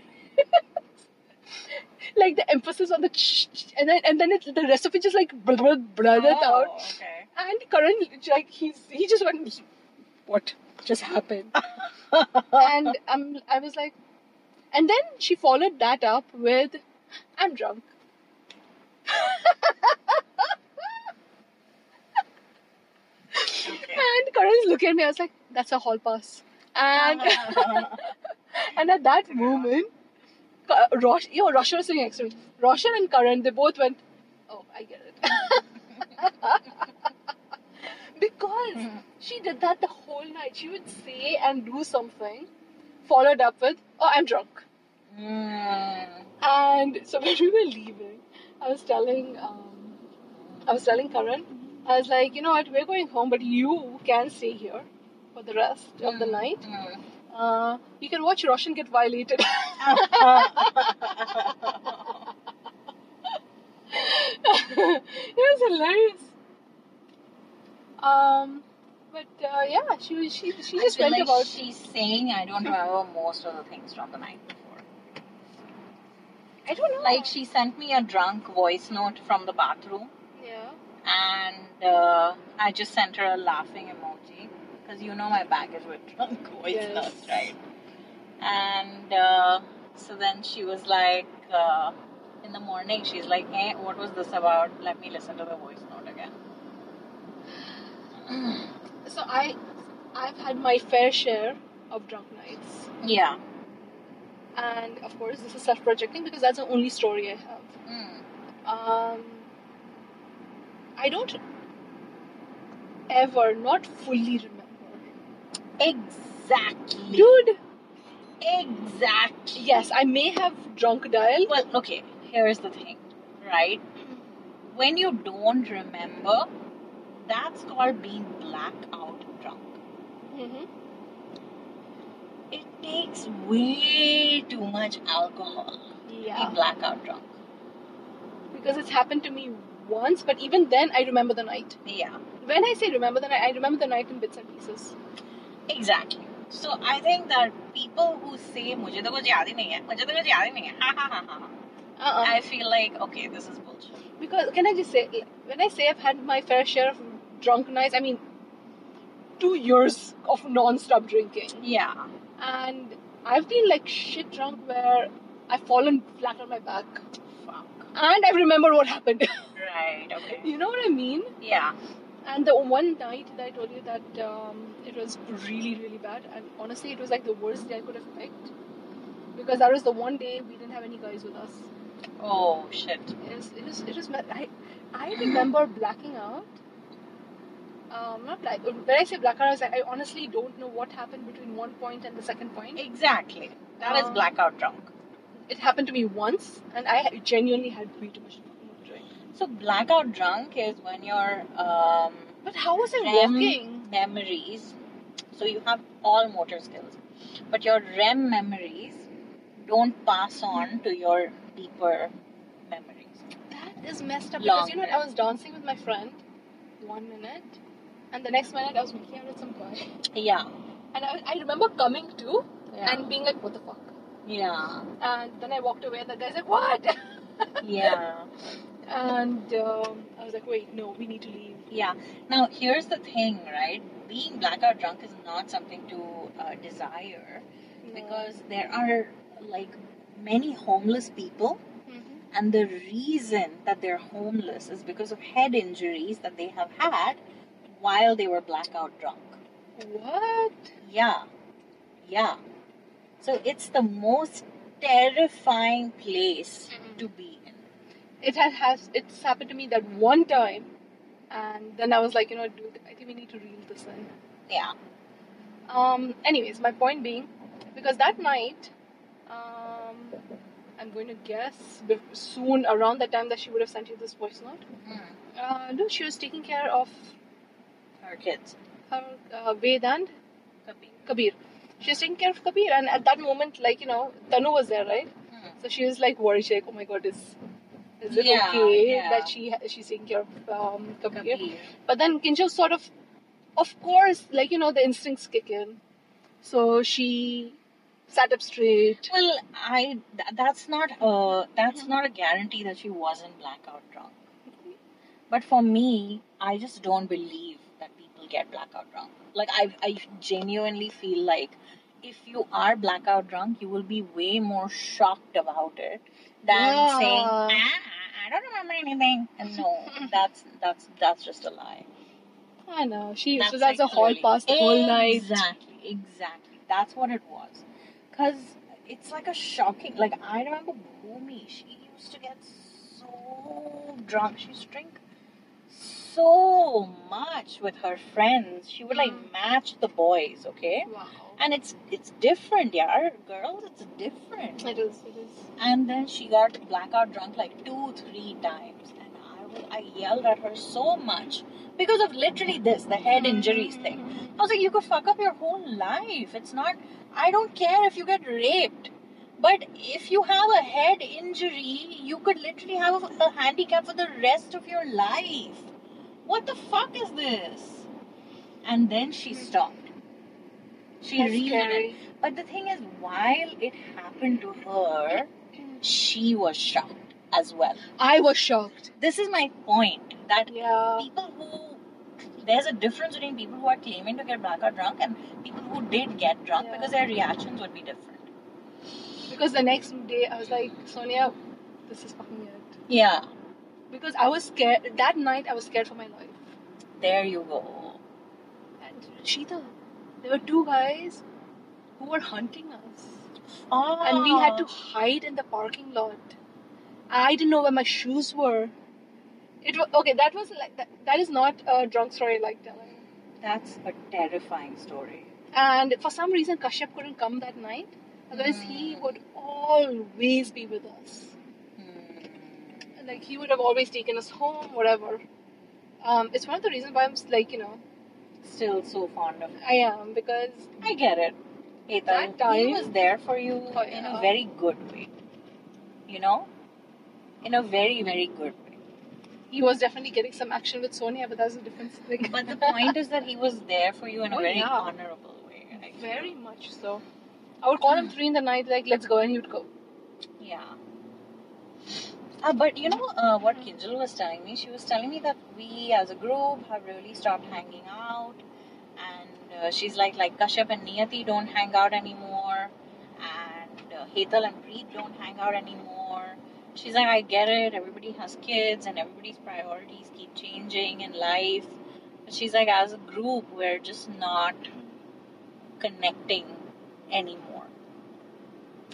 A: like the emphasis on the ch, ch- and then and then it, the rest of it just like blah, blah, blah, that out.
B: okay.
A: And Karan, like he's he just went, what just happened? and um, I was like, and then she followed that up with, I'm drunk. And Karan's looking at me. I was like, that's a hall pass. And
B: Uh-huh.
A: and at that moment, Ka- Rosh, yo, Roshan was sitting next to me. Roshan and Karan, they both went, oh, I get it. because she did that the whole night. She would say and do something, followed up with, "Oh, I'm drunk."
B: Mm.
A: And so when we were leaving, I was telling, um, I was telling Karan, I was like, you know what, we're going home, but you can stay here for the rest of the night.
B: Mm.
A: Uh, you can watch Roshan get violated. it was hilarious. Um, but uh, yeah, she was- she she
B: I
A: just
B: feel
A: went
B: like
A: about.
B: she's saying I don't remember most of the things from the night before.
A: I don't know.
B: Like she sent me a drunk voice note from the bathroom,
A: yeah,
B: and uh, I just sent her a laughing emoji because you know my baggage with drunk voice
A: Yes.
B: notes, right? And uh, so then she was like, uh, in the morning, she's like, "Hey, what was this about? Let me listen to the voice note again."
A: so I I've had my fair share of drunk nights,
B: Yeah.
A: and of course this is self-projecting because that's the only story I have.
B: Mm.
A: um, I don't ever not fully remember.
B: Exactly.
A: Dude,
B: Exactly.
A: yes, I may have drunk dial.
B: Well, okay, here's the thing, right? When you don't remember, that's called being blackout drunk.
A: Mm-hmm.
B: It takes way too much alcohol to
A: Yeah,
B: be blackout drunk.
A: because it's happened to me once, but even then I remember the night.
B: Yeah,
A: When I say remember the night, I remember the night in bits and pieces.
B: exactly. So I think that people who say मुझे तो कुछ याद ही नहीं है, मुझे तो कुछ याद ही नहीं है, ha ha ha ha.
A: Uh-uh.
B: I feel like okay, this is bullshit.
A: because can I just say, when I say I've had my fair share of drunk nights, I mean two years of non-stop drinking.
B: Yeah,
A: and I've been like shit drunk where I've fallen flat on my back
B: fuck.
A: and I remember what happened.
B: Right. Okay.
A: you know what I mean?
B: Yeah.
A: And the one night that I told you that um, it was really, really bad, and honestly, it was like the worst day I could have picked because that was the one day we didn't have any guys with us.
B: Oh shit.
A: It was, it was, it was mad. I, I remember blacking out. Um, not black. When I say blackout, I was like, I honestly don't know what happened between one point and the second point.
B: Exactly. That is
A: Um,
B: blackout drunk.
A: it happened to me once, and I genuinely had way too much to drink.
B: So blackout drunk is when your um,
A: But how was I
B: REM
A: walking?
B: memories, so you have all motor skills, but your REM memories don't pass on to your deeper memories.
A: That is messed up. Because you know what?
B: Longer.
A: I was dancing with my friend one minute, and the next minute I was making out with some guy.
B: Yeah.
A: And I, I remember coming to
B: Yeah.
A: and being like, what the fuck?
B: yeah.
A: And then I walked away, and the guy's like, what?
B: Yeah.
A: And um, I was like, wait, no, we need to leave.
B: Yeah. Now here's the thing, right? Being blackout drunk is not something to uh, desire
A: No.
B: because there are like many homeless people
A: Mhm.
B: and the reason that they're homeless is because of head injuries that they have had while they were blackout drunk.
A: what?
B: Yeah, yeah. So it's the most terrifying place to be in.
A: It had has it's happened to me that one time, and then I was like, you know, dude, I think we need to reel this in.
B: Yeah.
A: Um, anyways, my point being, because that night, um, I'm going to guess bef- soon around the time that she would have sent you this voice note. Uh, no, she was taking care of
B: Her kids.
A: her uh, Ved and
B: Could be.
A: Kabir. She was taking care of Kabir, and at that moment, like you know, Tanu was there, right?
B: Hmm.
A: So she was like worried, she's like, oh my god, is is it
B: Yeah,
A: okay
B: yeah.
A: that she ha- she's taking care of um,
B: Could
A: Kabir?
B: be.
A: But then Kinjo sort of, of course, like you know, the instincts kick in. So she sat up straight.
B: Well, I th- that's not a that's not a guarantee that she wasn't blackout drunk. But for me, I just don't believe that people get blackout drunk. Like I I genuinely feel like if you are blackout drunk, you will be way more shocked about it than
A: Yeah.
B: saying ah, I don't remember anything. And no, that's that's that's just a lie.
A: I know she. so
B: like
A: that's a hall
B: really-
A: pass the whole night.
B: Exactly, exactly. That's what it was. Because it's like a shocking. Like, I remember Bhumi, she used to get so drunk. She used to drink so much with her friends. She would like
A: Mm.
B: match the boys, okay?
A: Wow.
B: And it's it's different, yeah. Girls, it's different.
A: It is, it is.
B: And then she got blackout drunk like two, three times. And I, was, I yelled at her so much because of literally this, the head
A: Mm.
B: injuries thing. I was like, you could fuck up your whole life. It's not, I don't care if you get raped. But if you have a head injury, you could literally have a, a handicap for the rest of your life. What the fuck is this? And then she stopped. She
A: Hmm. That's
B: reeled in
A: scary.
B: but the thing is, while it happened to her, she was shocked as well.
A: I was shocked.
B: This is my point that
A: Yeah.
B: people who there's a difference between people who are claiming to get blackout drunk and people who did get drunk
A: Yeah.
B: because their reactions would be different.
A: Because the next day I was like, Sonia, this is fucking it.
B: Yeah,
A: Because I was scared. That night I was scared for my life.
B: there you go.
A: And Sheeta, there were two guys who were hunting us.
B: Ah.
A: And we had to hide in the parking lot. I didn't know where my shoes were. It was, okay, that was like, that, that is not a drunk story like telling.
B: That's a terrifying story.
A: And for some reason, Kashyap couldn't come that night. Otherwise, he would always be with us.
B: Hmm.
A: Like, he would have always taken us home, whatever. Um, it's one of the reasons why I'm, s- like, you know,
B: Still so fond of.
A: I am. Because,
B: I get it. Hey,
A: That
B: he
A: time-
B: was there for you
A: Oh,
B: in a
A: yeah.
B: very good way. You know? In a very, very good way.
A: he was definitely getting some action with Sonia, but that's a different thing.
B: But the point is that he was there for you in a
A: Oh,
B: very
A: yeah.
B: honorable way. I feel.
A: Very much so. I would call him three in the night, like, let's go, and he would go.
B: Yeah. Uh, but you know uh, what Kinjal was telling me? She was telling me that we as a group have really stopped hanging out. And uh, she's like, like Kashyap and Niyati don't hang out anymore. And uh, Hetal and Preet don't hang out anymore. She's like, I get it. Everybody has kids and everybody's priorities keep changing in life. But she's like, as a group, we're just not connecting anymore.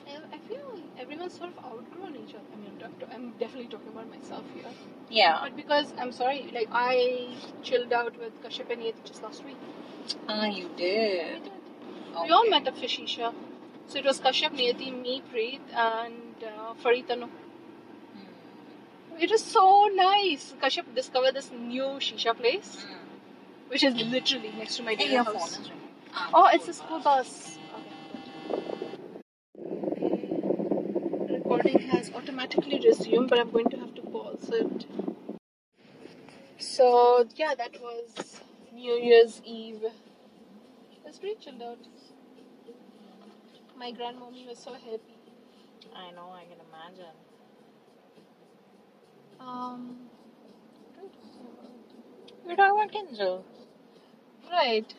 A: I- I feel everyone's sort of outgrown each other. I mean, I'm, talk- I'm definitely talking about myself here.
B: Yeah.
A: But because, I'm sorry, like, I chilled out with Kashyap and Yeti just last week.
B: Ah, you did.
A: We all met up for Shisha. So it was Kashyap, Niyati, me, Preet, and uh, Farid Tanu. It was so nice. Kashyap discovered this new Shisha place, which is literally next to my dear house. Oh, it's a school bus. Okay. Recording has automatically resumed, but I'm going to have to pause it. So yeah, that was New Year's Eve. It was pretty chilled out. My grandmommy was so happy.
B: I know, I can imagine.
A: Um,
B: We're talking about Kinjal.
A: right.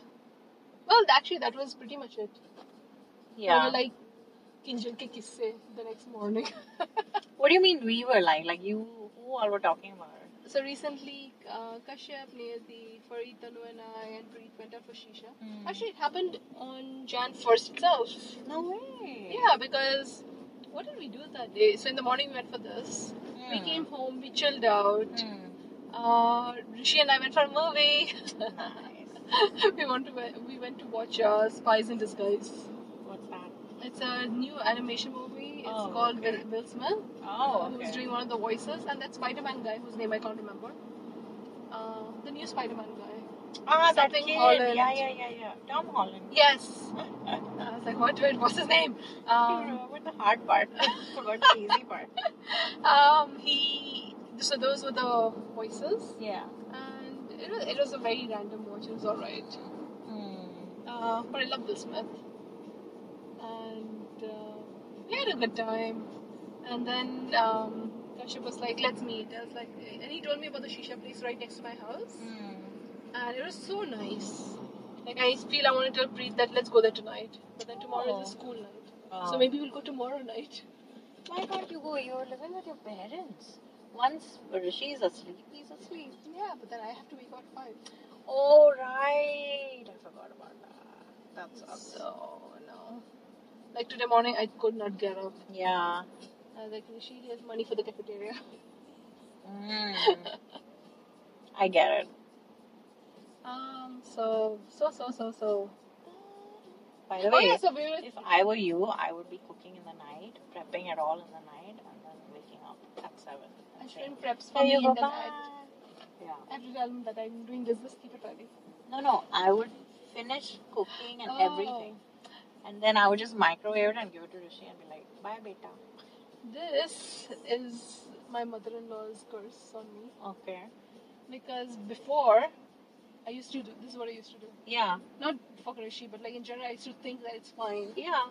A: Well, actually, that was pretty much it. We were like kinjal ke kisse the next morning.
B: What do you mean we were like? Like you, who all were talking about her?
A: So recently, uh, Kashyap, Niyati, Farid, Tanu, and I and Preet went out for Shisha.
B: Hmm.
A: Actually, it happened on Jan 1st itself.
B: no way.
A: Yeah, because what did we do that day? So in the morning, we went for this.
B: Hmm.
A: We came home, we chilled out.
B: Hmm.
A: Uh, Rishi and I went for a movie.
B: nice.
A: we, want to, we went to watch uh, Spies in Disguise.
B: What's that?
A: It's a new animation movie. It's
B: Oh,
A: called
B: okay.
A: Will, Will Smith,
B: Oh, okay.
A: who's doing one of the voices, and that Spider Man guy whose name I can't remember. Uh, the new Spider Man guy.
B: ah, that
A: something
B: kid.
A: Holland.
B: Yeah, yeah, yeah, yeah. Tom Holland.
A: Yes. I was like, what? Wait, what's his name?
B: you
A: Um,
B: remember the hard part, but the easy part.
A: um, he. So those were the voices,
B: Yeah.
A: and it was, it was a very random watch. It was all right,
B: Hmm.
A: uh, but I love Will Smith, and uh, we had a good time. And then um, Kashyap was like, "Let's meet." I was like, and he told me about the shisha place right next to my house,
B: Hmm.
A: and it was so nice. Like I feel I want to tell Preet that let's go there tonight, but then tomorrow is
B: Oh.
A: a school night,
B: Oh.
A: so maybe we'll go tomorrow night.
B: Why can't you go? You're living with your parents. Once Rishi's asleep, he's asleep.
A: Yeah, but then I have to wake up at five.
B: Oh, right. I forgot about that. That's
A: So no. Like today morning, I could not get up.
B: Yeah.
A: Uh, I was like, she has money for the cafeteria.
B: Mm. I get it.
A: Um, so, so, so, so, so.
B: By the
A: oh,
B: way,
A: yeah, so we were.
B: if I were you, I would be cooking in the night, prepping it all in the night, and then waking up at seven. and saying,
A: Ashwin preps for
B: "Here
A: me
B: you
A: and
B: go,
A: then I,
B: bye." Yeah.
A: I have to tell him that I'm doing this, this, keep it ready.
B: No, no. I would finish cooking and
A: Oh.
B: everything, and then I would just microwave it and give it to Rishi and be like, "Bye, beta."
A: This is my mother in law's curse on me
B: Okay.
A: because before I used to do this is what I used to do.
B: Yeah.
A: Not for Rishi, but like in general, I used to think that it's fine.
B: Yeah.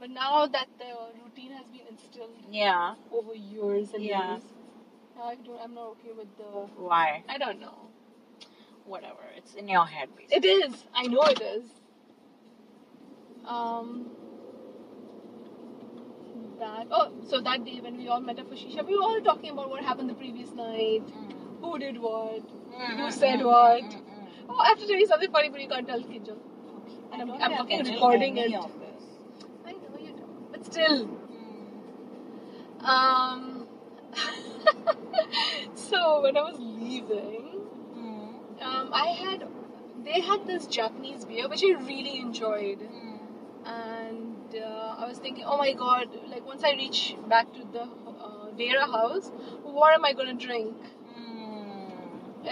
A: But now that the routine has been instilled
B: Yeah.
A: over years and
B: Yeah.
A: years, now I don't, I'm not okay with the.
B: Why?
A: I don't know.
B: Whatever. It's in your head, basically.
A: It is. I know it is. Um. That oh, so that day when we all met up for shisha, we were all talking about what happened the previous night,
B: Mm.
A: who did what.
B: Mm,
A: Who
B: mm,
A: said
B: mm,
A: what?
B: mm, mm, mm.
A: Oh, I have to tell you something funny, but you can't tell Kinjal.
B: I
A: I'm- I'm
B: don't have
A: fucking
B: any
A: recording it.
B: of this.
A: I know you don't, but still. Um. so when I was leaving,
B: Mm-hmm,
A: um, I had they had this Japanese beer which I really enjoyed,
B: mm-hmm,
A: and uh, I was thinking, oh my god, like once I reach back to the uh, Dera house, what am I gonna drink?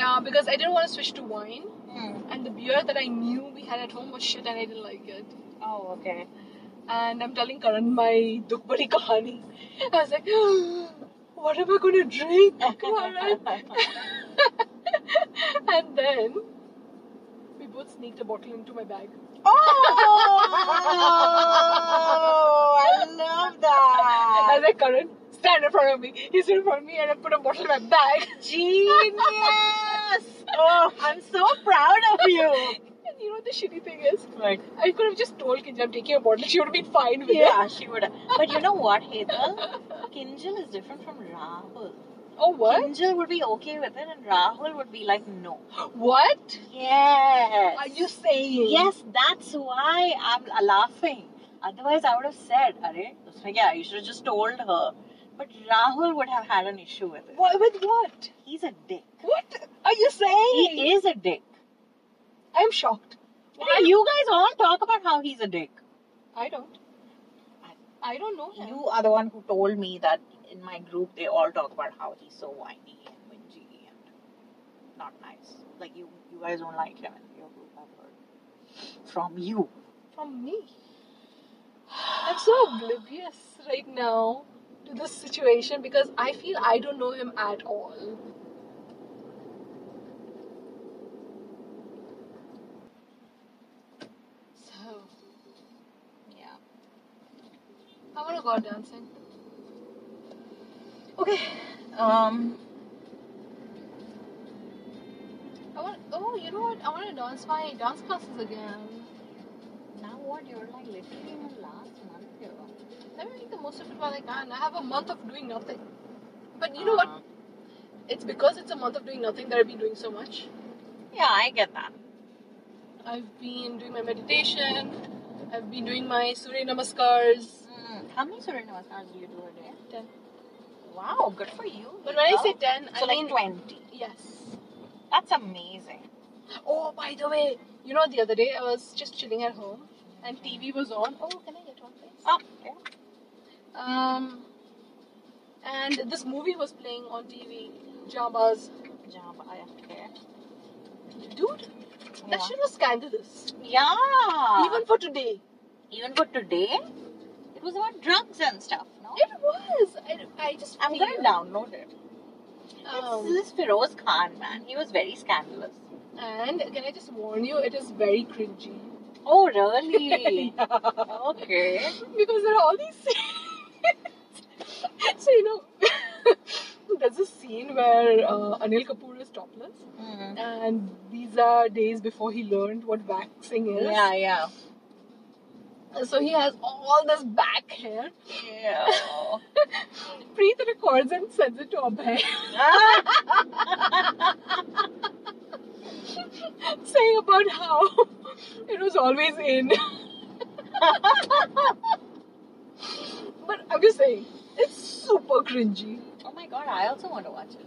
A: Uh, because I didn't want to switch to wine,
B: mm-hmm.
A: and the beer that I knew we had at home was shit, and I didn't like it.
B: Oh, okay.
A: And I'm telling Karan my Dukbari kahani. I was like, what am I gonna drink, Karan? and then we both sneaked a bottle into my bag.
B: Oh, I love
A: I was
B: that.
A: like, Karan, stand in front of me. He stood in front of me and I put a bottle in my bag.
B: Genius. Oh, I'm so proud of you.
A: And you know what the shitty thing is?
B: Right.
A: I could have just told Kinja I'm taking a bottle. She would have been fine with
B: Yeah, she would. But you know what, Hetal? Kinjal is different from Rahul.
A: it. Oh, what?
B: Kinjal would be okay with it, and Rahul would be like, no.
A: What
B: Yes.
A: are you saying?
B: Yes, that's why I'm laughing. Otherwise, I would have said, "Arey, usme kya? You should have just told her." But Rahul would have had an issue with it.
A: What, with what?
B: He's a dick.
A: What are you saying?
B: He is a dick.
A: I'm shocked.
B: Why you guys all talk about how he's a dick?
A: I don't. I don't know him.
B: You are the one who told me that in my group they all talk about how he's so whiny and whingy and not nice. Like you, you guys don't like him in your group. I've heard from you.
A: From me. I'm so oblivious right now to this situation because I feel I don't know him at all. So, yeah. I want to go out dancing.
B: Okay. Um.
A: I want. Oh, you know what? I want to dance my dance classes again.
B: Now what? You're like literally in the last month here.
A: Let me make the most of it while I can. I have a month of doing nothing. But you know what? It's because it's a month of doing nothing that I've been doing so much.
B: Yeah, I get that.
A: I've been doing my meditation. I've been doing my Surya Namaskars.
B: Mm-hmm. How many Surya Namaskars do you do a day?
A: Ten.
B: Wow, good for you.
A: But when I
B: Deepa.
A: say 10,
B: so
A: I
B: like
A: mean
B: 20.
A: Yes.
B: That's amazing.
A: Oh, by the way, you know, the other day I was just chilling at home and TV was on. Oh, can I get one, please?
B: Oh, okay. Ah.
A: Um, and this movie was playing on TV. Jabas.
B: Job, okay.
A: Dude,
B: Yeah. Ah.
A: that shit was scandalous.
B: yeah.
A: Even for today.
B: even for today, it was about drugs and stuff. No,
A: It was. I, I just.
B: I'm
A: feel,
B: gonna download it.
A: um,
B: This is Firoz Khan, man. He was very scandalous.
A: And can I just warn you, it is very cringy.
B: Oh, really? okay.
A: because there are all these scenes. so, you know, there's a scene where uh, Anil Kapoor is topless, Mm-hmm.
B: Mm.
A: and these are days before he learned what waxing is.
B: Yeah, yeah.
A: So, he has all this back hair.
B: Yeah.
A: Preet records and sends it to Abhay, saying about how it was always in. but I'm just saying, it's super cringy.
B: Oh my god, I also want to watch it.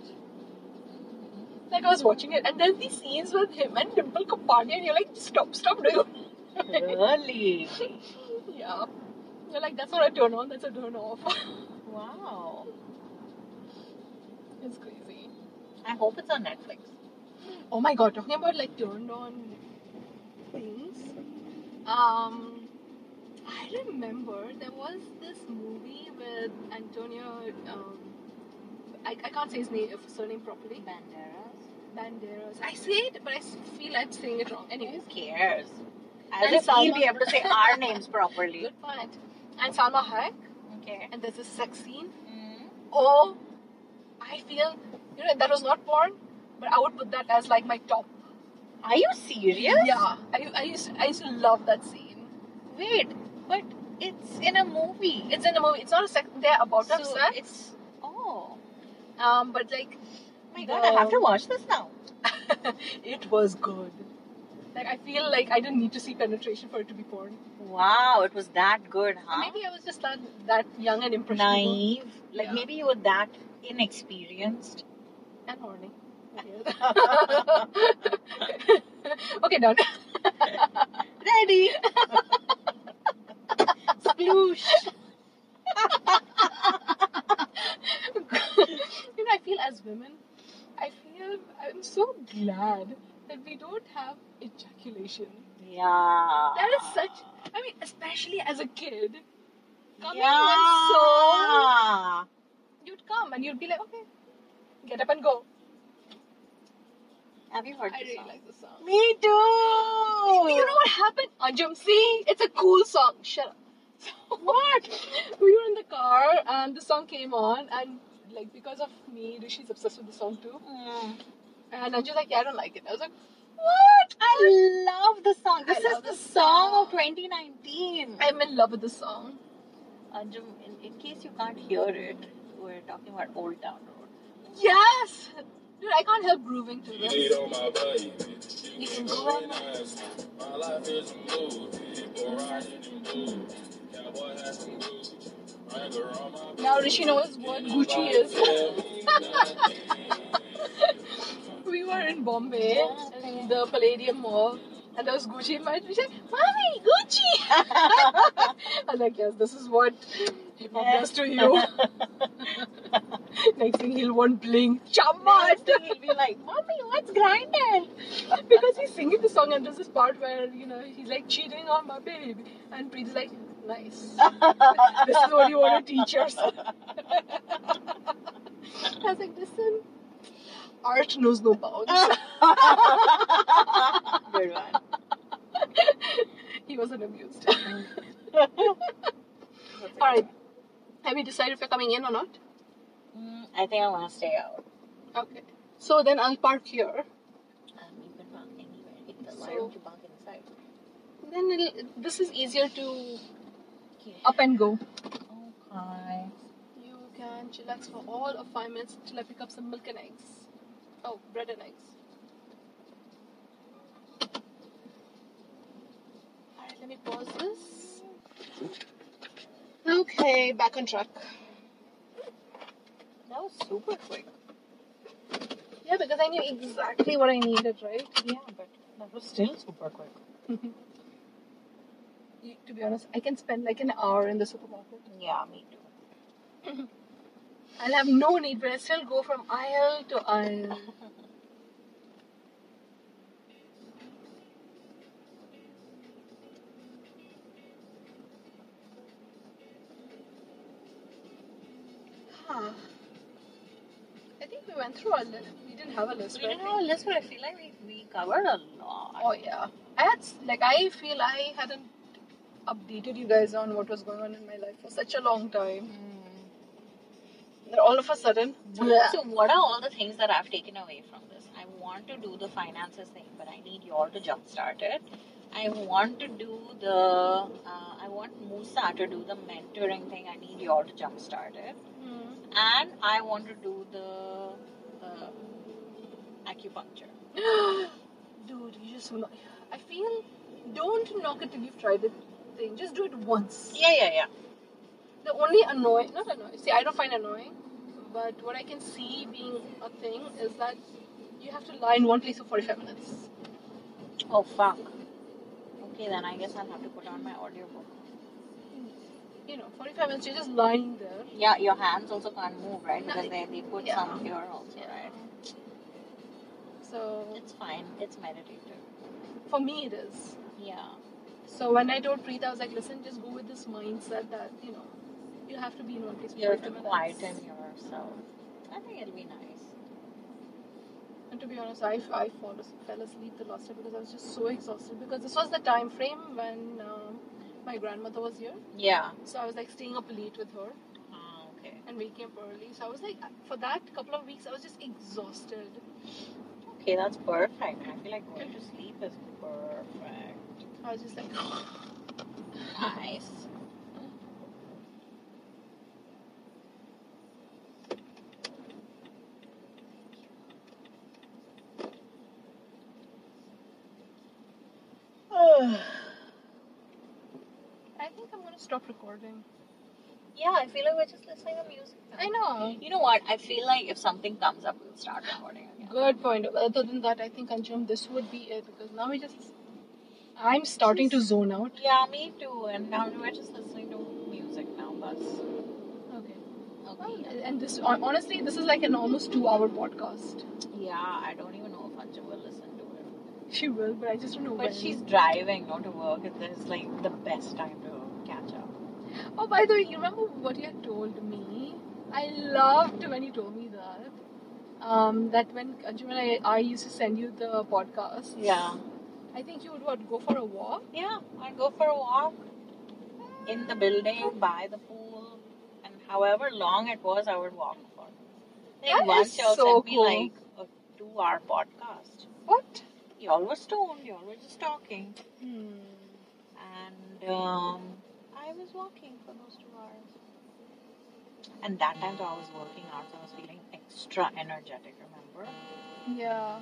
A: Like I was watching it, and there's these scenes with him and Dimple Kapadia, and you're like, stop, stop doing. it."
B: Really?
A: yeah. You're like, that's not a turn on, that's a turn off.
B: wow.
A: it's crazy.
B: I hope it's on Netflix.
A: Oh my god, talking about like turned on things. Um, I remember there was this movie with Antonio. Um, I, I can't say his name, surname properly.
B: Banderas.
A: Banderas. I say it, but I s- feel I'm saying it wrong. Anyways,
B: Who cares? As
A: And
B: if we'll
A: Salma-
B: be able to say our names properly.
A: good point. And Salma Hayek,
B: Okay.
A: and there's a sex scene.
B: Mm.
A: Oh, I feel you know that was not porn, but I would put that as like my top.
B: Are you serious?
A: Yeah, I, I used I used to love that scene.
B: Wait, but it's in a movie.
A: It's in a movie. It's not a sex. They're about to have
B: So
A: sex.
B: it's oh
A: Um, but like,
B: my god, I have to
A: No.
B: watch this now.
A: it was good. Like I feel like I didn't need to see penetration for it to be porn.
B: Wow, it was that good,
A: Or
B: huh?
A: Maybe I was just that, that young and impressionable
B: Naive, like
A: Yeah.
B: maybe you were that inexperienced.
A: and horny. okay, done.
B: Ready? Sploosh.
A: you know, I feel as women, I feel I'm so glad that we don't have ejaculation.
B: Yeah.
A: That is such. I mean, especially as a kid, coming was so.
B: yeah.
A: You'd come and you'd be like, okay, get up and go.
B: Have you heard
A: I
B: this
A: really
B: song?
A: like the song.
B: Me too.
A: You know what happened? Anjum, see, it's a cool song. Shut up. What? we were in the car and the song came on and like because of me, Rishi's obsessed with the song too.
B: Mm.
A: And Anju's like, yeah, I don't like it. I was like, what?
B: I love the song.
A: I
B: This is
A: love
B: the
A: this
B: song
A: song.
B: of 2019.
A: I'm in love with this song.
B: Anjum, in, in case you can't hear it, we're talking about Old Town Road.
A: Yes! Dude, I can't help grooving to
E: Beat
A: this.
E: on my body,
A: You
E: bitch.
A: can
E: You
A: go
E: go
A: on.
E: and ask me. My life is a movie. Boy, riding in blue. Cowboy hat and boots. Wrangler on my back.
A: Now Rishi knows what Gucci
E: Nobody
A: is.
E: tell me nothing.
A: we were in Bombay in the Palladium Mall and there was Gucci in my She said, Mommy, Gucci! I was like, yes, this is what hip hop does to you. Next thing he'll want bling. Chamat!
B: Next thing he'll be like, Mommy, what's grinding?
A: because he's singing the song and there's this part where, you know, he's like cheating on my baby. And Preet's like, nice. this is what you want to teach yourself. I was like, listen, art knows no bounds.
B: Good one.
A: he wasn't amused. Alright. Have you decided if you're coming in or not?
B: Mm, I think I want to stay out.
A: Okay. So then I'll park here.
B: Um, you can park anywhere.
A: So-
B: why don't you park inside?
A: Then it'll, this is easier to up and go.
B: Okay.
A: You can chillax for all of five minutes till I pick up some milk and eggs. Oh, bread and eggs. Alright, let me pause this. Okay, back on track.
B: That was super quick.
A: Yeah, because I knew exactly what I needed, right?
B: Yeah, but that was still super quick.
A: You- To be honest, I can spend like an hour in the supermarket.
B: Yeah, me too.
A: I'll have no need, but I still go from aisle to aisle. Huh. I think we went through our list. We didn't have a list,
B: We
A: right?
B: didn't have a list, but I feel like we, we covered a lot.
A: Oh yeah. I had s- like I feel I hadn't updated you guys on what was going on in my life for such a long time.
B: mm.
A: That all of a sudden,
B: So, what are all the things that I've taken away from this? I want to do the finances thing, but I need you all to jumpstart it. I want to do the, uh, I want Musa to do the mentoring thing. I need you all to jumpstart it. Hmm. And I want to do the uh, acupuncture.
A: Dude, you just. kno- I feel. Don't knock it till you've tried the thing. Just do it once.
B: Yeah, yeah, yeah.
A: The only annoying. Not annoying. See, I don't find annoying. But what I can see being a thing is that you have to lie in one place for 45 minutes.
B: Oh fuck. Okay, then I guess I'll have to put on my audiobook.
A: You know, 45 minutes, you're just lying there.
B: Yeah, your hands also can't move, right?
A: No,
B: Because they, they put
A: yeah.
B: some here also,
A: Yeah.
B: right?
A: So
B: It's fine. It's meditative.
A: for me, it is.
B: Yeah.
A: So when I don't breathe, I was like, listen, just go with this mindset that, you know, you have to be in one place for
B: You have
A: 45
B: to
A: minutes.
B: quieten yourself. I think it'll be nice.
A: And to be honest, I, I fall, fell asleep the last time because I was just so exhausted. Because this was the time frame when um, my grandmother was here.
B: Yeah.
A: So I was like staying up late with her
B: Ah, okay.
A: and waking up early. So I was like, for that couple of weeks, I was just exhausted.
B: Okay, that's perfect. I feel like going to sleep is perfect.
A: I was just like,
B: Nice.
A: I think I'm going to stop recording.
B: Yeah, I feel like we're just listening to music. now.
A: I know.
B: You know what? I feel like if something comes up, we'll start recording again.
A: Good point. Other than that, I think, Anjum, this would be it because now we just. I'm starting to zone out.
B: Yeah, me too. And now we're just listening to music now, Oh, bus.
A: Okay.
B: Okay.
A: And this, hon- honestly, this is like an almost two hour podcast.
B: Yeah, I don't even know if Anju will listen to it.
A: She will, but I just don't know
B: But
A: when.
B: she's driving, not to work, and this is like the best time to catch up.
A: Oh, by the way, you remember what you had told me? I loved when you told me that. Um, that when Anjum and I, I used to send you the podcast.
B: Yeah.
A: I think you would what, go for a walk.
B: Yeah, I go for a walk in the building, by the pool, and however long it was, I would walk for. Like
A: That is
B: once y'all
A: so
B: sent me
A: cool.
B: like a two hour podcast.
A: What?
B: Y'all were stoned, y'all were just talking.
A: Hmm.
B: And um, I was walking for those two hours. And that time though I was working out, so I was feeling extra energetic, remember?
A: Yeah.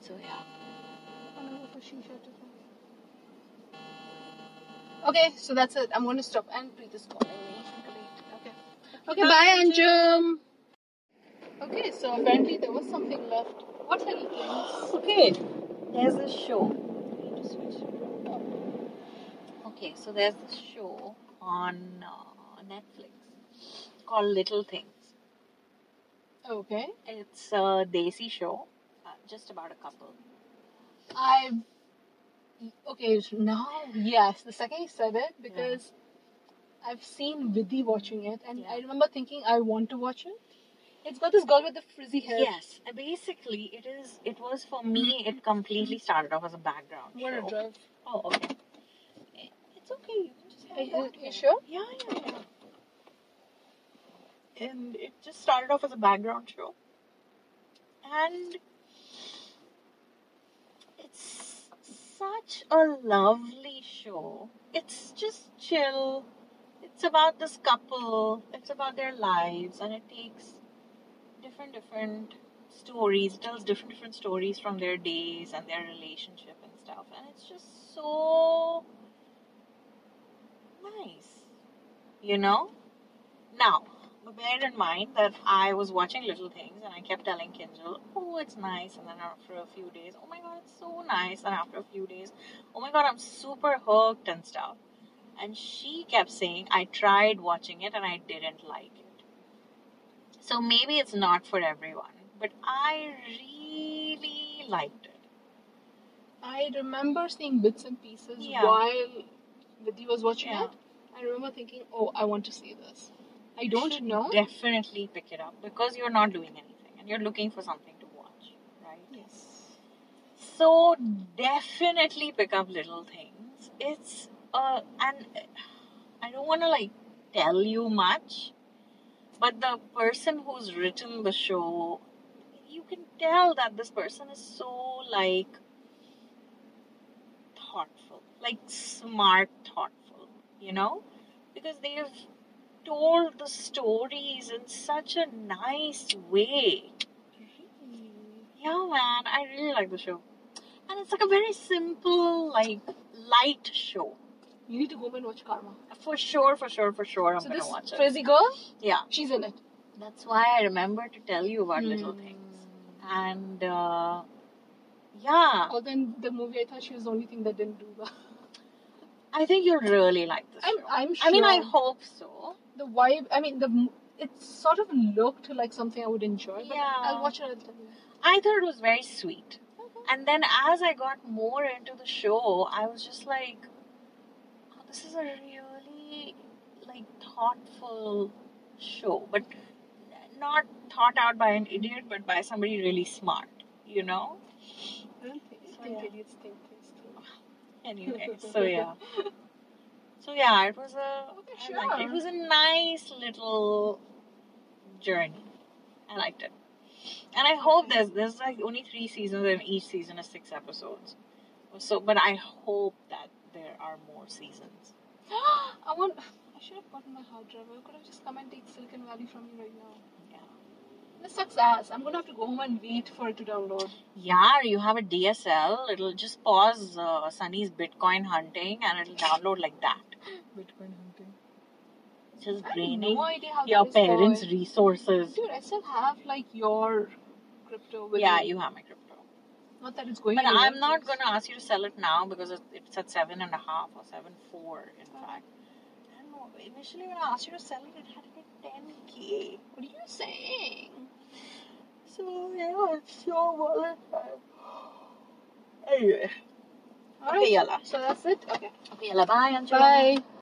B: So yeah.
A: Okay, so that's it. I'm going to stop. And Preet is calling me. Okay. Okay, bye, Anjum. Okay, so apparently there was something left. What little things?
B: Okay, there's this show. Let me just switch it. Okay, so there's this show on uh, Netflix called Little Things.
A: Okay.
B: It's a Desi show, uh, just about a couple.
A: I. Okay, now, yes, the second you said it, because I've seen Vidhi watching it, and
B: Yeah.
A: I remember thinking I want to watch it. It's got this girl with the frizzy hair.
B: Yes, uh, basically it is. It was for me. It completely started off as a background
A: What a
B: show.
A: drug.
B: Oh, okay. I- It's okay. You can just have
A: Are
B: a
A: you,
B: look
A: you
B: at
A: sure?
B: it. Yeah, yeah, yeah. And it just started off as a background show. And it's such a lovely show. It's just chill. It's about this couple. It's about their lives, and it takes different different stories. It tells different different stories from their days and their relationship and stuff. And it's just so nice. You know? Now, but bear in mind that I was watching Little Things and I kept telling Kinjal, oh, it's nice. And then after a few days, oh my god, it's so nice. And after a few days, oh my god, I'm super hooked and stuff. And she kept saying, I tried watching it and I didn't like it. So maybe it's not for everyone, but I really liked it.
A: I remember seeing bits and pieces
B: Yeah.
A: while Vidhi was watching
B: Yeah.
A: it. I remember thinking, oh, I want to see this. I don't
B: should
A: know.
B: Definitely pick it up because you're not doing anything and you're looking for something to watch, right?
A: Yes.
B: So definitely pick up little things. It's uh, and I don't want to like tell you much, but the person who's written the show, you can tell that this person is so like thoughtful, like smart, thoughtful, you know, because they've told the stories in such a nice way. Yeah, man, I really like the show. And it's like a very simple, like, light show.
A: You need to go and watch Karma.
B: For sure, for sure, for sure, I'm
A: so
B: gonna
A: this
B: watch it.
A: crazy girl,
B: Yeah.
A: she's in it.
B: That's why I remember to tell you about little
A: Hmm.
B: things. And uh, yeah,
A: Although in the movie, I thought she was the only thing that didn't do well.
B: I think you'll really like this.
A: I'm,
B: show.
A: I'm sure.
B: I mean, I hope so.
A: the vibe. I mean, the m- it sort of looked like something I would enjoy. But
B: Yeah.
A: I'll watch it. I'll tell you.
B: I thought it was very sweet. And then as I got more into the show, I was just like, oh, this is a really like thoughtful show, but not thought out by an idiot, but by somebody really smart. You know.
A: I don't think it's
B: So,
A: think
B: yeah.
A: idiots think things through.
B: Anyway, so yeah. So yeah, it was a
A: Okay,
B: I
A: sure.
B: liked it. It was a nice little journey. I liked it. And I hope there's there's like only three seasons and each season is six episodes. So but I hope that there are more seasons.
A: I want. I should have gotten my hard drive. I could have just come and take Silicon Valley from you right now.
B: Yeah.
A: This sucks ass. I'm gonna have to go home and wait for it to download.
B: Yeah, you have a DSL, it'll just pause uh, Sunny's Bitcoin hunting and it'll download like that.
A: Bitcoin hunting.
B: Just
A: I have
B: draining
A: no idea how
B: your
A: that is going.
B: parents' resources.
A: Dude, I still have like your crypto. With
B: Yeah,
A: me.
B: you have my crypto.
A: Not that it's going.
B: But
A: anywhere.
B: I'm not going to ask you to sell it now because it- it's at seven and a half or seven four, in fact. I don't know. Initially, when I asked you to sell it, it had been ten k.
A: What are you saying?
B: So yeah, it's your wallet. Anyway,
A: All
B: okay,
A: right.
B: yalla.
A: So that's it. Okay.
B: Okay, yalla. Bye, Anjali.
A: Bye.